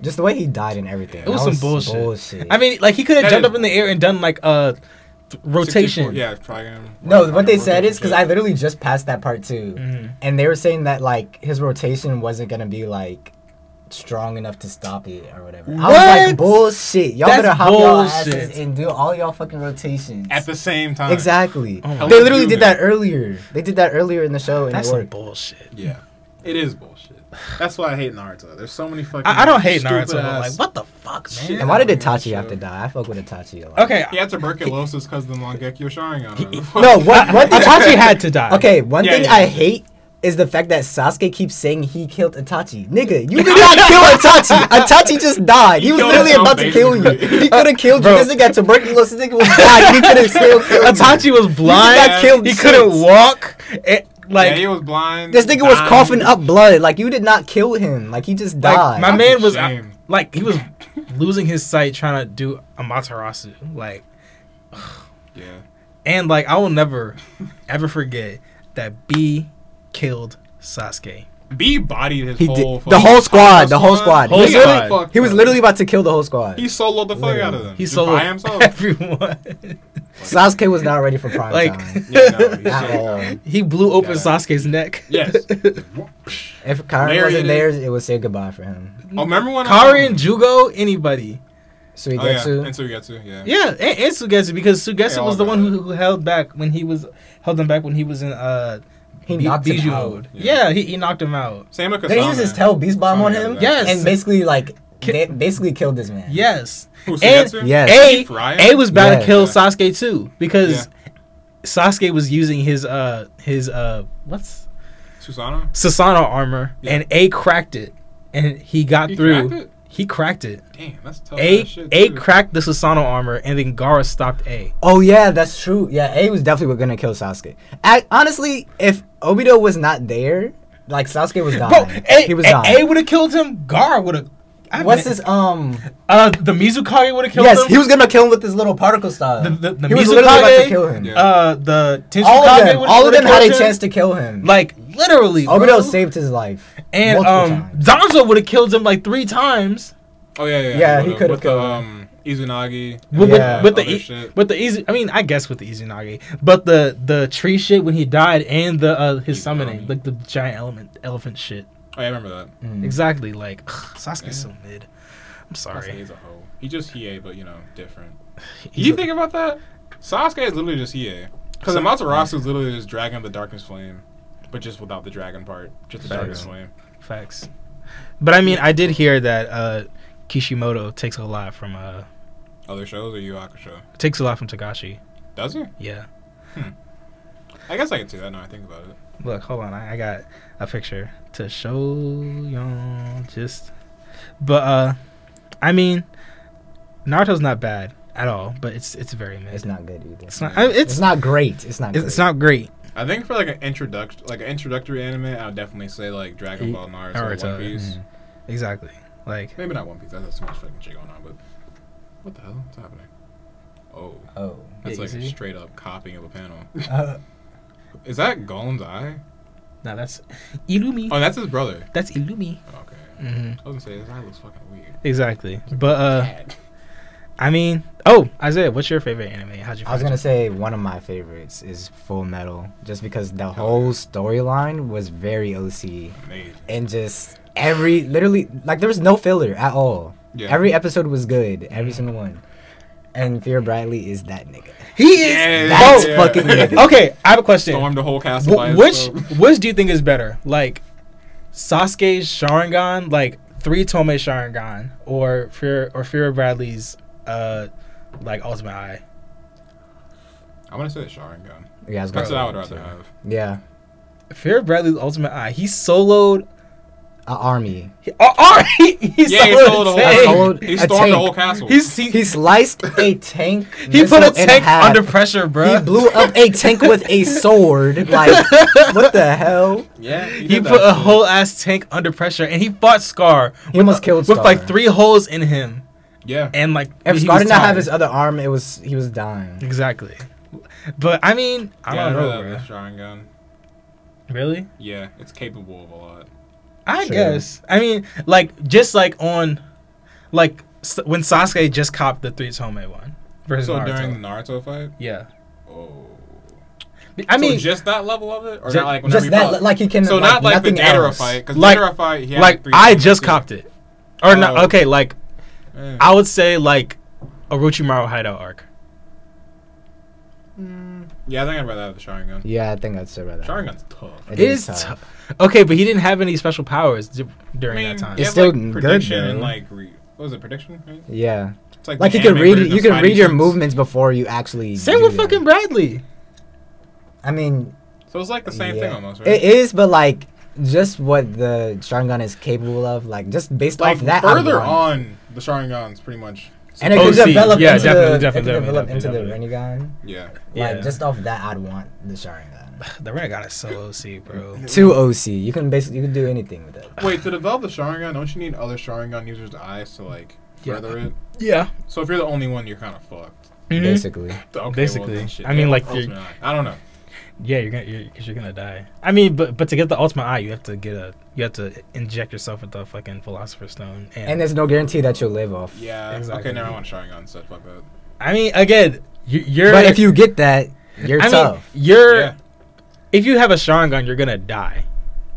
Speaker 3: Just the way he died and everything.
Speaker 1: It was
Speaker 3: That
Speaker 1: some bullshit.
Speaker 3: bullshit.
Speaker 1: I mean, like he could have
Speaker 2: That
Speaker 1: jumped
Speaker 2: is-
Speaker 1: up in the air and done like a th- rotation.
Speaker 2: 64 Yeah, trigram.
Speaker 3: No,
Speaker 2: trigram
Speaker 3: what they
Speaker 2: rotation
Speaker 3: said is because I
Speaker 2: shit.
Speaker 3: literally just passed that part too,
Speaker 1: Mm-hmm.
Speaker 3: and they were saying that like his rotation wasn't gonna be like strong enough to stop it or whatever. I was
Speaker 1: What?
Speaker 3: like, bullshit. Y'all
Speaker 1: That's
Speaker 3: better hop y'all asses
Speaker 1: bullshit.
Speaker 3: and do all y'all fucking rotations.
Speaker 2: at the same time.
Speaker 3: exactly.
Speaker 1: Oh my
Speaker 3: they
Speaker 2: God.
Speaker 3: literally did
Speaker 2: How
Speaker 3: that earlier. They did that earlier in the show, and
Speaker 1: That's
Speaker 3: it
Speaker 1: some
Speaker 3: worked.
Speaker 1: bullshit.
Speaker 2: Yeah, it is bullshit. That's why I hate Naruto. There's so many fucking.
Speaker 1: I, I don't hate
Speaker 2: stupid
Speaker 1: Naruto. But
Speaker 2: ass-
Speaker 1: like, what the fuck, man?
Speaker 2: Shit.
Speaker 3: and why did
Speaker 2: Yeah,
Speaker 3: Itachi
Speaker 2: that
Speaker 3: have to
Speaker 2: show.
Speaker 3: die? I fuck with Itachi a lot.
Speaker 1: Okay.
Speaker 2: He had tuberculosis because of the Mangekyo Sharingan. or whatever the fuck.
Speaker 3: No, what? What?
Speaker 1: Itachi had to die.
Speaker 3: Okay, one
Speaker 2: Yeah,
Speaker 3: thing
Speaker 2: yeah,
Speaker 3: I
Speaker 2: yeah.
Speaker 3: hate is the fact that Sasuke keeps saying he killed Itachi. Nigga, you did not kill Itachi. Itachi just died. He, was
Speaker 2: killed
Speaker 3: literally
Speaker 2: himself,
Speaker 3: about to kill you.
Speaker 2: basically.
Speaker 3: He could have killed you.
Speaker 1: Bro.
Speaker 3: This nigga had tuberculosis. This nigga was blind. He could have still killed you.
Speaker 1: Itachi was blind.
Speaker 3: got
Speaker 1: He,
Speaker 3: killed
Speaker 1: couldn't
Speaker 3: since.
Speaker 1: walk. It, like
Speaker 2: yeah, he was blind.
Speaker 3: This nigga was
Speaker 2: dying.
Speaker 3: coughing up blood. Like you did not kill him. Like he just
Speaker 1: Like,
Speaker 3: died.
Speaker 1: my
Speaker 2: That's
Speaker 1: man
Speaker 2: a
Speaker 1: was
Speaker 2: shame.
Speaker 1: uh, like he was losing his sight trying to do a Matarasu. Like
Speaker 2: Yeah,
Speaker 1: and like I will never ever forget that B killed Sasuke.
Speaker 2: B bodied his
Speaker 3: He did-
Speaker 2: whole.
Speaker 3: the whole squad, the whole squad.
Speaker 1: Whole
Speaker 2: he, got
Speaker 1: squad.
Speaker 2: fucked
Speaker 3: he was
Speaker 2: up.
Speaker 3: literally about to kill the whole squad.
Speaker 2: He soloed the fuck out of them.
Speaker 1: He
Speaker 2: just
Speaker 1: solo
Speaker 2: by himself.
Speaker 1: everyone.
Speaker 3: Sasuke was not ready for prime
Speaker 1: like
Speaker 3: time.
Speaker 2: Yeah, no, he
Speaker 3: At
Speaker 2: soloed.
Speaker 3: all.
Speaker 1: he blew open
Speaker 2: Yeah.
Speaker 1: Sasuke's neck.
Speaker 2: Yes.
Speaker 3: If Kyrie
Speaker 2: Larry
Speaker 3: wasn't
Speaker 2: did.
Speaker 3: there, it would say goodbye for him.
Speaker 2: Oh, remember when
Speaker 1: Kari
Speaker 2: um,
Speaker 1: and Jugo, anybody.
Speaker 3: So he
Speaker 2: Oh yeah,
Speaker 3: gets
Speaker 2: and
Speaker 3: to.
Speaker 2: Suigetsu, yeah.
Speaker 1: Yeah, and, and Sugetsu because Sugetsu
Speaker 2: all
Speaker 1: was the
Speaker 2: got
Speaker 1: one
Speaker 2: it.
Speaker 1: who, who held back when he was held them back when he was in uh
Speaker 3: He
Speaker 1: beat
Speaker 3: knocked him
Speaker 1: Bijou
Speaker 3: out.
Speaker 1: mode. Yeah, he, he knocked him out.
Speaker 2: Same with
Speaker 3: Did he
Speaker 2: Kasama.
Speaker 3: use his tail beast bomb
Speaker 2: Kasama
Speaker 3: on
Speaker 2: got
Speaker 3: him?
Speaker 2: that.
Speaker 1: Yes.
Speaker 3: And basically, like,
Speaker 1: Ki-
Speaker 3: they basically killed this man.
Speaker 1: Yes.
Speaker 2: Who,
Speaker 1: And-
Speaker 2: Sugetsu?
Speaker 3: yes.
Speaker 1: A
Speaker 2: Ryan?
Speaker 1: A was about to
Speaker 3: Yeah.
Speaker 1: kill
Speaker 2: Yeah.
Speaker 1: Sasuke too because Sasuke was using his uh his uh what's
Speaker 2: Susanoo?
Speaker 1: Sasano armor
Speaker 2: Yeah.
Speaker 1: and A cracked it and he got
Speaker 2: He
Speaker 1: through.
Speaker 2: cracked it?
Speaker 1: He cracked it.
Speaker 2: Damn, that's tough.
Speaker 1: A
Speaker 2: ass shit,
Speaker 1: A
Speaker 2: too.
Speaker 1: cracked the Sasano armor and then Gara stopped A.
Speaker 3: Oh yeah, that's true. Yeah, A was definitely gonna kill Sasuke. I, honestly, if Obito was not there, like Sasuke was
Speaker 1: Bro,
Speaker 3: dying.
Speaker 1: A,
Speaker 3: he was
Speaker 1: A,
Speaker 3: dying.
Speaker 1: would have killed him. Gar would have.
Speaker 3: What's his um?
Speaker 1: Uh, the Mizukage would have killed
Speaker 3: Yes,
Speaker 1: him.
Speaker 3: he was gonna kill him with his little particle style.
Speaker 1: The- the- the
Speaker 3: he was literally about
Speaker 1: Mizukage-
Speaker 3: to kill him.
Speaker 2: Yeah.
Speaker 1: Uh, the Tensukage
Speaker 3: All of them,
Speaker 1: would-
Speaker 3: all of
Speaker 1: would've
Speaker 3: them had a
Speaker 1: killed him.
Speaker 3: chance to kill him.
Speaker 1: Like literally, bro.
Speaker 3: Obito saved his life.
Speaker 1: and
Speaker 3: multiple
Speaker 1: um
Speaker 3: times.
Speaker 1: Danzo would have killed him like three times.
Speaker 2: Oh yeah, yeah.
Speaker 3: Yeah, he
Speaker 2: with-
Speaker 3: could've
Speaker 2: with the
Speaker 3: killed him.
Speaker 2: um, Izunagi. and Oh,
Speaker 1: With,
Speaker 3: Yeah.
Speaker 1: with, with
Speaker 2: other
Speaker 1: the e-
Speaker 2: shit.
Speaker 1: with the easy, I mean, I guess with the Izunagi, but the the tree shit when he died and the uh, his
Speaker 2: Izunami.
Speaker 1: summoning, like the giant element elephant shit.
Speaker 2: Oh, yeah, I remember that.
Speaker 3: Mm.
Speaker 1: Exactly, like ugh, Sasuke's
Speaker 2: Yeah.
Speaker 1: so mid. I'm
Speaker 2: Sasuke
Speaker 1: sorry.
Speaker 2: is a hoe. He just Hiei, but you know, different.
Speaker 1: He's
Speaker 2: you
Speaker 1: a-
Speaker 2: think about that? Sasuke is literally just Hiei. Because Amaterasu is literally just Dragon of the Darkness Flame, but just without the dragon part. Just the
Speaker 1: Facts.
Speaker 2: Darkness Flame.
Speaker 1: Facts. But I mean, I did hear that uh, Kishimoto takes a lot from uh,
Speaker 2: Other shows or Yu Yu Hakusho?
Speaker 1: takes a lot from Tagashi.
Speaker 2: Does he?
Speaker 1: Yeah.
Speaker 2: I guess I can see that now I think about it.
Speaker 1: Look, hold on. I, I got a picture to show y'all. Just, but uh, I mean, Naruto's not bad at all, but it's it's very mid.
Speaker 3: It's not good either.
Speaker 1: It's not. I-
Speaker 3: It's,
Speaker 1: it's
Speaker 3: not great. It's not.
Speaker 1: it's,
Speaker 3: great.
Speaker 1: it's not great.
Speaker 2: I think for like an introduction, like an introductory anime, I would definitely say like Dragon
Speaker 1: Ye-
Speaker 2: Ball, Naruto,
Speaker 1: Naruto,
Speaker 2: One Piece.
Speaker 3: Mhm.
Speaker 1: Exactly. Like
Speaker 2: Maybe not One Piece. That's that's too much fucking shit going on. But what the hell? What's happening? Oh,
Speaker 3: Oh.
Speaker 2: that's
Speaker 1: Yeah,
Speaker 2: like
Speaker 1: you see?
Speaker 2: straight up copying of a panel.
Speaker 3: Uh,
Speaker 2: Is that Golem's eye?
Speaker 1: no, that's Illumi.
Speaker 2: Oh, that's his brother.
Speaker 1: That's Illumi.
Speaker 2: Oh, okay.
Speaker 1: Mm-hmm.
Speaker 2: I was gonna say his eye looks fucking weird.
Speaker 1: Exactly. But uh,
Speaker 2: Bad.
Speaker 1: I mean, oh Isaiah, what's your favorite anime? How'd you?
Speaker 3: I was
Speaker 1: find
Speaker 3: gonna
Speaker 1: it?
Speaker 3: say one of my favorites is Full Metal, just because the whole storyline was very OC
Speaker 2: Amazing.
Speaker 3: and just every literally like there was no filler at all.
Speaker 2: Yeah.
Speaker 3: Every episode was good, every single one. And Fear Bradley is that nigga.
Speaker 1: He is.
Speaker 2: Yeah,
Speaker 3: That's
Speaker 2: yeah.
Speaker 3: fucking weird.
Speaker 1: Oh. Okay, I have a question.
Speaker 2: Stormed the whole castle. by
Speaker 1: Wh- which
Speaker 2: itself.
Speaker 1: which do you think is better? Like Sasuke's Sharingan, like three Tome Sharingan, or Fear or Fear Bradley's uh like Ultimate Eye.
Speaker 2: I want to say the Sharingan.
Speaker 3: Yeah, I was
Speaker 2: That's what
Speaker 3: gonna-
Speaker 2: I would rather have.
Speaker 3: Yeah,
Speaker 1: Fear Bradley's Ultimate Eye. He soloed.
Speaker 3: an army.
Speaker 1: He, oh, oh, he, he
Speaker 2: Yeah, he stole
Speaker 1: soloed
Speaker 2: the
Speaker 1: a
Speaker 2: whole.
Speaker 1: tank.
Speaker 3: soloed-
Speaker 2: He
Speaker 3: a
Speaker 2: stormed
Speaker 3: tank.
Speaker 2: the whole castle.
Speaker 1: He's he,
Speaker 3: He sliced a tank.
Speaker 1: he put a
Speaker 3: missile in
Speaker 1: tank
Speaker 3: half.
Speaker 1: under pressure, bro.
Speaker 3: He blew up a tank with a sword. Like, what the hell?
Speaker 2: yeah.
Speaker 1: He put a whole ass tank under pressure, and he fought Scar
Speaker 3: He almost killed
Speaker 1: with
Speaker 3: Scar.
Speaker 1: like three holes in him,
Speaker 2: Yeah.
Speaker 1: and like
Speaker 3: If
Speaker 1: he
Speaker 3: Scar
Speaker 1: was
Speaker 3: did not have
Speaker 1: tired.
Speaker 3: his other arm, it was he was dying.
Speaker 1: exactly. But I mean, I
Speaker 2: yeah,
Speaker 1: don't
Speaker 2: I
Speaker 1: know,
Speaker 2: know
Speaker 1: bro.
Speaker 2: that Sharingan.
Speaker 1: Really?
Speaker 2: Yeah, it's capable of a lot.
Speaker 1: I
Speaker 3: Sure.
Speaker 1: guess. I mean, like just like on, like s- when Sasuke just copped the three tome one versus
Speaker 2: So
Speaker 1: Naruto.
Speaker 2: during the Naruto fight,
Speaker 1: yeah,
Speaker 2: oh,
Speaker 1: I
Speaker 2: So
Speaker 1: mean,
Speaker 2: just that level of it, or
Speaker 1: ju-
Speaker 2: not like whenever
Speaker 3: Just
Speaker 2: you
Speaker 3: that,
Speaker 2: fought-
Speaker 3: like he can.
Speaker 2: so
Speaker 3: like,
Speaker 2: not like the
Speaker 3: nothing
Speaker 2: Gadara
Speaker 3: else.
Speaker 2: fight because
Speaker 1: Like-
Speaker 2: Gadara fight, he had
Speaker 1: like
Speaker 2: three
Speaker 1: I
Speaker 2: times,
Speaker 1: just
Speaker 2: yeah.
Speaker 1: copped it, or not?
Speaker 2: Oh.
Speaker 1: Okay, like
Speaker 2: Yeah.
Speaker 1: I would say like Orochimaru hideout arc.
Speaker 2: Yeah, I think I'd rather have the Sharingan.
Speaker 3: Yeah, I think I'd say rather.
Speaker 2: Sharingan's tough.
Speaker 1: It is tough. Okay, but he didn't have any special powers d-
Speaker 2: I
Speaker 1: during
Speaker 2: mean,
Speaker 1: that time.
Speaker 2: you
Speaker 3: It's
Speaker 2: have,
Speaker 3: still
Speaker 2: like,
Speaker 3: good,
Speaker 2: prediction and
Speaker 3: though.
Speaker 2: like re- what was it prediction? Right?
Speaker 3: Yeah,
Speaker 2: It's like
Speaker 3: like
Speaker 2: the
Speaker 3: you can
Speaker 2: anime
Speaker 3: read
Speaker 2: version
Speaker 3: you
Speaker 2: of
Speaker 3: can
Speaker 2: Spidey
Speaker 3: read your
Speaker 2: sense.
Speaker 3: movements before you actually.
Speaker 1: Same
Speaker 3: do
Speaker 1: with
Speaker 3: them.
Speaker 1: fucking Bradley.
Speaker 3: I mean,
Speaker 2: So it's like the same thing
Speaker 3: yeah.
Speaker 2: almost, right?
Speaker 3: It is, but like just what the Sharingan is capable of, like just based
Speaker 2: like
Speaker 3: off that. I
Speaker 2: further
Speaker 3: want.
Speaker 2: on, the Sharingan's pretty much.
Speaker 3: And it
Speaker 1: Oh,
Speaker 3: could
Speaker 1: see,
Speaker 3: develop
Speaker 1: yeah,
Speaker 3: into
Speaker 1: definitely,
Speaker 3: the,
Speaker 1: definitely,
Speaker 3: it could develop
Speaker 1: definitely,
Speaker 3: into the Renegon.
Speaker 2: yeah,
Speaker 1: Yeah.
Speaker 3: Like just off that, I'd want the Sharingan.
Speaker 1: The Renegon is so OC, bro.
Speaker 3: Two OC, you can basically you can do anything with it.
Speaker 2: Wait, to develop the Sharingan, don't you need other Sharingan users' eyes to like
Speaker 1: Yeah.
Speaker 2: further it?
Speaker 1: Yeah,
Speaker 2: So if you're the only one, you're kind of fucked.
Speaker 1: Mhm.
Speaker 3: Basically,
Speaker 2: Okay, well,
Speaker 1: Basically.
Speaker 2: then shit,
Speaker 1: I mean,
Speaker 2: yeah,
Speaker 1: like,
Speaker 2: Ultimate Eye. I don't know.
Speaker 1: yeah. You're gonna you're, cause you're gonna die. I mean, but but to get the ultimate eye, you have to get a you have to inject yourself with the fucking philosopher's stone and
Speaker 3: and there's no guarantee that you'll live off.
Speaker 2: Yeah.
Speaker 1: Exactly.
Speaker 2: Okay, never mind. Sharingan said fuck that.
Speaker 1: I mean, again, you, you're.
Speaker 3: But if you get that, you're
Speaker 1: I mean,
Speaker 3: tough.
Speaker 1: you're.
Speaker 2: Yeah,
Speaker 1: If you have a Sharingan, you're gonna die.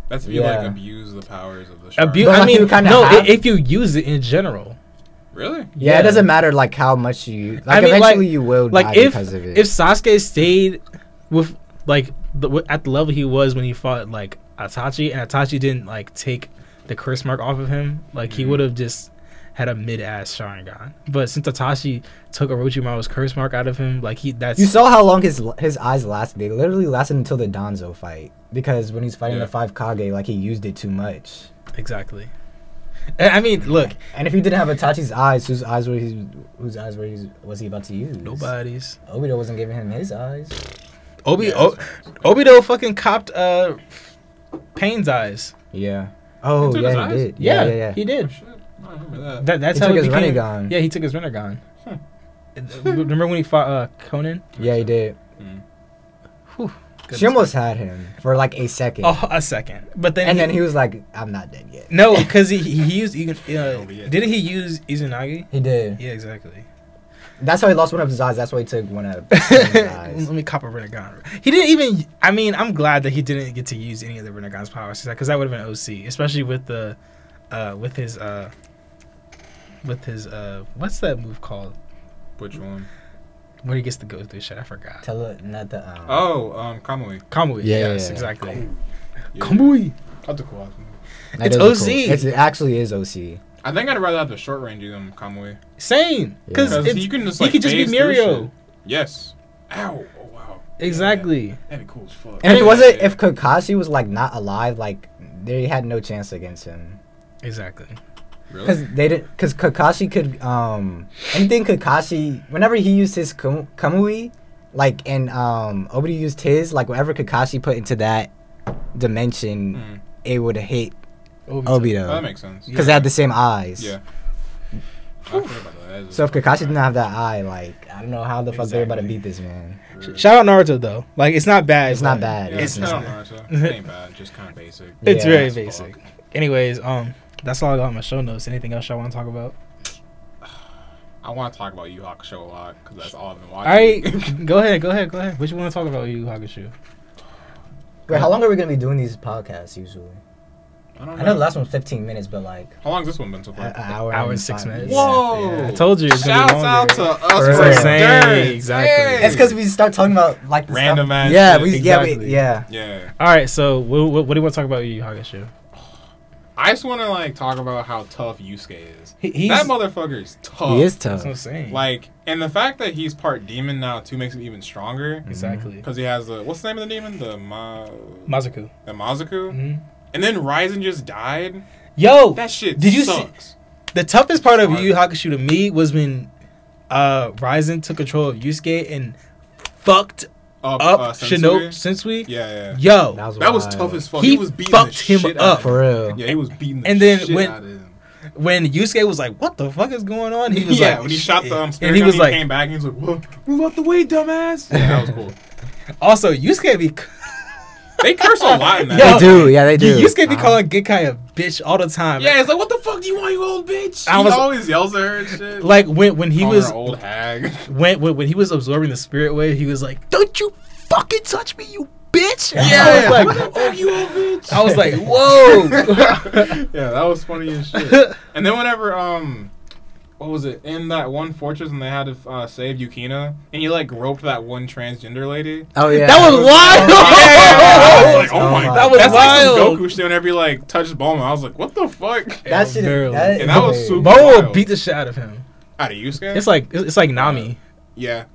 Speaker 2: that's if you like
Speaker 3: Yeah.
Speaker 2: abuse the powers of the Sharingan.
Speaker 1: Abu-
Speaker 3: But
Speaker 1: I
Speaker 3: like
Speaker 1: mean,
Speaker 3: you kinda
Speaker 1: no. i
Speaker 3: have-
Speaker 1: If you use it in general,
Speaker 2: Really?
Speaker 3: yeah,
Speaker 1: yeah.
Speaker 3: it doesn't matter like how much you like.
Speaker 1: mean, like-
Speaker 3: eventually, you will
Speaker 1: like
Speaker 3: die
Speaker 1: if
Speaker 3: because of it.
Speaker 1: if Sasuke stayed with like the, w- at the level he was when he fought like Atachi, and Atachi didn't like take the curse mark off of him, like he
Speaker 2: Mhm.
Speaker 1: would have just had a mid ass Sharingan. But since Atachi took Orochimaru's curse mark out of him, like he that's
Speaker 3: You saw how long his his eyes lasted. They literally lasted until the Donzo fight because when he's fighting
Speaker 2: Yeah.
Speaker 3: the Five Kage, like he used it too much.
Speaker 1: exactly. And, I mean, look,
Speaker 3: And if he didn't have Itachi's eyes, whose eyes were he? Whose eyes were he? Was he about to use?
Speaker 1: nobody's
Speaker 3: Obito wasn't giving him his eyes.
Speaker 1: Obi
Speaker 2: Yeah, Oh,
Speaker 1: o- Obito fucking copped uh Pain's eyes.
Speaker 3: Yeah. Oh
Speaker 2: He took his
Speaker 3: yeah, he
Speaker 2: eyes?
Speaker 3: did. Yeah, yeah, yeah.
Speaker 1: he did.
Speaker 2: Shit, Oh, I don't remember that.
Speaker 1: That, that's
Speaker 3: He
Speaker 1: how
Speaker 3: took
Speaker 1: it
Speaker 3: his
Speaker 1: became-
Speaker 3: Renegon.
Speaker 1: Yeah, he took his Renegon. Remember when he fought uh, Conan?
Speaker 3: yeah, he did.
Speaker 2: Hmm.
Speaker 1: Goodness
Speaker 3: She almost had him for like a second,
Speaker 1: Oh, a second. But then
Speaker 3: and
Speaker 1: he,
Speaker 3: then he was like, "I'm not dead yet."
Speaker 1: no, because he, he used Igun-
Speaker 2: Oh, yeah.
Speaker 1: uh, didn't he use Izanagi?
Speaker 3: He did.
Speaker 1: Yeah, exactly.
Speaker 3: That's how he lost one of his eyes. That's why he took one of his eyes.
Speaker 1: Let me cop a Renegon. He didn't even. I mean, I'm glad that he didn't get to use any of the Renegon's powers because that would have been OC, especially with the, uh, with his uh, with his uh, what's that move called?
Speaker 2: Which one?
Speaker 1: Where he gets to go through shit. I forgot.
Speaker 3: Tell it, not the. Um,
Speaker 2: Oh, um, Kamui.
Speaker 1: Kamui.
Speaker 3: Yeah,
Speaker 1: yes,
Speaker 3: yeah, yeah.
Speaker 1: exactly.
Speaker 2: Yeah.
Speaker 1: Kamui.
Speaker 2: I'll do Kawhi.
Speaker 3: that
Speaker 1: it's
Speaker 3: is a cool-
Speaker 1: OC.
Speaker 3: It's, it actually is OC.
Speaker 2: I think I'd rather have the short range than Kamui.
Speaker 1: Same.
Speaker 3: Yeah.
Speaker 1: Because
Speaker 2: Because
Speaker 1: it's
Speaker 2: you can just
Speaker 1: he
Speaker 2: like
Speaker 1: could just be
Speaker 2: phase through
Speaker 1: Mirio.
Speaker 2: shit. Yes. Ow. Oh wow.
Speaker 1: Exactly.
Speaker 2: Yeah, That'd be cool as fuck.
Speaker 3: And if it
Speaker 2: Yeah,
Speaker 3: wasn't,
Speaker 2: yeah.
Speaker 3: if Kakashi was like not alive, like they had no chance against him
Speaker 1: Exactly.
Speaker 3: because
Speaker 2: really?
Speaker 3: they didn't. Because Kakashi could um anything Kakashi whenever he used his Kam- Kamui, like and um Obito used his like whatever Kakashi put into that dimension,
Speaker 2: Hmm.
Speaker 3: it would hit
Speaker 2: Oh, that
Speaker 3: Obito
Speaker 2: makes sense.
Speaker 3: because they had the same eyes.
Speaker 2: Yeah. I forgot about that. That is
Speaker 3: So if
Speaker 2: fucking
Speaker 3: Kakashi didn't
Speaker 2: alright.
Speaker 3: have that eye, like I don't know how the fuck they were about to
Speaker 2: Exactly.
Speaker 3: beat this man.
Speaker 2: Really.
Speaker 1: Shout out Naruto though. Like it's not bad.
Speaker 3: It's not
Speaker 1: but-
Speaker 3: bad.
Speaker 2: Yeah,
Speaker 1: It's
Speaker 2: it's
Speaker 1: not.
Speaker 2: not Naruto. It ain't bad. Just kind of basic.
Speaker 1: It's
Speaker 3: Yeah.
Speaker 1: very
Speaker 2: As
Speaker 1: basic.
Speaker 2: fuck.
Speaker 1: Anyways, um, that's all I got on my show notes. Anything else y'all want to talk about?
Speaker 2: I want to talk about Yu Yu Hakusho a lot because that's all I've been
Speaker 1: All
Speaker 2: watching.
Speaker 1: right, go ahead, go ahead, go ahead. What you want to talk about, Yu Yu Hakusho?
Speaker 3: Wait, how long are we gonna be doing these podcasts usually?
Speaker 2: I don't
Speaker 3: I
Speaker 2: know.
Speaker 3: know the last one's 15 minutes, but like
Speaker 2: How long's this one been so far?
Speaker 3: an hour,
Speaker 1: Hour
Speaker 3: and
Speaker 1: and six
Speaker 3: five
Speaker 1: minutes.
Speaker 2: Whoa!
Speaker 1: I told you it's gonna
Speaker 2: Shouts
Speaker 1: be
Speaker 2: out
Speaker 1: longer.
Speaker 2: to
Speaker 3: For
Speaker 2: us for
Speaker 3: real.
Speaker 2: Dirt.
Speaker 1: Saying, exactly.
Speaker 2: Hey.
Speaker 3: It's because we start talking about like the
Speaker 2: Random
Speaker 3: stuff.
Speaker 2: ass
Speaker 3: Yeah,
Speaker 2: shit.
Speaker 3: we, yeah, we,
Speaker 1: Exactly.
Speaker 3: yeah.
Speaker 2: Yeah.
Speaker 1: All right, so what, what, what do you want to talk about, Yu Yu Hakusho?
Speaker 2: I just want to like talk about how tough Yusuke is.
Speaker 1: He, he's
Speaker 2: that motherfucker is tough.
Speaker 3: He is
Speaker 1: that's
Speaker 3: tough.
Speaker 1: what I'm saying.
Speaker 2: Like, and the fact that he's part demon now too makes him even stronger.
Speaker 1: Mm. exactly,
Speaker 2: Because he has the what's the name of the demon? The Ma,
Speaker 1: Mazaku.
Speaker 2: the Mazuku.
Speaker 1: hmm
Speaker 2: And then Ryzen just died.
Speaker 1: Yo,
Speaker 2: That shit.
Speaker 1: Did you see-
Speaker 2: sucks.
Speaker 1: the toughest part of Yu
Speaker 2: Smart.
Speaker 1: Yu Hakusho to me was when uh Ryzen took control of Yusuke and fucked up
Speaker 2: uh, Sensui?
Speaker 1: Shinobu Sensui.
Speaker 2: Yeah, yeah.
Speaker 1: Yo,
Speaker 2: That was
Speaker 3: wild.
Speaker 2: tough as fuck.
Speaker 1: He
Speaker 2: He, was beating the
Speaker 1: fucked him
Speaker 2: shit
Speaker 1: up.
Speaker 2: out of
Speaker 3: For real.
Speaker 2: Yeah, he was beating the
Speaker 1: And then
Speaker 2: shit
Speaker 1: when-
Speaker 2: out of him.
Speaker 1: when Yusuke was like, "What the fuck is going on?" He was
Speaker 2: yeah,
Speaker 1: like,
Speaker 2: when he shot the um,
Speaker 1: "Shit."
Speaker 2: spear
Speaker 1: and he was like,
Speaker 2: came back and he was like, "Whoa, move out the way, dumbass." Yeah, that was cool.
Speaker 1: also Yusuke be,
Speaker 2: They curse a lot in that.
Speaker 1: Yo,
Speaker 3: They do, yeah, they do.
Speaker 1: Yusuke be
Speaker 3: Um,
Speaker 1: calling Gekai a bitch all the time.
Speaker 2: yeah, it's like, "What the fuck do you want, you old bitch?"
Speaker 1: I
Speaker 2: he
Speaker 1: was-
Speaker 2: always yells at her and shit.
Speaker 1: like when when he
Speaker 2: Calling her
Speaker 1: was
Speaker 2: old hag.
Speaker 1: when, when when he was absorbing the spirit wave, he was like, "Don't you fucking touch me, you bitch!" And
Speaker 2: Yeah,
Speaker 1: I
Speaker 2: what
Speaker 1: was
Speaker 2: the
Speaker 1: like,
Speaker 2: fuck, you old bitch.
Speaker 1: I was like, "Whoa."
Speaker 2: yeah, that was funny as shit. And then whenever um, what was it in that one fortress and they had to uh, save Yukina and he like roped that one transgender lady.
Speaker 3: Oh yeah.
Speaker 1: That was wild.
Speaker 2: I was like,
Speaker 3: Oh
Speaker 2: oh my
Speaker 3: my
Speaker 2: god,
Speaker 1: God.
Speaker 2: that's
Speaker 1: Wild.
Speaker 2: like some Goku shit whenever he like touches Bulma. I was like, what the fuck?
Speaker 3: That shit.
Speaker 1: Barely.
Speaker 3: That,
Speaker 2: And that was
Speaker 3: is-
Speaker 2: super-
Speaker 1: Bo will
Speaker 2: Wild.
Speaker 1: beat the shit out of him.
Speaker 2: Out of Yusuke?
Speaker 1: It's like it's like Nami.
Speaker 2: yeah.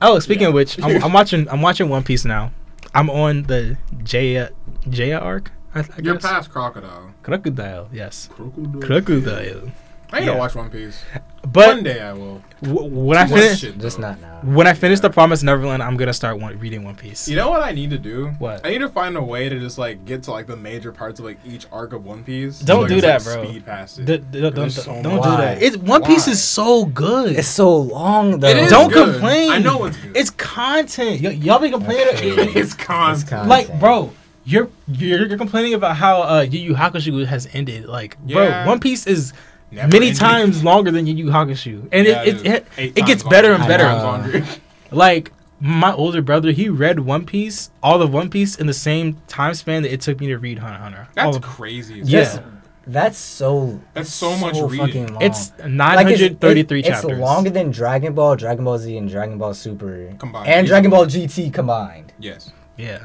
Speaker 1: Oh, speaking of which, I'm,
Speaker 2: Yeah.
Speaker 1: I'm watching I'm watching One Piece now. I'm on the Jaya Jaya arc. I, I
Speaker 2: You're
Speaker 1: guess.
Speaker 2: past Crocodile.
Speaker 1: Crocodile, yes.
Speaker 2: Crocodile.
Speaker 1: Crocodile.
Speaker 2: I need
Speaker 1: Yeah.
Speaker 2: to watch One Piece. one
Speaker 1: But
Speaker 2: day I will.
Speaker 1: w- when I
Speaker 2: Too much
Speaker 1: finish
Speaker 2: shit,
Speaker 3: Just
Speaker 2: though.
Speaker 3: not now.
Speaker 1: when I finish
Speaker 2: Yeah.
Speaker 1: the Promised Neverland, I'm gonna start one, reading One Piece.
Speaker 2: You know what I need to do?
Speaker 1: What?
Speaker 2: I need to find a way to just like get to like the major parts of like each arc of One Piece.
Speaker 1: Don't
Speaker 2: like,
Speaker 1: do
Speaker 2: just,
Speaker 1: that,
Speaker 2: like,
Speaker 1: bro.
Speaker 2: Speed past it.
Speaker 1: D- d- don't don't,
Speaker 2: There's so
Speaker 1: don't
Speaker 2: much.
Speaker 1: do
Speaker 3: Why?
Speaker 1: that. It, One Piece
Speaker 2: Why?
Speaker 1: is so good.
Speaker 3: It's so long though.
Speaker 2: It is
Speaker 1: don't
Speaker 2: good.
Speaker 1: complain.
Speaker 2: I know it's good.
Speaker 1: It's content. Y- y'all be complaining.
Speaker 2: it's
Speaker 3: It's
Speaker 2: constant.
Speaker 1: like,
Speaker 3: content.
Speaker 1: bro, you're, you're you're complaining about how uh, Yu Yu Hakusho has ended. Like,
Speaker 2: Yeah.
Speaker 1: bro, One Piece is
Speaker 2: Never
Speaker 1: many
Speaker 2: ending.
Speaker 1: times longer than Yu Yu Hakusho, and
Speaker 2: Yeah,
Speaker 1: it it,
Speaker 2: is.
Speaker 1: it,
Speaker 2: Eight
Speaker 1: it,
Speaker 2: times
Speaker 1: gets
Speaker 2: longer.
Speaker 1: better and
Speaker 3: I
Speaker 1: better.
Speaker 3: know.
Speaker 1: Like my older brother, he read One Piece, all of One Piece, in the same time span that it took me to read Hunter x Hunter. All
Speaker 2: That's
Speaker 1: of-
Speaker 2: crazy.
Speaker 1: Oh. Yeah.
Speaker 2: That's-
Speaker 3: That's so.
Speaker 2: That's so much reading.
Speaker 3: fucking long.
Speaker 1: it's
Speaker 3: Like,
Speaker 1: nine
Speaker 3: it's-
Speaker 1: hundred thirty-three
Speaker 3: it-
Speaker 1: chapters.
Speaker 3: It's longer than Dragon Ball, Dragon Ball Z, and Dragon Ball Super
Speaker 2: Combined.
Speaker 3: and Dragon Ball GT combined.
Speaker 2: Yes.
Speaker 1: Yeah,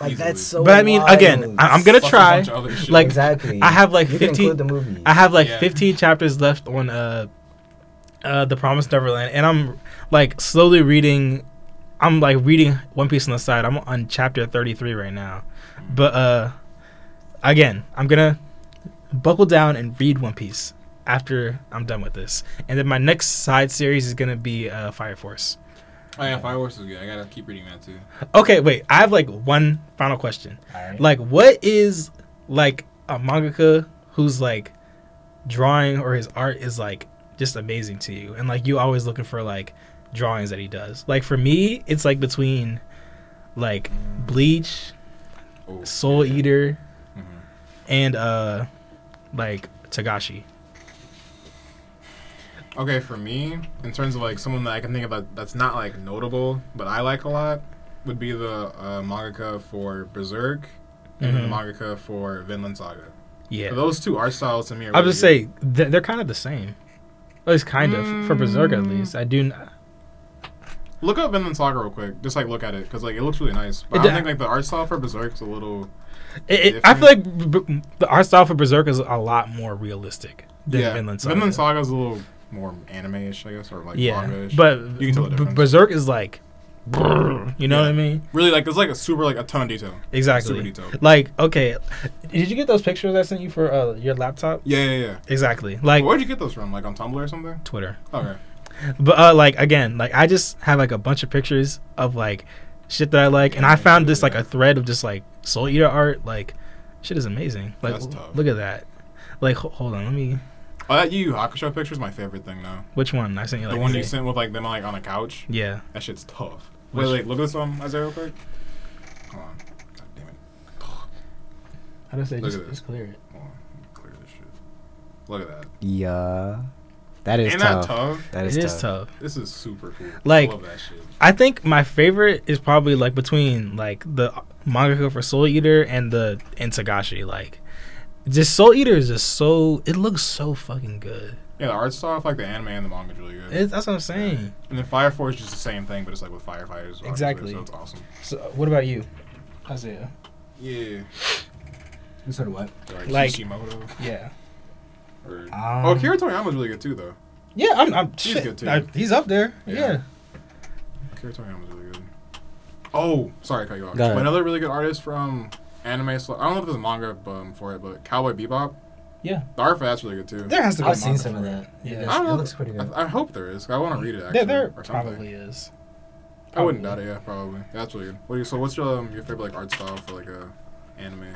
Speaker 3: Like
Speaker 2: Easily.
Speaker 3: that's so.
Speaker 1: But I mean, again,
Speaker 3: wild.
Speaker 1: I- I'm gonna
Speaker 2: Fuck a
Speaker 1: try,
Speaker 2: bunch of other shit.
Speaker 1: like,
Speaker 3: exactly.
Speaker 1: I have, like,
Speaker 3: you Can
Speaker 1: 15
Speaker 3: include the movie.
Speaker 1: I have like
Speaker 2: Yeah.
Speaker 1: 15 chapters left on uh, uh, The Promised Neverland, and I'm like slowly reading. I'm like reading One Piece on the side. I'm on chapter 33 right now, but uh, again, I'm gonna buckle down and read One Piece after I'm done with this, and then my next side series is gonna be uh, Fire Force.
Speaker 2: oh yeah, Fireworks is good. I gotta keep reading that too.
Speaker 1: Okay, wait. I have like one final question.
Speaker 3: Alright.
Speaker 1: like what is like a mangaka who's like drawing or his art is like just amazing to you and like you always looking for like drawings that he does like for me it's like between like bleach
Speaker 2: Oh,
Speaker 1: soul eater
Speaker 2: Mhm.
Speaker 1: and uh like tagashi
Speaker 2: Okay, for me, in terms of like someone that I can think of that, that's not like notable, but I like a lot, would be the uh, mangaka for Berserk and then the mangaka for Vinland Saga.
Speaker 1: Mm-hmm. yeah
Speaker 2: Those two art styles to me. Are
Speaker 1: i
Speaker 2: really
Speaker 1: would just say th- they're kind of the same at least kind of for berserk at
Speaker 2: Mm.
Speaker 1: least i do n-
Speaker 2: good. look up Vinland Saga real quick. Just like look at it because like it looks really nice.
Speaker 1: It
Speaker 2: But I don't
Speaker 1: d-
Speaker 2: think like the art style for Berserk's a little.
Speaker 1: it, it, i feel like b- b- the art style for berserk is a lot more realistic than
Speaker 2: yeah,
Speaker 1: vinland saga
Speaker 2: Vinland Saga's a little more anime-ish, I guess, or like
Speaker 1: yeah,
Speaker 2: manga-ish.
Speaker 1: but
Speaker 2: you can tell the
Speaker 1: B-
Speaker 2: difference.
Speaker 1: Berserk is like, brrr, you know
Speaker 2: Yeah.
Speaker 1: what I mean?
Speaker 2: really, like there's like a super like a ton of detail. Super
Speaker 1: Exactly.
Speaker 2: detail.
Speaker 1: Like, okay, did you get those pictures I sent you for uh, your laptop?
Speaker 2: Yeah, yeah, yeah.
Speaker 1: Exactly. Like
Speaker 2: Where'd you get those from? Like on Tumblr or something?
Speaker 1: Twitter,
Speaker 2: Okay.
Speaker 1: but uh, like again, like I just have like a bunch of pictures of like shit that I like, and I found this like a thread of just like Soul Eater art. Like, shit is amazing. Like,
Speaker 2: That's tough.
Speaker 1: look at that. Like, ho- hold on, let me.
Speaker 2: Oh, that Yu Yu Hakusho picture is my favorite thing now.
Speaker 1: Which one I sent you? Like
Speaker 2: the one you
Speaker 1: today.
Speaker 2: sent with like them like on a couch.
Speaker 1: Yeah.
Speaker 2: That shit's tough.
Speaker 1: Which-
Speaker 2: Wait, wait, look at this one, Isaiah, real quick. Hold on. God damn it.
Speaker 1: How do I say?
Speaker 2: Look at this.
Speaker 1: clear it.
Speaker 2: Hold on. Let me Clear this shit. Look at that.
Speaker 3: yeah, that is
Speaker 2: Ain't
Speaker 3: tough.
Speaker 2: that tough?
Speaker 3: That
Speaker 1: It
Speaker 3: is
Speaker 1: is
Speaker 3: tough.
Speaker 1: tough.
Speaker 2: This is super cool.
Speaker 1: Like-
Speaker 2: I love that shit.
Speaker 1: I think my favorite is probably like between like the mangaka for Soul Eater and the and Tagashi. Like, just Soul Eater is just so it looks so fucking good.
Speaker 2: Yeah, the art style, like the anime and the manga, is really good.
Speaker 1: It, that's what I'm saying.
Speaker 2: and then Fire Force is just the same thing, but it's like with firefighters. obviously,
Speaker 1: Exactly.
Speaker 2: So it's awesome.
Speaker 1: So, what about you, Isaiah?
Speaker 2: Yeah.
Speaker 3: You said what?
Speaker 2: Like,
Speaker 1: Like-
Speaker 2: Kishimoto.
Speaker 1: Yeah,
Speaker 2: Or,
Speaker 3: Um,
Speaker 2: oh, Kira Toriyama's really good too, though.
Speaker 1: yeah, I'm. I'm
Speaker 2: He's
Speaker 1: shit,
Speaker 2: good, too.
Speaker 1: I- he's up there.
Speaker 2: Yeah.
Speaker 1: Yeah.
Speaker 2: Kira Toriyama's really good. Oh, sorry, I cut you off.
Speaker 3: Go ahead.
Speaker 2: But another really good artist from anime. sl- I don't know if there's a manga um, for it, but Cowboy Bebop.
Speaker 1: Yeah.
Speaker 2: The art for that's really good too.
Speaker 1: there has to be.
Speaker 3: I've
Speaker 1: a
Speaker 3: seen
Speaker 1: manga
Speaker 3: some of
Speaker 1: for
Speaker 3: that.
Speaker 1: Yeah.
Speaker 2: I don't
Speaker 3: it
Speaker 2: know.
Speaker 3: looks pretty good.
Speaker 2: I, I hope there is. I want to read it. Actually,
Speaker 1: There, there
Speaker 2: or something.
Speaker 1: probably is.
Speaker 2: I wouldn't doubt
Speaker 1: probably.
Speaker 2: it. Yeah, probably. That's really good. What do you, so, what's your um, your favorite like art style for like a anime?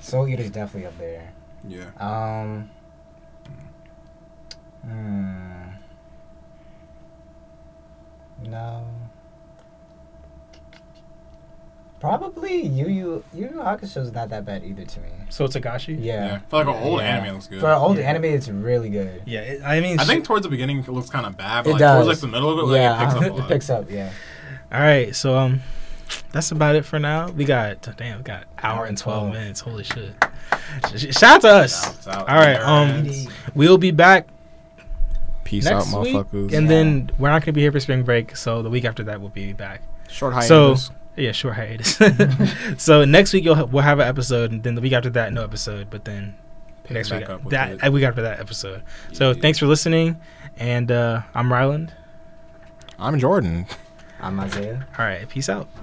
Speaker 3: Soul Eater's definitely up there.
Speaker 2: Yeah.
Speaker 3: Um. Hmm. No. Probably Yu Yu Yu Yu Hakusho's not that bad either to me.
Speaker 1: So Tagashi.
Speaker 2: Yeah.
Speaker 3: Yeah.
Speaker 2: For like an old
Speaker 3: Yeah.
Speaker 2: anime, it looks good.
Speaker 3: For an old
Speaker 1: Yeah.
Speaker 3: anime, it's really good.
Speaker 1: Yeah, it, I mean,
Speaker 2: I think towards the beginning it looks kind of bad, but
Speaker 3: It
Speaker 2: like,
Speaker 3: does.
Speaker 2: towards like the middle of it, like,
Speaker 3: yeah,
Speaker 2: it picks
Speaker 3: uh-huh.
Speaker 2: up a lot.
Speaker 3: It picks up, yeah.
Speaker 1: All right, so um, that's about it for now. We got damn, we got an hour
Speaker 3: Hour
Speaker 1: and
Speaker 3: and
Speaker 1: twelve
Speaker 3: 12.
Speaker 1: minutes. Holy shit! Sh- sh- Shout out to us.
Speaker 2: Shouts out.
Speaker 1: All right, um, We'll be back
Speaker 2: peace
Speaker 1: next week, and then we're not gonna be here for spring break. So the week after that, we'll be back.
Speaker 2: Short
Speaker 1: so-
Speaker 2: hiatus.
Speaker 1: Yeah, sure hiatus. so next week you'll ha- we'll have an episode, and then the week after that, no episode. But then
Speaker 2: Pick
Speaker 1: next week
Speaker 2: back up with
Speaker 1: that
Speaker 2: it.
Speaker 1: uh, week after that episode. So
Speaker 2: Yeah.
Speaker 1: thanks for listening, and uh, I'm Ryland.
Speaker 2: I'm Jordan.
Speaker 3: I'm Isaiah.
Speaker 1: All right, peace out.